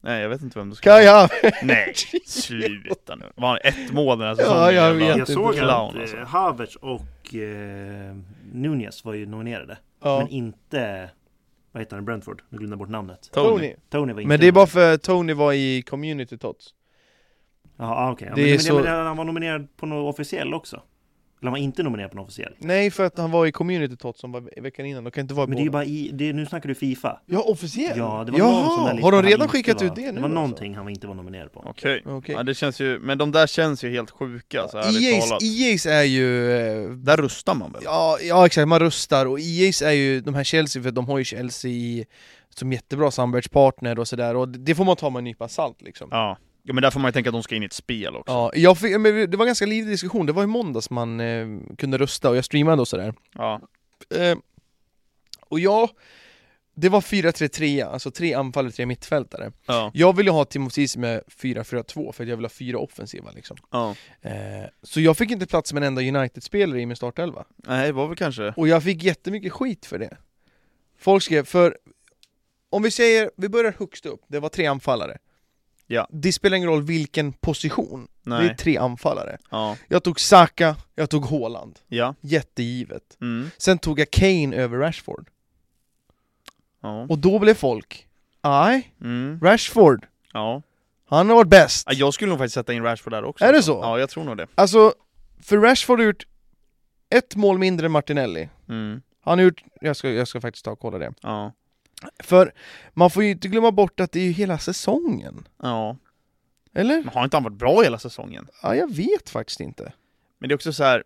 [SPEAKER 5] Nej jag vet inte vem det ska
[SPEAKER 2] Kai
[SPEAKER 5] vara.
[SPEAKER 2] Havertz!
[SPEAKER 1] Nej, sluta nu. Var han ett mål den här
[SPEAKER 2] Ja,
[SPEAKER 1] säsongen?
[SPEAKER 2] jag
[SPEAKER 1] Jävla-
[SPEAKER 2] vet.
[SPEAKER 3] Jag såg
[SPEAKER 1] Clown,
[SPEAKER 3] att
[SPEAKER 1] alltså.
[SPEAKER 3] eh, Havertz och eh, Nunez var ju nominerade.
[SPEAKER 2] Ja.
[SPEAKER 3] Men inte, vad heter han i Brentford? Nu glömde jag bort namnet.
[SPEAKER 2] Tony.
[SPEAKER 3] Tony var inte
[SPEAKER 2] Men det är bara
[SPEAKER 3] nominerad.
[SPEAKER 2] för att Tony var i Community Tots
[SPEAKER 3] Jaha, ah, okej. Ja,
[SPEAKER 2] det
[SPEAKER 3] men-
[SPEAKER 2] är
[SPEAKER 3] men,
[SPEAKER 2] så-
[SPEAKER 3] men, han var nominerad på någon officiell också. Eller han var inte nominerad på någon officiell.
[SPEAKER 2] Nej, för att han var i Community Tots som var ve- veckan innan, de kan inte vara i
[SPEAKER 3] Men det är ju
[SPEAKER 2] båda
[SPEAKER 3] bara i, det är, nu snackar du Fifa.
[SPEAKER 2] Ja, officiellt?
[SPEAKER 3] Ja, det var någon sån där
[SPEAKER 2] Jaha!
[SPEAKER 3] lista
[SPEAKER 2] Har de
[SPEAKER 3] han
[SPEAKER 2] redan
[SPEAKER 3] inte
[SPEAKER 2] skickat
[SPEAKER 3] var,
[SPEAKER 2] ut det nu?
[SPEAKER 3] Det var
[SPEAKER 2] alltså?
[SPEAKER 3] någonting han inte var nominerad på.
[SPEAKER 1] Okej.
[SPEAKER 2] Okej.
[SPEAKER 1] Ja, det känns ju, men de där känns ju helt sjuka
[SPEAKER 2] Alltså,
[SPEAKER 1] så ärligt
[SPEAKER 2] EA's,
[SPEAKER 1] talat.
[SPEAKER 2] EA's E är ju... eh,
[SPEAKER 1] Där rustar man väl?
[SPEAKER 2] Ja, ja exakt, man rustar och EA's är ju de här Chelsea, för de har ju Chelsea i, som jättebra samarbetspartner och sådär och det får man ta med en nypa salt liksom
[SPEAKER 1] Ja. ja, men där får man ju tänka att de ska in i ett spel också.
[SPEAKER 2] Ja, jag fick, men det var en ganska livlig diskussion, det var i måndags man eh, kunde rösta och jag streamade och sådär
[SPEAKER 1] Ja.
[SPEAKER 2] eh, Och jag, det var 4-3-3, alltså tre anfallare, tre mittfältare
[SPEAKER 1] Ja.
[SPEAKER 2] Jag ville ha Timothy med 4-4-2 för att jag vill ha fyra offensiva liksom
[SPEAKER 1] Ja.
[SPEAKER 2] eh, Så jag fick inte plats med en enda United-spelare i min startelva
[SPEAKER 1] Nej, det var väl kanske...
[SPEAKER 2] Och jag fick jättemycket skit för det Folk skrev, för om vi säger, vi börjar högst upp, det var tre anfallare
[SPEAKER 1] Ja.
[SPEAKER 2] Det spelar ingen roll vilken position, det är
[SPEAKER 1] Nej.
[SPEAKER 2] tre anfallare
[SPEAKER 1] Ja.
[SPEAKER 2] Jag tog Saka, jag tog Haaland,
[SPEAKER 1] Ja.
[SPEAKER 2] jättegivet
[SPEAKER 1] Mm.
[SPEAKER 2] Sen tog jag Kane över Rashford,
[SPEAKER 1] Ja.
[SPEAKER 2] och då blev folk Nej,
[SPEAKER 1] Mm.
[SPEAKER 2] Rashford,
[SPEAKER 1] Ja.
[SPEAKER 2] han har varit bäst!
[SPEAKER 1] Ja, Jag skulle nog faktiskt sätta in Rashford där också.
[SPEAKER 2] Är det så?
[SPEAKER 1] Ja, jag tror nog det.
[SPEAKER 2] Alltså, för Rashford har gjort ett mål mindre än Martinelli
[SPEAKER 1] Mm.
[SPEAKER 2] Han har gjort, jag ska, jag ska faktiskt ta och kolla det
[SPEAKER 1] Ja.
[SPEAKER 2] För man får ju inte glömma bort att det är ju hela säsongen,
[SPEAKER 1] Ja.
[SPEAKER 2] eller?
[SPEAKER 1] Men har inte han varit bra hela säsongen?
[SPEAKER 2] Ja, jag vet faktiskt inte.
[SPEAKER 1] Men det är också så här.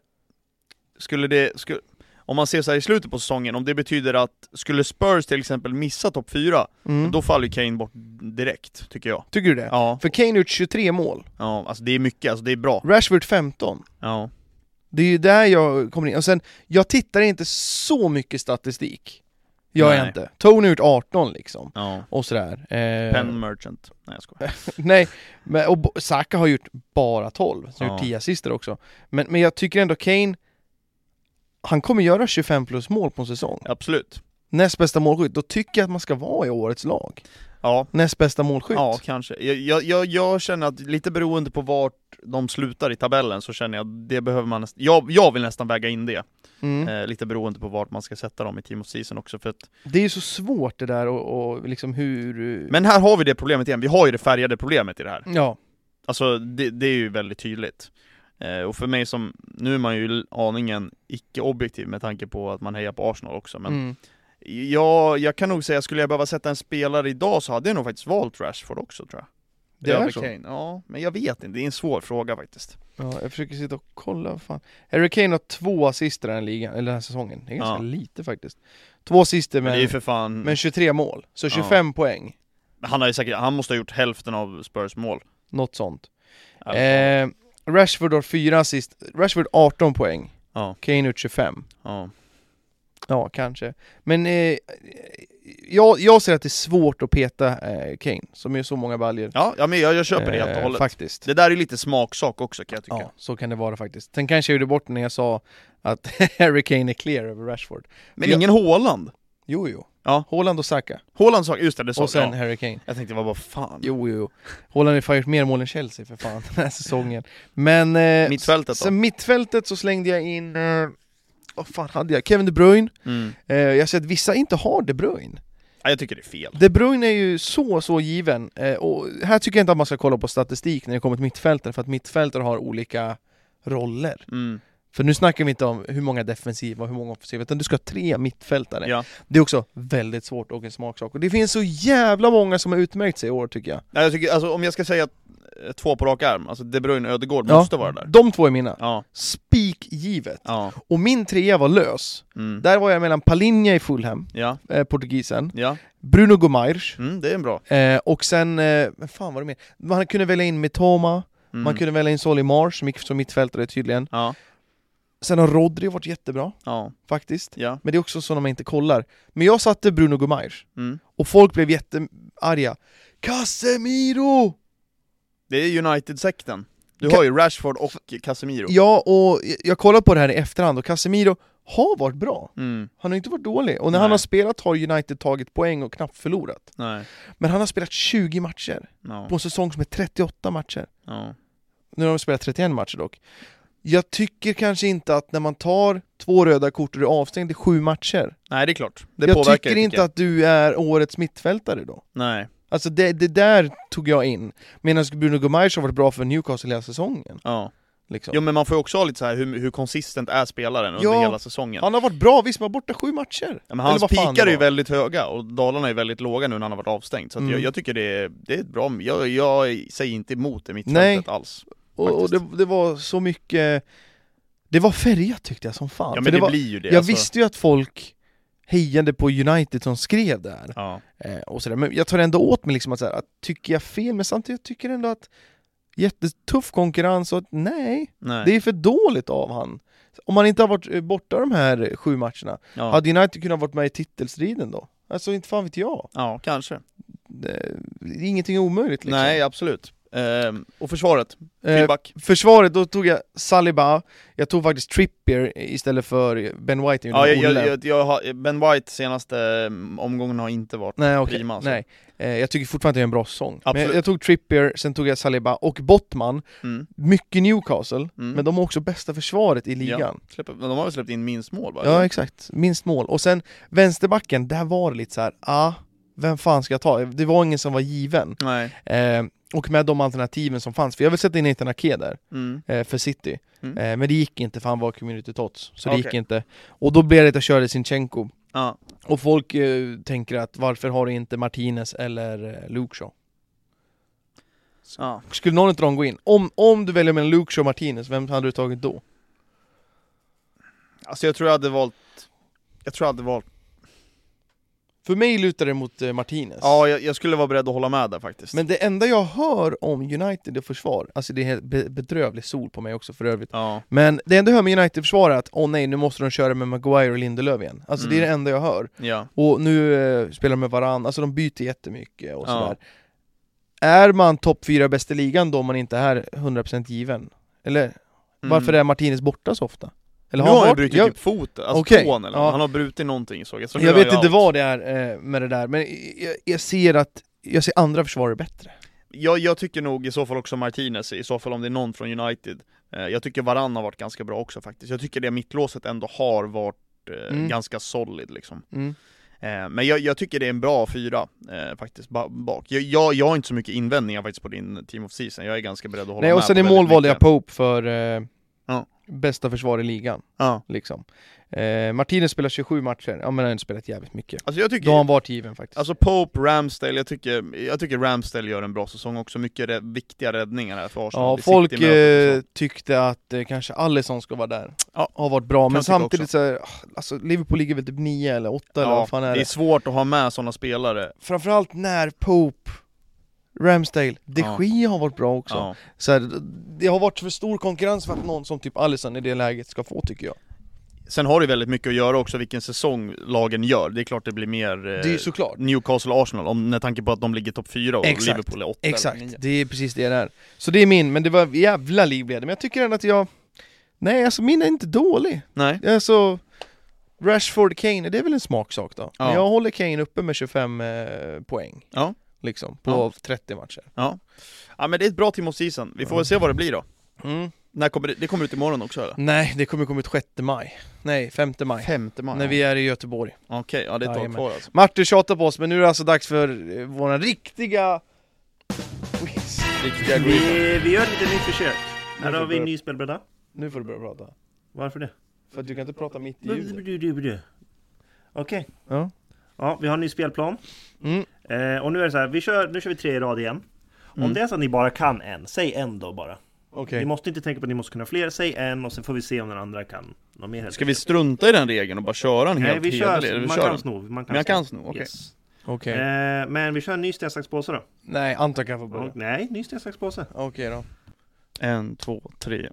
[SPEAKER 1] skulle det, skulle, om man ser så här i slutet på säsongen, om det betyder att, skulle Spurs till exempel missa topp 4,
[SPEAKER 2] Mm.
[SPEAKER 1] då faller ju Kane bort direkt, tycker jag.
[SPEAKER 2] Tycker du det?
[SPEAKER 1] Ja,
[SPEAKER 2] För Kane har gjort 23 mål,
[SPEAKER 1] ja, alltså det är mycket, alltså det är bra.
[SPEAKER 2] Rashford 15.
[SPEAKER 1] Ja,
[SPEAKER 2] Det är ju där jag kommer in. Och sen, jag tittar inte så mycket statistik. Jag är
[SPEAKER 1] Nej.
[SPEAKER 2] inte. Tony har gjort 18 liksom.
[SPEAKER 1] ja.
[SPEAKER 2] Och sådär. Eh,
[SPEAKER 1] Pen Merchant. Nej jag skojar.
[SPEAKER 2] nej, men, och Bo- Saka har gjort bara 12. Så har
[SPEAKER 1] Ja.
[SPEAKER 2] gjort 10 assister också. Men, men jag tycker ändå Kane, han kommer göra 25 plus mål på en säsong.
[SPEAKER 1] Absolut.
[SPEAKER 2] Näst bästa målskytt, då tycker jag att man ska vara i årets lag.
[SPEAKER 1] Ja,
[SPEAKER 2] Näst bästa målskytt.
[SPEAKER 1] ja kanske. Jag, jag, jag, jag känner att lite beroende på vart de slutar i tabellen så känner jag att det behöver man nästan, jag, jag vill nästan väga in det.
[SPEAKER 2] Mm.
[SPEAKER 1] Eh, lite beroende på vart man ska sätta dem i Team of Season också för att,
[SPEAKER 2] Det är ju så svårt det där och, och liksom hur...
[SPEAKER 1] Men här har vi det problemet igen, vi har ju det färgade problemet i det här.
[SPEAKER 2] Ja,
[SPEAKER 1] Alltså det, det är ju väldigt tydligt. Eh, och för mig som, nu är man ju aningen icke-objektiv med tanke på att man hejar på Arsenal också, men
[SPEAKER 2] mm.
[SPEAKER 1] jag, jag kan nog säga, skulle jag behöva sätta en spelare idag så hade jag nog faktiskt valt Rashford också tror jag.
[SPEAKER 2] det är
[SPEAKER 1] Över
[SPEAKER 2] så.
[SPEAKER 1] Kane. Ja, men jag vet inte, det är en svår fråga faktiskt.
[SPEAKER 2] Ja, jag försöker sitta och kolla, vad fan. Harry Kane har två assister den här, ligan, eller den här säsongen, det är ganska
[SPEAKER 1] Ja.
[SPEAKER 2] lite faktiskt. Två assister
[SPEAKER 1] Men, det är
[SPEAKER 2] men,
[SPEAKER 1] ju för fan,
[SPEAKER 2] men 23 mål, så 25 poäng.
[SPEAKER 1] han har ju säkert, han måste ha gjort hälften av Spurs mål.
[SPEAKER 2] Något sånt.
[SPEAKER 1] Ja,
[SPEAKER 2] Eh, Rashford har fyra assist, Rashford 18 poäng.
[SPEAKER 1] Ja.
[SPEAKER 2] Kane har gjort 25.
[SPEAKER 1] ja.
[SPEAKER 2] Ja, kanske. Men eh, jag, jag ser att det är svårt att peta eh, Kane, som är så många baljor.
[SPEAKER 1] Ja, ja, men jag, jag köper det helt och
[SPEAKER 2] Eh,
[SPEAKER 1] hållet.
[SPEAKER 2] Faktiskt.
[SPEAKER 1] Det där är ju lite smaksak också kan jag tycka.
[SPEAKER 2] Ja, så kan det vara faktiskt. Sen kanske jag gjorde bort när jag sa att Harry Kane är clear över Rashford.
[SPEAKER 1] Men
[SPEAKER 2] Ja.
[SPEAKER 1] ingen Haaland!
[SPEAKER 2] Jo, jo.
[SPEAKER 1] Ja.
[SPEAKER 2] Haaland och Saka.
[SPEAKER 1] Haaland sa, just det, det sa
[SPEAKER 2] och sen
[SPEAKER 1] ja.
[SPEAKER 2] Harry Kane.
[SPEAKER 1] Jag tänkte, vad vad fan?
[SPEAKER 2] Jo, jo, jo. Haaland har ju fan gjort mer mål än Chelsea för fan den här säsongen. Men... Eh,
[SPEAKER 1] Mittfältet då?
[SPEAKER 2] Sen mittfältet så slängde jag in... eh, Vad fan hade jag? Kevin De Bruyne.
[SPEAKER 1] Mm.
[SPEAKER 2] Eh, jag ser att vissa inte har De Bruyne.
[SPEAKER 1] Ja, jag tycker det är fel.
[SPEAKER 2] De Bruyne är ju så, så given. Eh, och här tycker jag inte att man ska kolla på statistik när det kommer till mittfältare, för att mittfältare har olika roller.
[SPEAKER 1] Mm.
[SPEAKER 2] För nu snackar vi inte om hur många defensiva och hur många offensiva, utan du ska ha tre mittfältare.
[SPEAKER 1] Ja.
[SPEAKER 2] Det är också väldigt svårt och en smaksak. Och det finns så jävla många som har utmärkt sig i år tycker jag.
[SPEAKER 1] Nej, jag tycker, alltså, om jag ska säga eh, två på rak arm, alltså De Bruyne och Ödegård
[SPEAKER 2] Ja,
[SPEAKER 1] måste vara där.
[SPEAKER 2] De två är mina.
[SPEAKER 1] Ja,
[SPEAKER 2] Spikgivet.
[SPEAKER 1] ja,
[SPEAKER 2] Och min trea var lös.
[SPEAKER 1] mm.
[SPEAKER 2] Där var jag mellan Palinha i Fulham,
[SPEAKER 1] ja,
[SPEAKER 2] eh, portugisen,
[SPEAKER 1] ja,
[SPEAKER 2] Bruno Gomares,
[SPEAKER 1] mm, det är en bra.
[SPEAKER 2] eh, och sen, eh, vad fan var det mer? Man kunde välja in Mitoma,
[SPEAKER 1] Mm.
[SPEAKER 2] man kunde välja in Solly Mars som gick som mittfältare tydligen.
[SPEAKER 1] Ja,
[SPEAKER 2] Sen har Rodri varit jättebra,
[SPEAKER 1] ja,
[SPEAKER 2] faktiskt.
[SPEAKER 1] ja,
[SPEAKER 2] Men det är också sådana man inte kollar. Men jag satte Bruno Gomares.
[SPEAKER 1] mm.
[SPEAKER 2] Och folk blev jättearga Casemiro!
[SPEAKER 1] Det är United-sekten. Du har ju Rashford och Casemiro.
[SPEAKER 2] Ja, och jag- jag kollar på det här i efterhand och Casemiro har varit bra.
[SPEAKER 1] Mm,
[SPEAKER 2] Han har inte varit dålig. Och när
[SPEAKER 1] Nej.
[SPEAKER 2] han har spelat har United tagit poäng och knappt förlorat.
[SPEAKER 1] nej,
[SPEAKER 2] Men han har spelat 20 matcher
[SPEAKER 1] ja,
[SPEAKER 2] på en säsong som är 38 matcher.
[SPEAKER 1] ja.
[SPEAKER 2] Nu har de spelat 31 matcher dock. Jag tycker kanske inte att när man tar två röda kort och du är avstängd i sju matcher.
[SPEAKER 1] Nej, det är klart. Det
[SPEAKER 2] jag
[SPEAKER 1] påverkar
[SPEAKER 2] tycker
[SPEAKER 1] ju,
[SPEAKER 2] inte
[SPEAKER 1] jag.
[SPEAKER 2] att du är årets mittfältare då.
[SPEAKER 1] Nej,
[SPEAKER 2] Alltså det, det där tog jag in. Medan Bruno Gomes har varit bra för Newcastle hela säsongen.
[SPEAKER 1] ja.
[SPEAKER 2] Liksom.
[SPEAKER 1] Jo men man får ju också ha lite så här hur, hur konsistent är spelaren under
[SPEAKER 2] Ja.
[SPEAKER 1] hela säsongen.
[SPEAKER 2] Han har varit bra, visst, men borta sju matcher.
[SPEAKER 1] Ja, men
[SPEAKER 2] Eller
[SPEAKER 1] hans
[SPEAKER 2] vad fan det
[SPEAKER 1] pikar är ju
[SPEAKER 2] var.
[SPEAKER 1] väldigt höga och dalarna är väldigt låga nu när han har varit avstängd. Så att
[SPEAKER 2] Mm.
[SPEAKER 1] jag, jag tycker det är, det är ett bra, jag, jag säger inte emot det
[SPEAKER 2] Nej.
[SPEAKER 1] mittfältet alls.
[SPEAKER 2] Och, och det,
[SPEAKER 1] faktiskt.
[SPEAKER 2] det var så mycket... Det var färgat tyckte jag som fan.
[SPEAKER 1] Ja men
[SPEAKER 2] För
[SPEAKER 1] det,
[SPEAKER 2] det var,
[SPEAKER 1] blir ju det.
[SPEAKER 2] jag
[SPEAKER 1] alltså.
[SPEAKER 2] visste ju att folk hejade på United som skrev där.
[SPEAKER 1] Ja.
[SPEAKER 2] Eh, och sådär. Men jag tar ändå åt mig liksom att, så här, att tycker jag fel, men samtidigt tycker jag ändå att jättetuff konkurrens och att nej,
[SPEAKER 1] Nej.
[SPEAKER 2] det är för dåligt av han. Om han inte har varit eh, borta de här eh, sju matcherna,
[SPEAKER 1] ja.
[SPEAKER 2] hade United kunnat varit med i titelstriden då? Alltså inte fan vet jag.
[SPEAKER 1] ja, kanske.
[SPEAKER 2] Liksom. Det, det är ingenting omöjligt liksom.
[SPEAKER 1] Nej, absolut. Ehm, och försvaret,
[SPEAKER 2] Eh,
[SPEAKER 1] feedback.
[SPEAKER 2] försvaret, då tog jag Saliba, jag tog faktiskt Trippier istället för Ben White.
[SPEAKER 1] Ja, jag,
[SPEAKER 2] Olle.
[SPEAKER 1] jag, jag, jag har, ben White senaste eh, omgången har inte varit...
[SPEAKER 2] Nej, okej.
[SPEAKER 1] prima, alltså.
[SPEAKER 2] Nej. Eh, jag tycker fortfarande att det är en bra säsong. Men
[SPEAKER 1] Absolut.
[SPEAKER 2] jag, jag tog Trippier, sen tog jag Saliba och Bottman.
[SPEAKER 1] Mm,
[SPEAKER 2] Mycket Newcastle,
[SPEAKER 1] mm.
[SPEAKER 2] men de har också bästa försvaret i ligan. Ja.
[SPEAKER 1] Ja, släpper, de har väl släppt in minst mål va?
[SPEAKER 2] exakt. Minst mål. Och sen vänsterbacken, där var det lite så här, ah, vem fan ska jag ta? Det var ingen som var given.
[SPEAKER 1] Nej.
[SPEAKER 2] Eh, och med de alternativen som fanns, för jag vill sätta in Nathan Ake där,
[SPEAKER 1] Mm.
[SPEAKER 2] eh, för City.
[SPEAKER 1] Mm.
[SPEAKER 2] Eh, men det gick inte för han var community tots, så det gick
[SPEAKER 1] Okej.
[SPEAKER 2] inte. Och då blev det att jag körde Sinchenko.
[SPEAKER 1] Ja.
[SPEAKER 2] Och folk eh, tänker att varför har du inte Martinez eller eh, Luke Shaw?
[SPEAKER 1] Ja.
[SPEAKER 2] Skulle någon av dem gå in? Om, om du väljer mellan Luke Shaw och Martinez, vem hade du tagit då?
[SPEAKER 1] Alltså jag tror jag hade valt... Jag tror jag hade valt...
[SPEAKER 2] För mig lutar det mot eh, Martinez.
[SPEAKER 1] Ja, jag, jag skulle vara beredd att hålla med där faktiskt.
[SPEAKER 2] Men det enda jag hör om United och försvar, alltså det är helt be- bedrövlig sol på mig också för övrigt.
[SPEAKER 1] Ja.
[SPEAKER 2] Men det enda jag hör med United försvar är att åh nej, nu måste de köra med Maguire och Lindelöf igen. Alltså det är
[SPEAKER 1] Mm.
[SPEAKER 2] det enda jag hör.
[SPEAKER 1] Ja.
[SPEAKER 2] Och nu eh, spelar de med varann, alltså de byter jättemycket och
[SPEAKER 1] Ja.
[SPEAKER 2] sådär. Är man topp fyra bäst i ligan då om man inte är 100% given? Eller varför är Martinez borta så ofta? Eller
[SPEAKER 1] Mm. Nu har han ju
[SPEAKER 2] varit-
[SPEAKER 1] brutit
[SPEAKER 2] jag,
[SPEAKER 1] typ foten, alltså
[SPEAKER 2] Okej.
[SPEAKER 1] tån eller
[SPEAKER 2] Ja.
[SPEAKER 1] Han har brutit någonting såg jag. Så nu
[SPEAKER 2] jag
[SPEAKER 1] är
[SPEAKER 2] vet inte
[SPEAKER 1] out.
[SPEAKER 2] vad det är eh, med det där, men jag, jag ser att jag ser andra försvarare bättre.
[SPEAKER 1] Jag, jag tycker nog i så fall också Martinez, i så fall om det är någon från United. Eh, jag tycker Varann har varit ganska bra också faktiskt. Jag tycker det mittlåset ändå har varit eh,
[SPEAKER 2] Mm.
[SPEAKER 1] ganska solid liksom.
[SPEAKER 2] Mm.
[SPEAKER 1] Eh, men jag, jag tycker det är en bra fyra eh, faktiskt ba- bak. Jag, jag, jag har inte så mycket invändningar faktiskt på din Team of Season. Jag är ganska beredd att hålla
[SPEAKER 2] Nej,
[SPEAKER 1] med.
[SPEAKER 2] och sen
[SPEAKER 1] på
[SPEAKER 2] i
[SPEAKER 1] väldigt
[SPEAKER 2] mål valde jag
[SPEAKER 1] mycket.
[SPEAKER 2] Pope för eh,
[SPEAKER 1] Ja.
[SPEAKER 2] bästa försvar i ligan.
[SPEAKER 1] Ja.
[SPEAKER 2] Liksom. Eh, Martinez spelar 27 matcher, ja men han har inte spelat jävligt mycket.
[SPEAKER 1] Alltså jag tycker...
[SPEAKER 2] Då har han varit given faktiskt.
[SPEAKER 1] Alltså Pope, Ramsdale, jag tycker, jag tycker Ramsdale gör en bra säsong också, mycket rä- viktiga räddningar här för Arsenal.
[SPEAKER 2] ja,
[SPEAKER 1] Det
[SPEAKER 2] folk
[SPEAKER 1] City-mötet
[SPEAKER 2] eh, tyckte att eh, kanske Alisson ska vara där.
[SPEAKER 1] Ja.
[SPEAKER 2] Har varit bra,
[SPEAKER 1] tycka
[SPEAKER 2] men samtidigt
[SPEAKER 1] också.
[SPEAKER 2] så här, ah, alltså Liverpool ligger väl typ 9 eller 8
[SPEAKER 1] och så.
[SPEAKER 2] eller
[SPEAKER 1] ja,
[SPEAKER 2] vad fan är
[SPEAKER 1] det
[SPEAKER 2] det?
[SPEAKER 1] är svårt att ha med sådana spelare.
[SPEAKER 2] Framförallt när Pope, Ramsdale, de
[SPEAKER 1] Ja.
[SPEAKER 2] Gea har varit bra också.
[SPEAKER 1] Ja.
[SPEAKER 2] Så här, det har varit för stor konkurrens för att någon som typ Alisson i det läget ska få tycker jag.
[SPEAKER 1] Sen har det väldigt mycket att göra också vilken säsong lagen gör. Det är klart det blir mer eh,
[SPEAKER 2] Det är ju såklart.
[SPEAKER 1] Newcastle och Arsenal, om, med tanke på att de ligger topp 4 och
[SPEAKER 2] Exakt.
[SPEAKER 1] Liverpool är 8
[SPEAKER 2] Exakt, det är precis det det är. Så det är min, men det var jävla livledare. Men jag tycker ändå att jag... Nej, alltså min är inte dålig.
[SPEAKER 1] Nej.
[SPEAKER 2] Alltså, Rashford, Kane, det är väl en smaksak då. Men
[SPEAKER 1] Ja.
[SPEAKER 2] jag håller Kane uppe med 25 eh, poäng.
[SPEAKER 1] Ja.
[SPEAKER 2] Liksom, på
[SPEAKER 1] Ja.
[SPEAKER 2] 30 matcher.
[SPEAKER 1] Ja men det är ett bra Team of Season, vi får väl se vad det blir då. När kommer det, det kommer ut imorgon också eller?
[SPEAKER 2] Nej, det kommer komma ut 6 maj. Nej, 5 maj.
[SPEAKER 1] 5 maj?
[SPEAKER 2] När vi är i Göteborg.
[SPEAKER 1] Okej, ja det är ett tag
[SPEAKER 2] Jajamän.
[SPEAKER 1] kvar alltså.
[SPEAKER 2] Martin tjatar på oss, men nu är det alltså dags för eh, våran riktiga... quiz.
[SPEAKER 1] Riktiga green.
[SPEAKER 3] Vi, Eh, vi gör ett litet nytt försök. Här har vi en ny spelbräda.
[SPEAKER 2] Nu får du börja prata.
[SPEAKER 3] Varför det?
[SPEAKER 2] För att du kan inte prata mitt i ljudet.
[SPEAKER 3] Okej.
[SPEAKER 2] Ja.
[SPEAKER 3] Ja, vi har en ny spelplan.
[SPEAKER 2] Mm.
[SPEAKER 3] Eh, och nu är det så här, vi kör, nu kör vi tre i rad igen.
[SPEAKER 2] Mm.
[SPEAKER 3] Om det är så att ni bara kan en, säg en då bara. Ni
[SPEAKER 2] Okej.
[SPEAKER 3] måste inte tänka på att ni måste kunna fler, säg en och sen får vi se om den andra kan något mer. helt
[SPEAKER 1] Ska vi
[SPEAKER 3] enkelt.
[SPEAKER 1] strunta i den regeln och bara köra en
[SPEAKER 3] Nej,
[SPEAKER 1] helt
[SPEAKER 3] vi kör,
[SPEAKER 1] hederlig- eller vi
[SPEAKER 3] man
[SPEAKER 1] kör
[SPEAKER 3] kan
[SPEAKER 1] den?
[SPEAKER 3] sno. Man kan
[SPEAKER 1] Men jag
[SPEAKER 3] sno.
[SPEAKER 1] kan sno, okej.
[SPEAKER 3] Yes.
[SPEAKER 2] Okej.
[SPEAKER 3] Eh, men vi kör en ny sten, sax, påse då.
[SPEAKER 2] Nej, Anton kan få börja.
[SPEAKER 3] Och, nej, ny sten, sax, påse.
[SPEAKER 2] Okej då.
[SPEAKER 1] En, två, tre.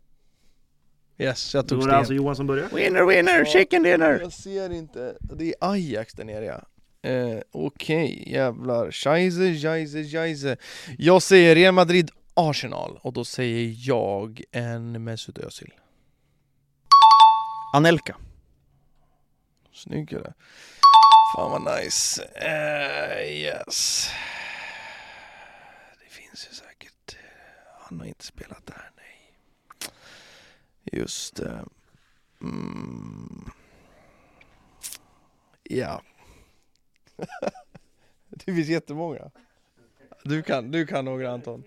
[SPEAKER 2] Yes, jag
[SPEAKER 3] Då
[SPEAKER 2] tog
[SPEAKER 3] är det
[SPEAKER 2] sten.
[SPEAKER 3] alltså Johan som börjar.
[SPEAKER 1] Winner, winner,
[SPEAKER 2] chicken
[SPEAKER 1] dinner!
[SPEAKER 2] Jag ser inte. Det är Ajax där nere ja. Eh, Okej, jävlar. Scheisse, scheisse, scheisse. Jag säger Real Madrid Arsenal och då säger jag en Mesut Özil.
[SPEAKER 1] Anelka.
[SPEAKER 2] Snyggare. Fan vad nice. Eh, yes. Det finns ju säkert. eh, Han har inte spelat där, nej. Just det. Mm. Ja. det finns jättemånga. Du kan, du kan några Anton.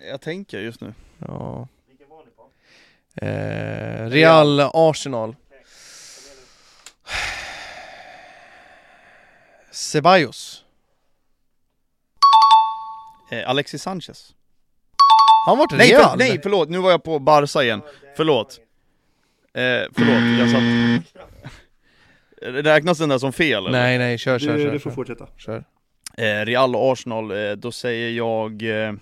[SPEAKER 1] Jag tänker just nu.
[SPEAKER 2] Ja. Eh, Real Arsenal. Ceballos.
[SPEAKER 1] Eh, Alexis Sanchez.
[SPEAKER 2] Han vart
[SPEAKER 1] Nej,
[SPEAKER 2] Real.
[SPEAKER 1] för, nej förlåt, nu var jag på Barca igen. Förlåt. Eh, förlåt, jag satt... Räknas den där som fel? eller?
[SPEAKER 2] nej, nej, kör, kör,
[SPEAKER 3] Du,
[SPEAKER 2] kör.
[SPEAKER 3] du får
[SPEAKER 2] kör,
[SPEAKER 3] fortsätta.
[SPEAKER 2] kör.
[SPEAKER 1] Eh, Real och Arsenal, eh, då säger jag... Eh,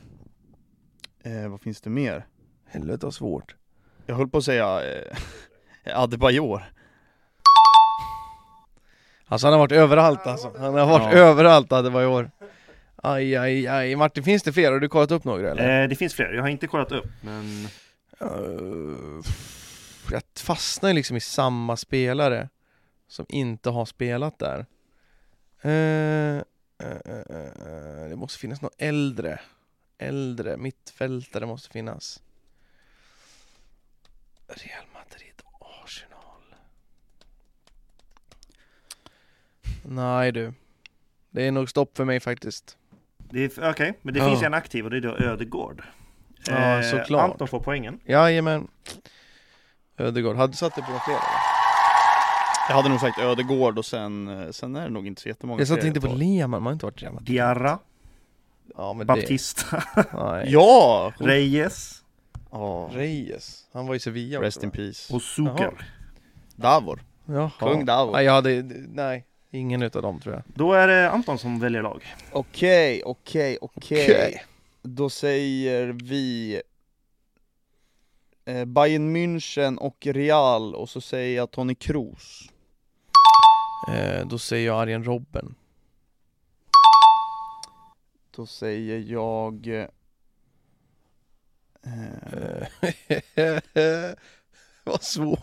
[SPEAKER 1] eh, vad finns det mer?
[SPEAKER 2] Helvete vad svårt.
[SPEAKER 1] Jag höll på att säga... Eh, Adebayor.
[SPEAKER 2] Alltså han har varit överallt alltså. Han har varit
[SPEAKER 1] Ja.
[SPEAKER 2] överallt hade var i år. Aj, aj, aj. Martin, finns det fler? Har du kollat upp några eller?
[SPEAKER 3] Eh, det finns fler, jag har inte kollat upp. Men...
[SPEAKER 2] Eh, Jag fastnar ju liksom i samma spelare som inte har spelat där. Eh, eh, eh, eh, det måste finnas någon äldre. Äldre mittfältare måste finnas. Real Madrid och Arsenal. Nej du. Det är nog stopp för mig faktiskt.
[SPEAKER 3] Det är- Okej, men det
[SPEAKER 2] Ja.
[SPEAKER 3] finns en aktiv och det är då Ödegård.
[SPEAKER 2] Ja,
[SPEAKER 3] Eh,
[SPEAKER 2] såklart.
[SPEAKER 3] Anton får poängen.
[SPEAKER 2] Jajamän. Ödegård. Hade du satt det på någon fler? eller?
[SPEAKER 1] Jag hade nog sagt Ödegård och sen, eh, sen är det nog inte så jättemånga
[SPEAKER 2] Jag satt
[SPEAKER 1] fler
[SPEAKER 2] inte på
[SPEAKER 1] kvar.
[SPEAKER 2] Lehmann, man har inte varit Real Madrid.
[SPEAKER 3] Diarra,
[SPEAKER 2] Ja men
[SPEAKER 3] Baptista,
[SPEAKER 2] det, nej.
[SPEAKER 1] Ja!
[SPEAKER 3] Reyes
[SPEAKER 1] Ja.
[SPEAKER 2] Reyes, han var i Sevilla också,
[SPEAKER 1] Rest in
[SPEAKER 2] va?
[SPEAKER 1] peace.
[SPEAKER 3] och Zucker.
[SPEAKER 1] Davor.
[SPEAKER 2] Jaha.
[SPEAKER 1] Kung Davor.
[SPEAKER 2] Nej jag hade, nej, ingen utav dem tror jag
[SPEAKER 3] Då är det Anton som väljer lag.
[SPEAKER 1] Okej, okej,
[SPEAKER 2] Okej.
[SPEAKER 1] Då säger vi eh, Bayern München och Real och så säger jag Toni Kroos.
[SPEAKER 2] eh, Då säger jag Arjen Robben
[SPEAKER 1] Då säger jag... eh,
[SPEAKER 2] Eh, Vad svårt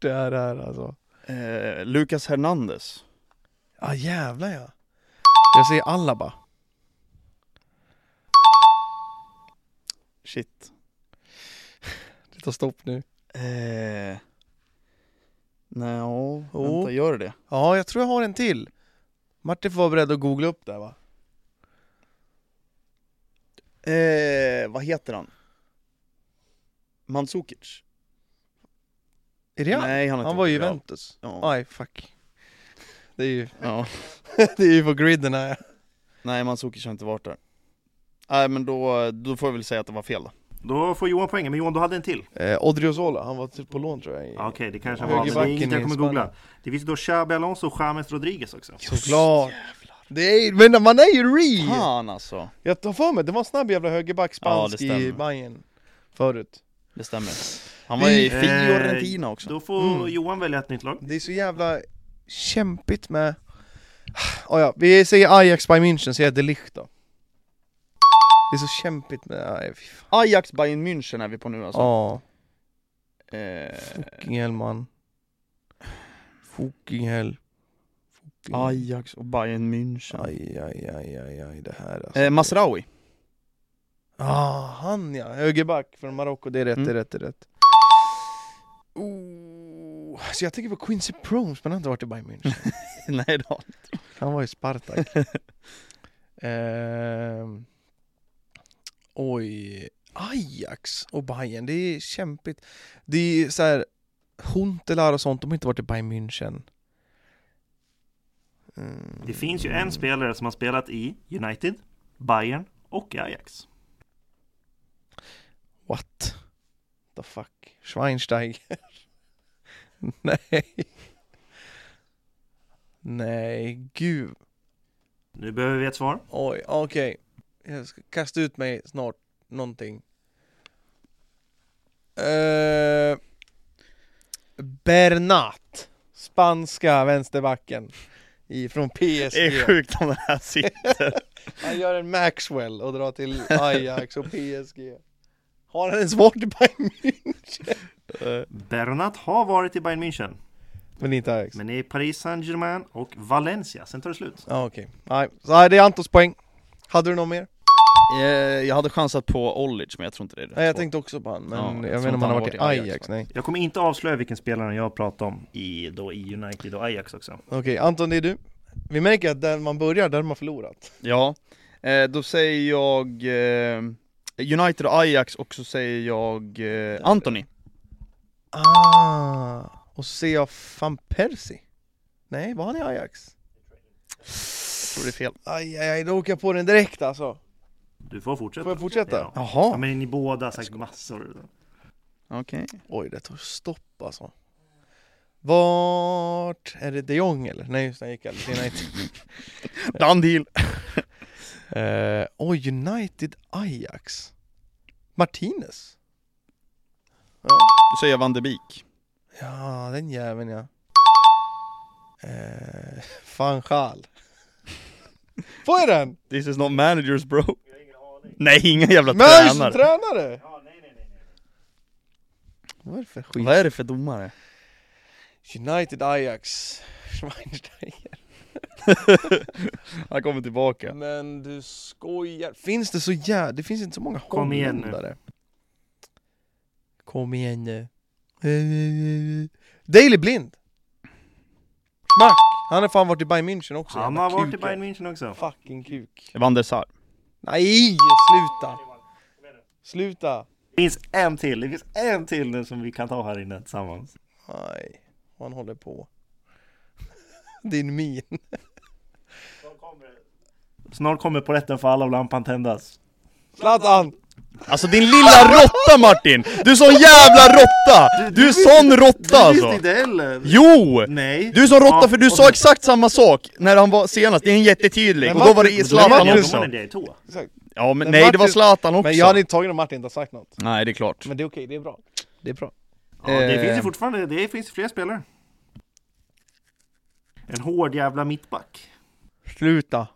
[SPEAKER 2] det här är alltså
[SPEAKER 1] Eh, Lucas Hernandez.
[SPEAKER 2] Ja ah, jävlar ja Jag säger Alaba
[SPEAKER 1] Shit.
[SPEAKER 2] Det tar stopp nu
[SPEAKER 1] Eh, nej, ja,
[SPEAKER 2] Jo.
[SPEAKER 1] vänta, gör det
[SPEAKER 2] Ja jag tror jag har en till Martin får vara beredd att googla upp där va?
[SPEAKER 1] eh, Vad heter han? Mandzukic?
[SPEAKER 2] Är det han?
[SPEAKER 1] Nej, han,
[SPEAKER 2] Han var i
[SPEAKER 1] vän.
[SPEAKER 2] Juventus
[SPEAKER 1] Ja.
[SPEAKER 2] Aj fuck Det är ju,
[SPEAKER 1] Ja.
[SPEAKER 2] det är ju på griden här
[SPEAKER 1] Nej, Mandzukic har inte varit där. Nej, men då, då får jag väl säga att det var fel då.
[SPEAKER 3] Då får Johan poängen, men Johan du hade en till.
[SPEAKER 2] eh, Odriozola, han var typ på lån tror jag i-
[SPEAKER 3] Ja, Okej, det kanske var, men det är
[SPEAKER 2] Högerbacken
[SPEAKER 3] inget jag
[SPEAKER 2] i
[SPEAKER 3] kommer
[SPEAKER 2] Spanien.
[SPEAKER 3] googla. Det finns då Xabi Alonso och James Rodriguez också.
[SPEAKER 2] Såklart! Det är, men man är ju re!
[SPEAKER 1] Fan alltså.
[SPEAKER 2] Jag tar för mig, det var en snabb jävla högerback spansk
[SPEAKER 1] Ja, det
[SPEAKER 2] i
[SPEAKER 1] stämmer.
[SPEAKER 2] Bayern förut
[SPEAKER 1] Det stämmer. Han var i
[SPEAKER 3] Eh,
[SPEAKER 1] Fiorentina också.
[SPEAKER 3] Då får
[SPEAKER 2] Mm.
[SPEAKER 3] Johan välja ett nytt lag.
[SPEAKER 2] Det är så jävla kämpigt med... Oh ja, vi säger Ajax Bayern München, säger jag de Ligt då Det är så kämpigt med... Aj, fy fan.
[SPEAKER 1] Ajax Bayern München är vi på nu alltså.
[SPEAKER 2] Ja,
[SPEAKER 1] Eh,
[SPEAKER 2] fucking hell man Fucking hell Fucking hell.
[SPEAKER 1] Ajax och Bayern München.
[SPEAKER 2] aj, aj, aj, aj, aj, det här alltså
[SPEAKER 1] Eh, Masraoui.
[SPEAKER 2] Ah, han ja, högerback från Marocko, det är rätt,
[SPEAKER 1] Mm.
[SPEAKER 2] det är rätt, det är rätt. Oh, så jag tänker på Quincy Promes, men han har inte varit i Bayern München.
[SPEAKER 1] Nej då.
[SPEAKER 2] Han var i Spartak. Ehm, oj, Ajax och Bayern, det är kämpigt. Det är så här, Huntelaar och sånt, de har inte varit i Bayern München. Mm.
[SPEAKER 3] Det finns ju en spelare som har spelat i United, Bayern och i Ajax.
[SPEAKER 2] What the fuck? Schweinsteiger? Nej. Nej, gud.
[SPEAKER 3] Nu behöver vi ett svar.
[SPEAKER 2] Oj, okej. Jag ska kasta ut mig snart någonting. Eh, Bernat. Spanska vänsterbacken. I, från
[SPEAKER 1] Det är
[SPEAKER 2] PSG.
[SPEAKER 1] sjukt om det här sitter.
[SPEAKER 2] Han gör en Maxwell och drar till Ajax och PSG. Har han ens varit i Bayern München?
[SPEAKER 3] Bernat har varit i Bayern München,
[SPEAKER 2] Men inte Ajax?
[SPEAKER 3] men är i Paris Saint-Germain och Valencia. Sen tar det slut.
[SPEAKER 2] Ja okej, nej. Så här, det är Antons poäng Hade du någon mer?
[SPEAKER 1] Eh, Jag hade chansat på Ollic men jag tror inte det är rätt
[SPEAKER 2] Nej jag
[SPEAKER 1] svar.
[SPEAKER 2] tänkte också på han, men
[SPEAKER 1] Ja, jag
[SPEAKER 2] jag,
[SPEAKER 1] tror
[SPEAKER 2] vet inte om han har varit i Ajax, nej
[SPEAKER 3] Jag kommer inte avslöja vilken spelare jag pratar om i, då, i United och Ajax också.
[SPEAKER 2] Okej, Anton det är du Vi märker att där man börjar, där har man förlorat
[SPEAKER 1] Ja, eh, då säger jag eh, United och Ajax och så säger jag eh, Anthony
[SPEAKER 2] Ah, och så ser jag van Persie Nej, var han i Ajax?
[SPEAKER 1] Jag tror det är fel
[SPEAKER 2] Aj, aj, aj, då åker jag på den direkt alltså
[SPEAKER 3] Du får fortsätta.
[SPEAKER 2] Får jag fortsätta?
[SPEAKER 3] Ja. Ja,
[SPEAKER 2] Jaha
[SPEAKER 3] men ni båda har sagt massor.
[SPEAKER 1] Okej
[SPEAKER 2] Oj, det tog stopp alltså Vart? Är det de Jong eller? Nej just det, han gick aldrig till United
[SPEAKER 1] Done deal!
[SPEAKER 2] Eh, Oj, United Ajax Martinez?
[SPEAKER 1] Då säger jag Van de Beek
[SPEAKER 2] Ja, den jäveln ja eh, Fan Schal Får jag den?
[SPEAKER 1] This is not managers bro Nej, inga jävla
[SPEAKER 2] Men som
[SPEAKER 1] tränare!
[SPEAKER 2] tränare! Vad är det för skit?
[SPEAKER 1] Vad är det för domare?
[SPEAKER 2] United Ajax Schweinsteiger
[SPEAKER 1] Han kommer tillbaka
[SPEAKER 2] Men du skojar, finns det så jävla... Det finns inte så många
[SPEAKER 3] Kom igen nu.
[SPEAKER 2] holländare. Kom igen nu Daily Blind! Smack! Han har fan varit i Bayern München också
[SPEAKER 3] Han
[SPEAKER 2] jävla
[SPEAKER 3] har varit i
[SPEAKER 2] kuken.
[SPEAKER 3] Bayern München också.
[SPEAKER 2] Fucking kuk
[SPEAKER 1] Van der Sar
[SPEAKER 2] Nej! Sluta! Sluta!
[SPEAKER 3] Det finns en till, det finns en till nu som vi kan ta här inne tillsammans.
[SPEAKER 2] Nej, han håller på Din min
[SPEAKER 3] Snart kommer polletten för alla och lampan tändas.
[SPEAKER 2] Zlatan!
[SPEAKER 1] Alltså din lilla råtta Martin! Du är sån jävla råtta! Du är sån råtta alltså!
[SPEAKER 3] heller!
[SPEAKER 1] Jo!
[SPEAKER 3] Nej!
[SPEAKER 1] Du är sån råtta
[SPEAKER 3] Ja,
[SPEAKER 1] för du
[SPEAKER 3] och
[SPEAKER 1] sa exakt samma sak när han var senast, det är en jättetydlig, och då var det
[SPEAKER 2] Martin-
[SPEAKER 1] Zlatan
[SPEAKER 3] Jag
[SPEAKER 1] också
[SPEAKER 3] domaren det i två.
[SPEAKER 1] Ja men
[SPEAKER 2] Men
[SPEAKER 1] nej det var
[SPEAKER 2] Martin-
[SPEAKER 1] Zlatan också!
[SPEAKER 2] Men jag hade inte tagit om Martin inte sagt något
[SPEAKER 1] Nej det är klart
[SPEAKER 2] Men det är okej, det är bra Det är bra
[SPEAKER 3] Ja, det
[SPEAKER 1] Eh.
[SPEAKER 3] finns ju fortfarande, det finns fler spelare. En hård jävla mittback.
[SPEAKER 2] Sluta!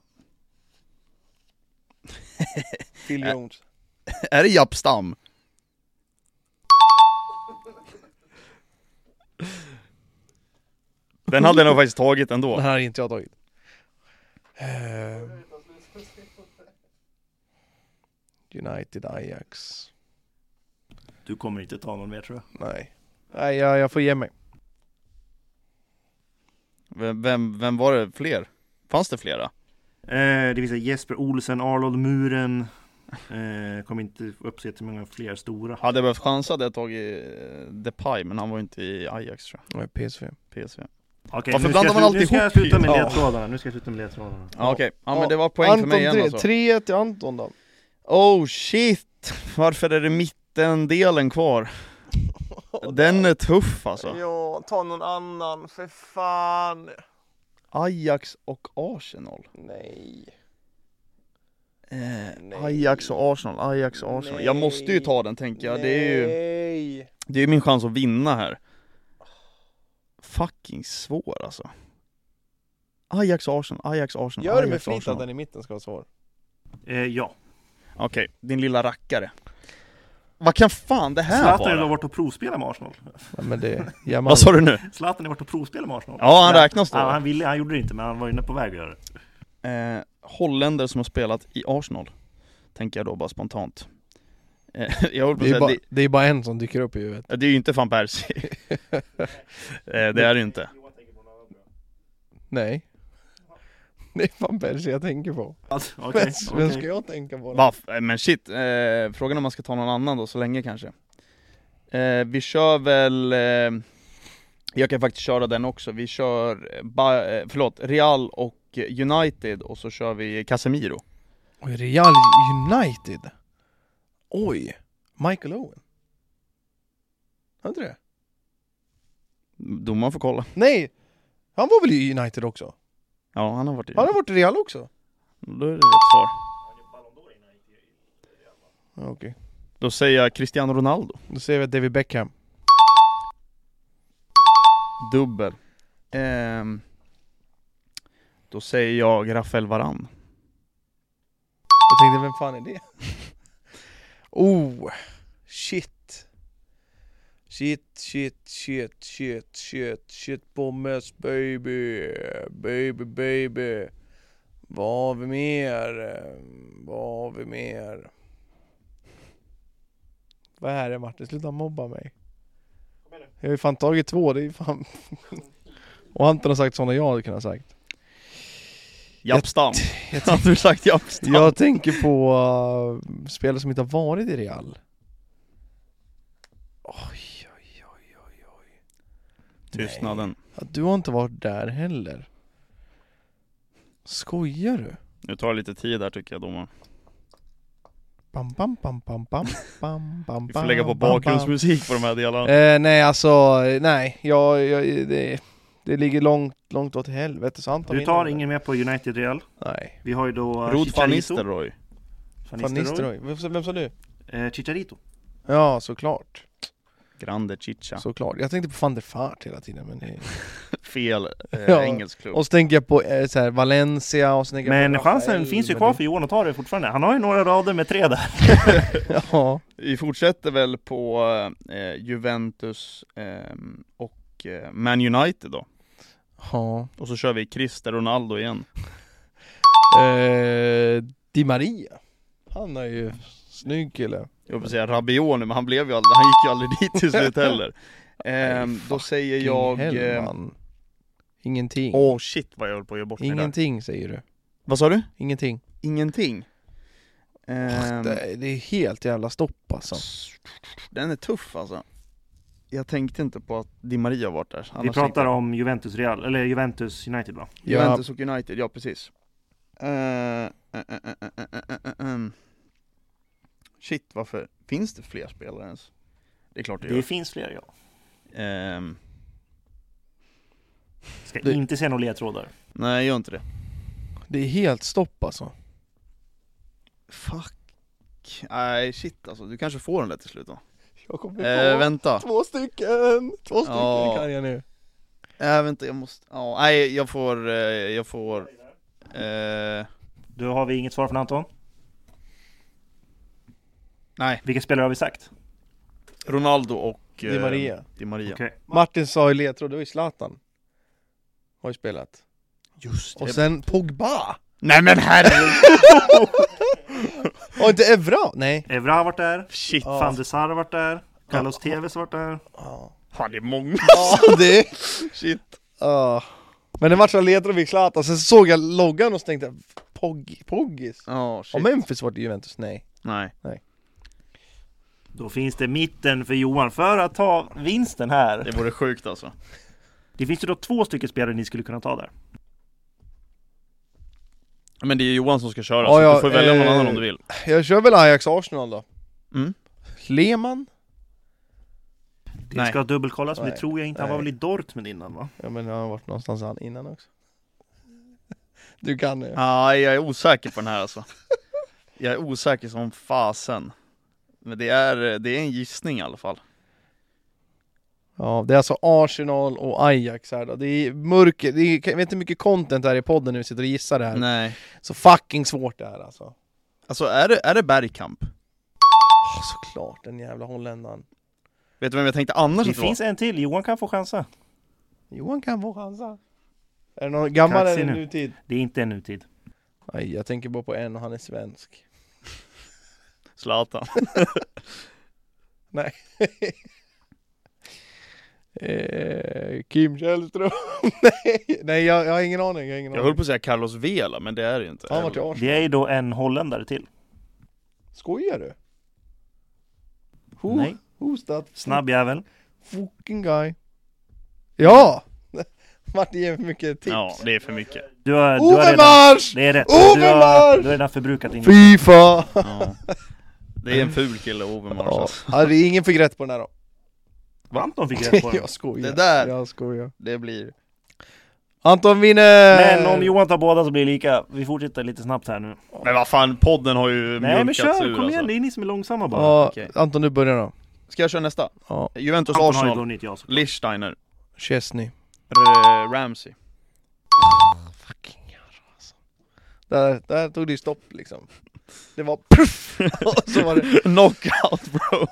[SPEAKER 2] Phil Jones
[SPEAKER 1] Är det Jappstam? Den hade jag nog faktiskt tagit
[SPEAKER 2] Den
[SPEAKER 1] ändå
[SPEAKER 2] här har inte jag tagit Ehm. United Ajax
[SPEAKER 3] Du kommer inte ta någon mer tror jag.
[SPEAKER 2] Nej Nej jag, jag får ge mig
[SPEAKER 1] Vem, vem, vem var det fler? Fanns det flera?
[SPEAKER 3] Eh, det vill säga Jesper Olsen, Arnold Muren. Eh, kommer inte upp så många fler stora.
[SPEAKER 1] Hade jag behövt chansa hade jag tagit eh, Depay, men han var ju inte i Ajax tror
[SPEAKER 2] Nej, PSV
[SPEAKER 1] jag, PSV Varför
[SPEAKER 3] Okej, nu ska
[SPEAKER 1] blandar
[SPEAKER 3] jag
[SPEAKER 1] man
[SPEAKER 3] slu-
[SPEAKER 1] alltid
[SPEAKER 3] Nu ska
[SPEAKER 1] ihop
[SPEAKER 3] jag sluta
[SPEAKER 1] ju?
[SPEAKER 3] med
[SPEAKER 1] Ja.
[SPEAKER 3] ledtrådarna. Nu ska jag sluta med ledtrådarna.
[SPEAKER 1] Ja, Ah, Okej, ja men det var poäng
[SPEAKER 2] Anton
[SPEAKER 1] för mig igen
[SPEAKER 2] tre-
[SPEAKER 1] alltså
[SPEAKER 2] tre till Anton då
[SPEAKER 1] Oh shit! Varför är det mittendelen kvar? Den är tuff alltså
[SPEAKER 2] Ja, ta någon annan, för fan
[SPEAKER 1] Ajax och Arsenal
[SPEAKER 2] Nej
[SPEAKER 1] eh, Ajax och Arsenal, Ajax och Arsenal Jag
[SPEAKER 2] Nej.
[SPEAKER 1] måste ju ta den tänker jag, det är ju
[SPEAKER 2] Nej
[SPEAKER 1] Det är ju min chans att vinna här. Fucking svår alltså. Ajax Arsenal, Ajax Arsenal,
[SPEAKER 2] Gör det med
[SPEAKER 1] Ajax
[SPEAKER 2] flit att
[SPEAKER 1] Arsenal.
[SPEAKER 2] den i mitten ska vara svår
[SPEAKER 3] Eh, ja.
[SPEAKER 1] Okej, din lilla rackare. Vad kan fan det här
[SPEAKER 3] Zlatan har ju
[SPEAKER 1] vara?
[SPEAKER 3] varit och provspela med Arsenal.
[SPEAKER 2] ja, men det, ja, man,
[SPEAKER 1] Vad sa du nu?
[SPEAKER 3] Zlatan har varit och provspela med Arsenal.
[SPEAKER 1] Ja, han räknas då.
[SPEAKER 3] Ja, han ville, han gjorde det inte, men han var inne på väg att göra det.
[SPEAKER 1] Eh, holländare som har spelat i Arsenal. Tänker jag då bara spontant. Eh, jag håller på att
[SPEAKER 2] det, är
[SPEAKER 1] säga,
[SPEAKER 2] bara,
[SPEAKER 1] det,
[SPEAKER 2] det är bara en som dyker upp i huvudet
[SPEAKER 1] det är ju inte van Persie. eh, det är det ju inte.
[SPEAKER 2] Nej Det är fan Persie jag tänker på
[SPEAKER 3] Alltså, okej,
[SPEAKER 2] Vem-
[SPEAKER 3] okej.
[SPEAKER 2] Vem ska jag tänka på då?
[SPEAKER 1] Va, f- eh, men shit, eh, frågan om man ska ta någon annan då, så länge kanske eh, Vi kör väl eh, Jag kan faktiskt köra den också, vi kör eh, ba, eh, förlåt, Real och United och så kör vi Casemiro
[SPEAKER 2] Oj, Real United Oj, Michael Owen Har inte det?
[SPEAKER 1] Domaren får kolla
[SPEAKER 2] Nej! Han var väl i United också?
[SPEAKER 1] Ja, han har varit i
[SPEAKER 2] Han har varit i Real också?
[SPEAKER 1] Då är det rätt svar
[SPEAKER 2] Ja, Okej,
[SPEAKER 1] Då säger jag Cristiano Ronaldo
[SPEAKER 2] då säger vi att David Beckham
[SPEAKER 1] Dubbel Ehm, Då säger jag Rafael Varan
[SPEAKER 2] Jag tänkte, vem fan är det? Oh, Shit. Shit, shit, shit, shit, shit, shit pommes baby, baby, baby. Vad har vi mer? Ehm, Vad har vi mer? Vad är det Martin? Sluta mobba mig. Jag har ju fan tagit två, det är ju fan... Och Anton har sagt sådana jag hade kunnat sagt.
[SPEAKER 1] Jappstam.
[SPEAKER 2] jag
[SPEAKER 1] Hade du sagt Jappstam?
[SPEAKER 2] Jag tänker på eh, spelare som inte har varit i Real. Oj, oj, oj, oj, oj.
[SPEAKER 1] Tystnaden.
[SPEAKER 2] Ja, du har inte varit där heller. Skojar du?
[SPEAKER 1] Nu tar det lite tid här tycker jag domaren.
[SPEAKER 2] Bam, bam, bam, bam, bam, bam, bam,
[SPEAKER 1] Vi får lägga på
[SPEAKER 2] bam, bam, bam.
[SPEAKER 1] bakgrundsmusik på de här delarna.
[SPEAKER 2] Eh, nej alltså, eh, nej, jag, jag, det, det ligger långt, långt åt helvete så Anton
[SPEAKER 3] Du
[SPEAKER 2] vinner
[SPEAKER 3] tar
[SPEAKER 2] den.
[SPEAKER 3] ingen med på United Real.
[SPEAKER 2] Nej,
[SPEAKER 3] Vi har ju då eh,
[SPEAKER 1] Rod van
[SPEAKER 3] Chicharito.
[SPEAKER 1] Nistelrooy.
[SPEAKER 3] Van
[SPEAKER 2] Van
[SPEAKER 3] Nistelrooy.
[SPEAKER 2] Nistelrooy, vem, vem sa du?
[SPEAKER 3] Eh, Chicharito.
[SPEAKER 2] Ja, såklart,
[SPEAKER 1] Grande Chicha.
[SPEAKER 2] såklart. Jag tänkte på van der Vaart hela tiden men det...
[SPEAKER 1] Fel eh,
[SPEAKER 2] Ja.
[SPEAKER 1] engelsk klubb.
[SPEAKER 2] Och så tänker jag på eh, så här, Valencia och så tänker jag
[SPEAKER 3] Men
[SPEAKER 2] på Rafael,
[SPEAKER 3] chansen finns ju
[SPEAKER 2] men
[SPEAKER 3] kvar
[SPEAKER 2] det-
[SPEAKER 3] för Johan att ta det fortfarande. Han har ju några rader med tre där.
[SPEAKER 2] Ja,
[SPEAKER 1] Vi fortsätter väl på eh, Juventus ehm, och eh, Man United då.
[SPEAKER 2] ja.
[SPEAKER 1] Och så kör vi Crister Ronaldo igen.
[SPEAKER 2] Eh, Di Maria. Han är ju snygg kille.
[SPEAKER 1] Jag vill säga Rabiot nu, men han blev ju aldrig, han gick ju aldrig dit till slut heller. Ehm, då säger jag...
[SPEAKER 2] King
[SPEAKER 1] eh,
[SPEAKER 2] Hellman. Ingenting.
[SPEAKER 1] Åh shit vad jag höll på att göra bort mig där.
[SPEAKER 2] Ingenting säger du.
[SPEAKER 1] Vad sa du?
[SPEAKER 2] Ingenting.
[SPEAKER 1] Ingenting. Ehm,
[SPEAKER 2] det, det är helt jävla stopp alltså.
[SPEAKER 1] den är tuff alltså. Jag tänkte inte på att Di Maria har varit där.
[SPEAKER 3] Vi
[SPEAKER 1] Annars tänkte
[SPEAKER 3] pratar
[SPEAKER 1] jag-
[SPEAKER 3] om Juventus Real, eller Juventus United va?
[SPEAKER 1] Juventus och United, ja precis. Eh, eh, eh, eh, eh, eh, eh, eh, eh. Shit, varför? Finns det fler spelare ens? Det är klart det
[SPEAKER 3] Det
[SPEAKER 1] gör.
[SPEAKER 3] finns fler ja.
[SPEAKER 1] Ehm,
[SPEAKER 3] Ska
[SPEAKER 2] Det-
[SPEAKER 3] inte se några ledtrådar.
[SPEAKER 1] nej, gör inte det.
[SPEAKER 2] Ja, det är helt stopp alltså.
[SPEAKER 1] Fuck. Nej, shit alltså. Du kanske får den där till slut då.
[SPEAKER 2] Jag kommer
[SPEAKER 1] Eh, vänta.
[SPEAKER 2] två stycken! Två stycken
[SPEAKER 1] Ja.
[SPEAKER 2] kan jag nu.
[SPEAKER 1] Äh, vänta, jag måste... Ja, nej, jag får... eh, jag får... eh,
[SPEAKER 3] Då har vi inget svar från Anton.
[SPEAKER 1] nej,
[SPEAKER 3] Vilka spelare har vi sagt?
[SPEAKER 1] Ronaldo och... eh,
[SPEAKER 2] Di Maria.
[SPEAKER 1] Di Maria.
[SPEAKER 3] Okej.
[SPEAKER 2] Martin sa ju ledtråd, det var ju Zlatan. Har ju spelat.
[SPEAKER 1] Just
[SPEAKER 2] Och
[SPEAKER 1] det.
[SPEAKER 2] sen Pogba!
[SPEAKER 1] Nej men herregud!
[SPEAKER 2] Och inte Evra! Nej.
[SPEAKER 3] Evra har varit där.
[SPEAKER 1] shit.
[SPEAKER 2] Ja.
[SPEAKER 3] Van de Sar har varit där. Carlos Tevez har varit där.
[SPEAKER 2] Ja.
[SPEAKER 1] Fan det är många.
[SPEAKER 2] Ja, det
[SPEAKER 1] Shit.
[SPEAKER 2] Ja. Ah. Men den matchen letade vi Zlatan, sen såg jag loggan och så tänkte jag Pog, Poggis?
[SPEAKER 1] Ja,
[SPEAKER 2] Har
[SPEAKER 1] shit.
[SPEAKER 2] Memphis varit i Juventus? Nej.
[SPEAKER 1] Nej.
[SPEAKER 3] Då finns det mitten för Johan för att ta vinsten här.
[SPEAKER 1] Det vore sjukt alltså.
[SPEAKER 3] Det finns ju då två stycken spelare ni skulle kunna ta där.
[SPEAKER 1] Men det är Johan som ska köra,
[SPEAKER 2] Ja,
[SPEAKER 1] så
[SPEAKER 2] ja,
[SPEAKER 1] du får välja någon
[SPEAKER 2] eh,
[SPEAKER 1] annan om du vill.
[SPEAKER 2] Jag kör väl Ajax-Arsenal då?
[SPEAKER 1] Mm.
[SPEAKER 2] Lehmann?
[SPEAKER 3] Det
[SPEAKER 1] Nej.
[SPEAKER 3] ska dubbelkollas, men det
[SPEAKER 2] Nej.
[SPEAKER 3] tror jag inte. Han var
[SPEAKER 2] Nej.
[SPEAKER 3] väl i Dortmund innan va?
[SPEAKER 2] Ja men han har varit någonstans an- innan också Du kan ju.
[SPEAKER 1] Nej, jag är osäker på den här alltså. Jag är osäker som fasen. Men det är, det är en gissning i alla fall.
[SPEAKER 2] Ja, det är alltså Arsenal och Ajax här då. Det är mörker, det är, jag vet inte hur mycket content det här i podden när vi sitter och gissar det här.
[SPEAKER 1] Nej.
[SPEAKER 2] Så fucking svårt det här alltså.
[SPEAKER 1] Alltså är det, är det Bergkamp?
[SPEAKER 2] Åh, såklart den jävla holländaren.
[SPEAKER 1] Vet du vem jag tänkte annars
[SPEAKER 3] Det
[SPEAKER 1] att det
[SPEAKER 3] finns en till. Johan kan få chansa.
[SPEAKER 2] Johan kan få chansa. Är det någon gammal
[SPEAKER 3] Kaxig
[SPEAKER 2] eller
[SPEAKER 3] nu.
[SPEAKER 2] nutid?
[SPEAKER 3] Det är inte en nutid.
[SPEAKER 2] Nej, jag tänker bara på en och han är svensk.
[SPEAKER 1] var? Zlatan.
[SPEAKER 2] Eh, Kim Källström? Nej, nej jag, jag har ingen aning. Jag har ingen
[SPEAKER 1] Jag höll
[SPEAKER 2] aning.
[SPEAKER 1] på att säga Carlos Vela, men det är det ju inte.
[SPEAKER 2] Han vart i Arsenal.
[SPEAKER 3] Det är ju då en holländare till.
[SPEAKER 2] Skojar du? Who,
[SPEAKER 3] Nej.
[SPEAKER 2] Who's that
[SPEAKER 3] Snabb
[SPEAKER 2] Mm.
[SPEAKER 3] jävel.
[SPEAKER 2] fucking guy? Ja! Martin ger för mycket tips.
[SPEAKER 1] Ja, det är för mycket.
[SPEAKER 3] Du har, du har redan...
[SPEAKER 2] Overmars!
[SPEAKER 3] Det är rätt. Du har,
[SPEAKER 2] Overmars!
[SPEAKER 3] du har redan förbrukat din...
[SPEAKER 2] Fifa!
[SPEAKER 1] Ja. Det är en ful kille, Overmars
[SPEAKER 2] Ja,
[SPEAKER 1] alltså.
[SPEAKER 2] Ja, det är ingen fick rätt på den här då.
[SPEAKER 3] Anton fick rätt på den.
[SPEAKER 2] Jag skojar.
[SPEAKER 1] Det där.
[SPEAKER 2] Jag skojar.
[SPEAKER 1] Det blir...
[SPEAKER 2] Anton vinner!
[SPEAKER 3] Men om Johan tar båda så blir det lika. Vi fortsätter lite snabbt här nu.
[SPEAKER 1] Men vad fan, podden har ju
[SPEAKER 3] Nej men
[SPEAKER 1] mjölkats
[SPEAKER 3] kör,
[SPEAKER 1] ur,
[SPEAKER 3] kom igen.
[SPEAKER 1] alltså.
[SPEAKER 3] Det är ni som är långsamma bara.
[SPEAKER 2] Ja,
[SPEAKER 1] Okej.
[SPEAKER 2] Anton du börjar då.
[SPEAKER 1] Ska jag köra nästa?
[SPEAKER 2] Ja,
[SPEAKER 1] Juventus,
[SPEAKER 3] Anton har ju
[SPEAKER 1] Arsenal,
[SPEAKER 3] vunnit jag såklart.
[SPEAKER 1] Lichsteiner,
[SPEAKER 2] Chesney.
[SPEAKER 1] R- Ramsey.
[SPEAKER 2] Där, där tog det ju stopp liksom. Det var puff! Och så var det...
[SPEAKER 1] Knockout bro!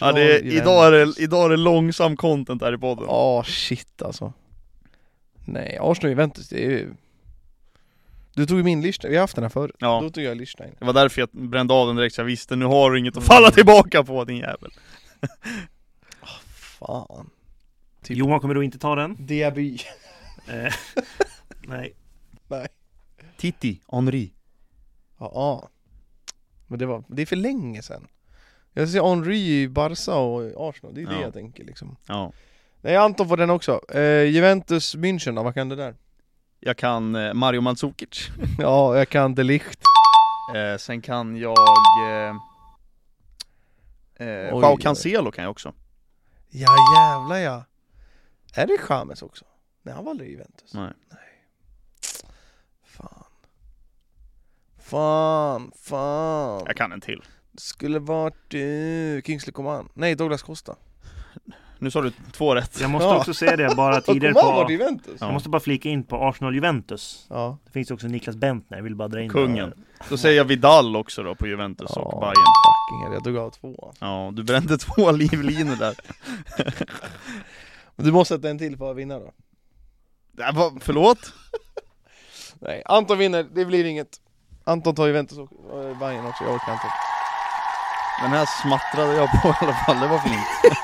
[SPEAKER 1] Ja, det är, idag, är det, idag är det långsam content här i podden.
[SPEAKER 2] Ja, shit alltså. Nej, Arsenal och Juventus, det är ju... Du tog ju min Lichtenstein, vi har haft den här förut.
[SPEAKER 1] Ja.
[SPEAKER 2] Då tog jag Lichtenstein.
[SPEAKER 1] Det var därför jag brände av den direkt, så jag visste nu har du inget att falla tillbaka på din jävel.
[SPEAKER 2] Fan. Typ.
[SPEAKER 3] Johan kommer då inte ta den.
[SPEAKER 2] Diaby.
[SPEAKER 3] Eh, Nej.
[SPEAKER 2] Nej.
[SPEAKER 1] Titti, Henri.
[SPEAKER 2] Ja, ja. Men det var, det är för länge sedan. Jag ser Henry i Barca och Arsenal, det är det
[SPEAKER 1] Ja.
[SPEAKER 2] jag tänker liksom.
[SPEAKER 1] Ja.
[SPEAKER 2] Nej, Anton får den också. Eh, Juventus München då, vad kan du där?
[SPEAKER 1] Jag kan eh, Mario Mandzukic.
[SPEAKER 2] Ja, jag kan de Ligt.
[SPEAKER 1] Eh, sen kan jag... Eh, eh,
[SPEAKER 2] Oj,
[SPEAKER 1] Joao
[SPEAKER 2] oj.
[SPEAKER 1] Cancelo kan jag också.
[SPEAKER 2] Ja jävlar ja. Är det Chames också? Nej, han var aldrig i Juventus.
[SPEAKER 1] Nej.
[SPEAKER 2] Fan. Fan, fan.
[SPEAKER 1] Jag kan en till.
[SPEAKER 2] Skulle varit du, Kingsley Coman. Nej, Douglas Costa.
[SPEAKER 1] Nu sa du två rätt.
[SPEAKER 3] Jag måste
[SPEAKER 2] Ja.
[SPEAKER 3] också säga det bara
[SPEAKER 2] Och
[SPEAKER 3] tidigare
[SPEAKER 2] Coman var det i
[SPEAKER 3] på...
[SPEAKER 2] Juventus.
[SPEAKER 3] Jag måste bara flika in på Arsenal-Juventus.
[SPEAKER 2] Ja.
[SPEAKER 3] Det finns ju också Niklas Bentner, jag vill bara dra in
[SPEAKER 1] Kungen.
[SPEAKER 3] det.
[SPEAKER 1] Då säger jag Vidal också då på Juventus och Bayern.
[SPEAKER 2] Fucking hell, jag tog av två.
[SPEAKER 1] Ja, du brände två livlinor där.
[SPEAKER 2] Men du måste sätta en till för att vinna då.
[SPEAKER 1] Nej, vad- Förlåt?
[SPEAKER 2] Nej, Anton vinner, det blir inget. Anton tar Juventus och och Bayern också, jag orkar inte.
[SPEAKER 1] Den här smattrade jag på i alla fall, det var fint.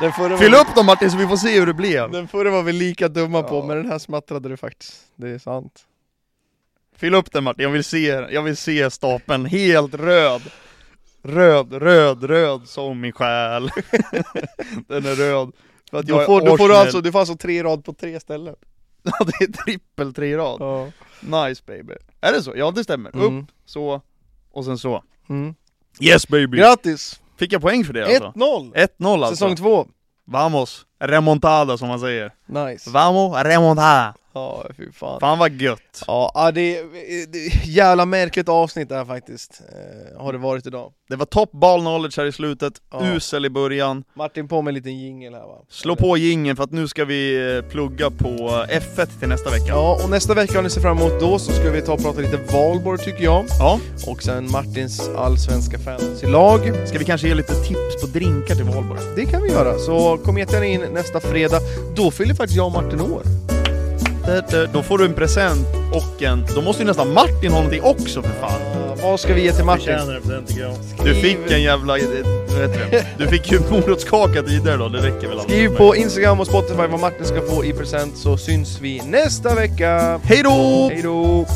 [SPEAKER 2] Den förra,
[SPEAKER 1] Fyll
[SPEAKER 2] var,
[SPEAKER 1] upp dem Martin så vi får se hur det blev.
[SPEAKER 2] den förra var vi lika dumma på,
[SPEAKER 1] Ja.
[SPEAKER 2] men den här smattrade du faktiskt. Det är sant.
[SPEAKER 1] Fyll upp den Martin, jag vill se, jag vill se stapeln helt röd. Röd, röd, röd som min själ. den är röd. För att jag
[SPEAKER 2] Du
[SPEAKER 1] är
[SPEAKER 2] får, du, får
[SPEAKER 1] Arsenal.
[SPEAKER 2] alltså, du får alltså tre rad på tre ställen.
[SPEAKER 1] Ja, det är trippel tre i rad.
[SPEAKER 2] Ja.
[SPEAKER 1] Nice baby. Är det så? Ja det stämmer. Upp,
[SPEAKER 2] Mm.
[SPEAKER 1] så, och sen så.
[SPEAKER 2] Mm.
[SPEAKER 1] Yes baby!
[SPEAKER 2] Grattis!
[SPEAKER 1] Fick jag poäng för det alltså?
[SPEAKER 2] 1-0!
[SPEAKER 1] 1-0 alltså.
[SPEAKER 2] Säsong två.
[SPEAKER 1] Vamos! Remontada som man säger.
[SPEAKER 2] Nice.
[SPEAKER 1] Vamos, remontada!
[SPEAKER 2] Ja, fy fan.
[SPEAKER 1] Fan vad gött!
[SPEAKER 2] Ja, ja, det är, det är jävla märkligt avsnitt det här faktiskt. Eh, har det varit idag.
[SPEAKER 1] Det var top ball knowledge här i slutet,
[SPEAKER 2] Ja.
[SPEAKER 1] usel i början.
[SPEAKER 2] Martin på med en liten jingel här va?
[SPEAKER 1] Slå på jingeln för att nu ska vi eh, plugga på eh, F1 till nästa vecka.
[SPEAKER 2] Ja, och nästa vecka har ni ser fram emot då så ska vi ta och prata lite valborg tycker jag.
[SPEAKER 1] Ja.
[SPEAKER 2] Och sen Martins allsvenska fantasylag.
[SPEAKER 1] Ska vi kanske ge lite tips på drinkar till valborg?
[SPEAKER 2] Det kan vi göra, så kom jättegärna in nästa fredag. Då fyller faktiskt jag och Martin år.
[SPEAKER 1] Då får du en present och en... Då måste ju nästan Martin ha någonting också för fan!
[SPEAKER 2] Eh, vad ska vi ge till Martin?
[SPEAKER 3] Förtjänar det på den tycker jag.
[SPEAKER 1] Du fick en jävla... eh, Vad heter det? Du fick ju morotskaka tidigare då, det räcker väl alltid
[SPEAKER 2] Skriv
[SPEAKER 1] för
[SPEAKER 2] på
[SPEAKER 1] mig.
[SPEAKER 2] Instagram och Spotify vad Martin ska få i present så syns vi nästa vecka.
[SPEAKER 1] Hej då!
[SPEAKER 2] Hej då!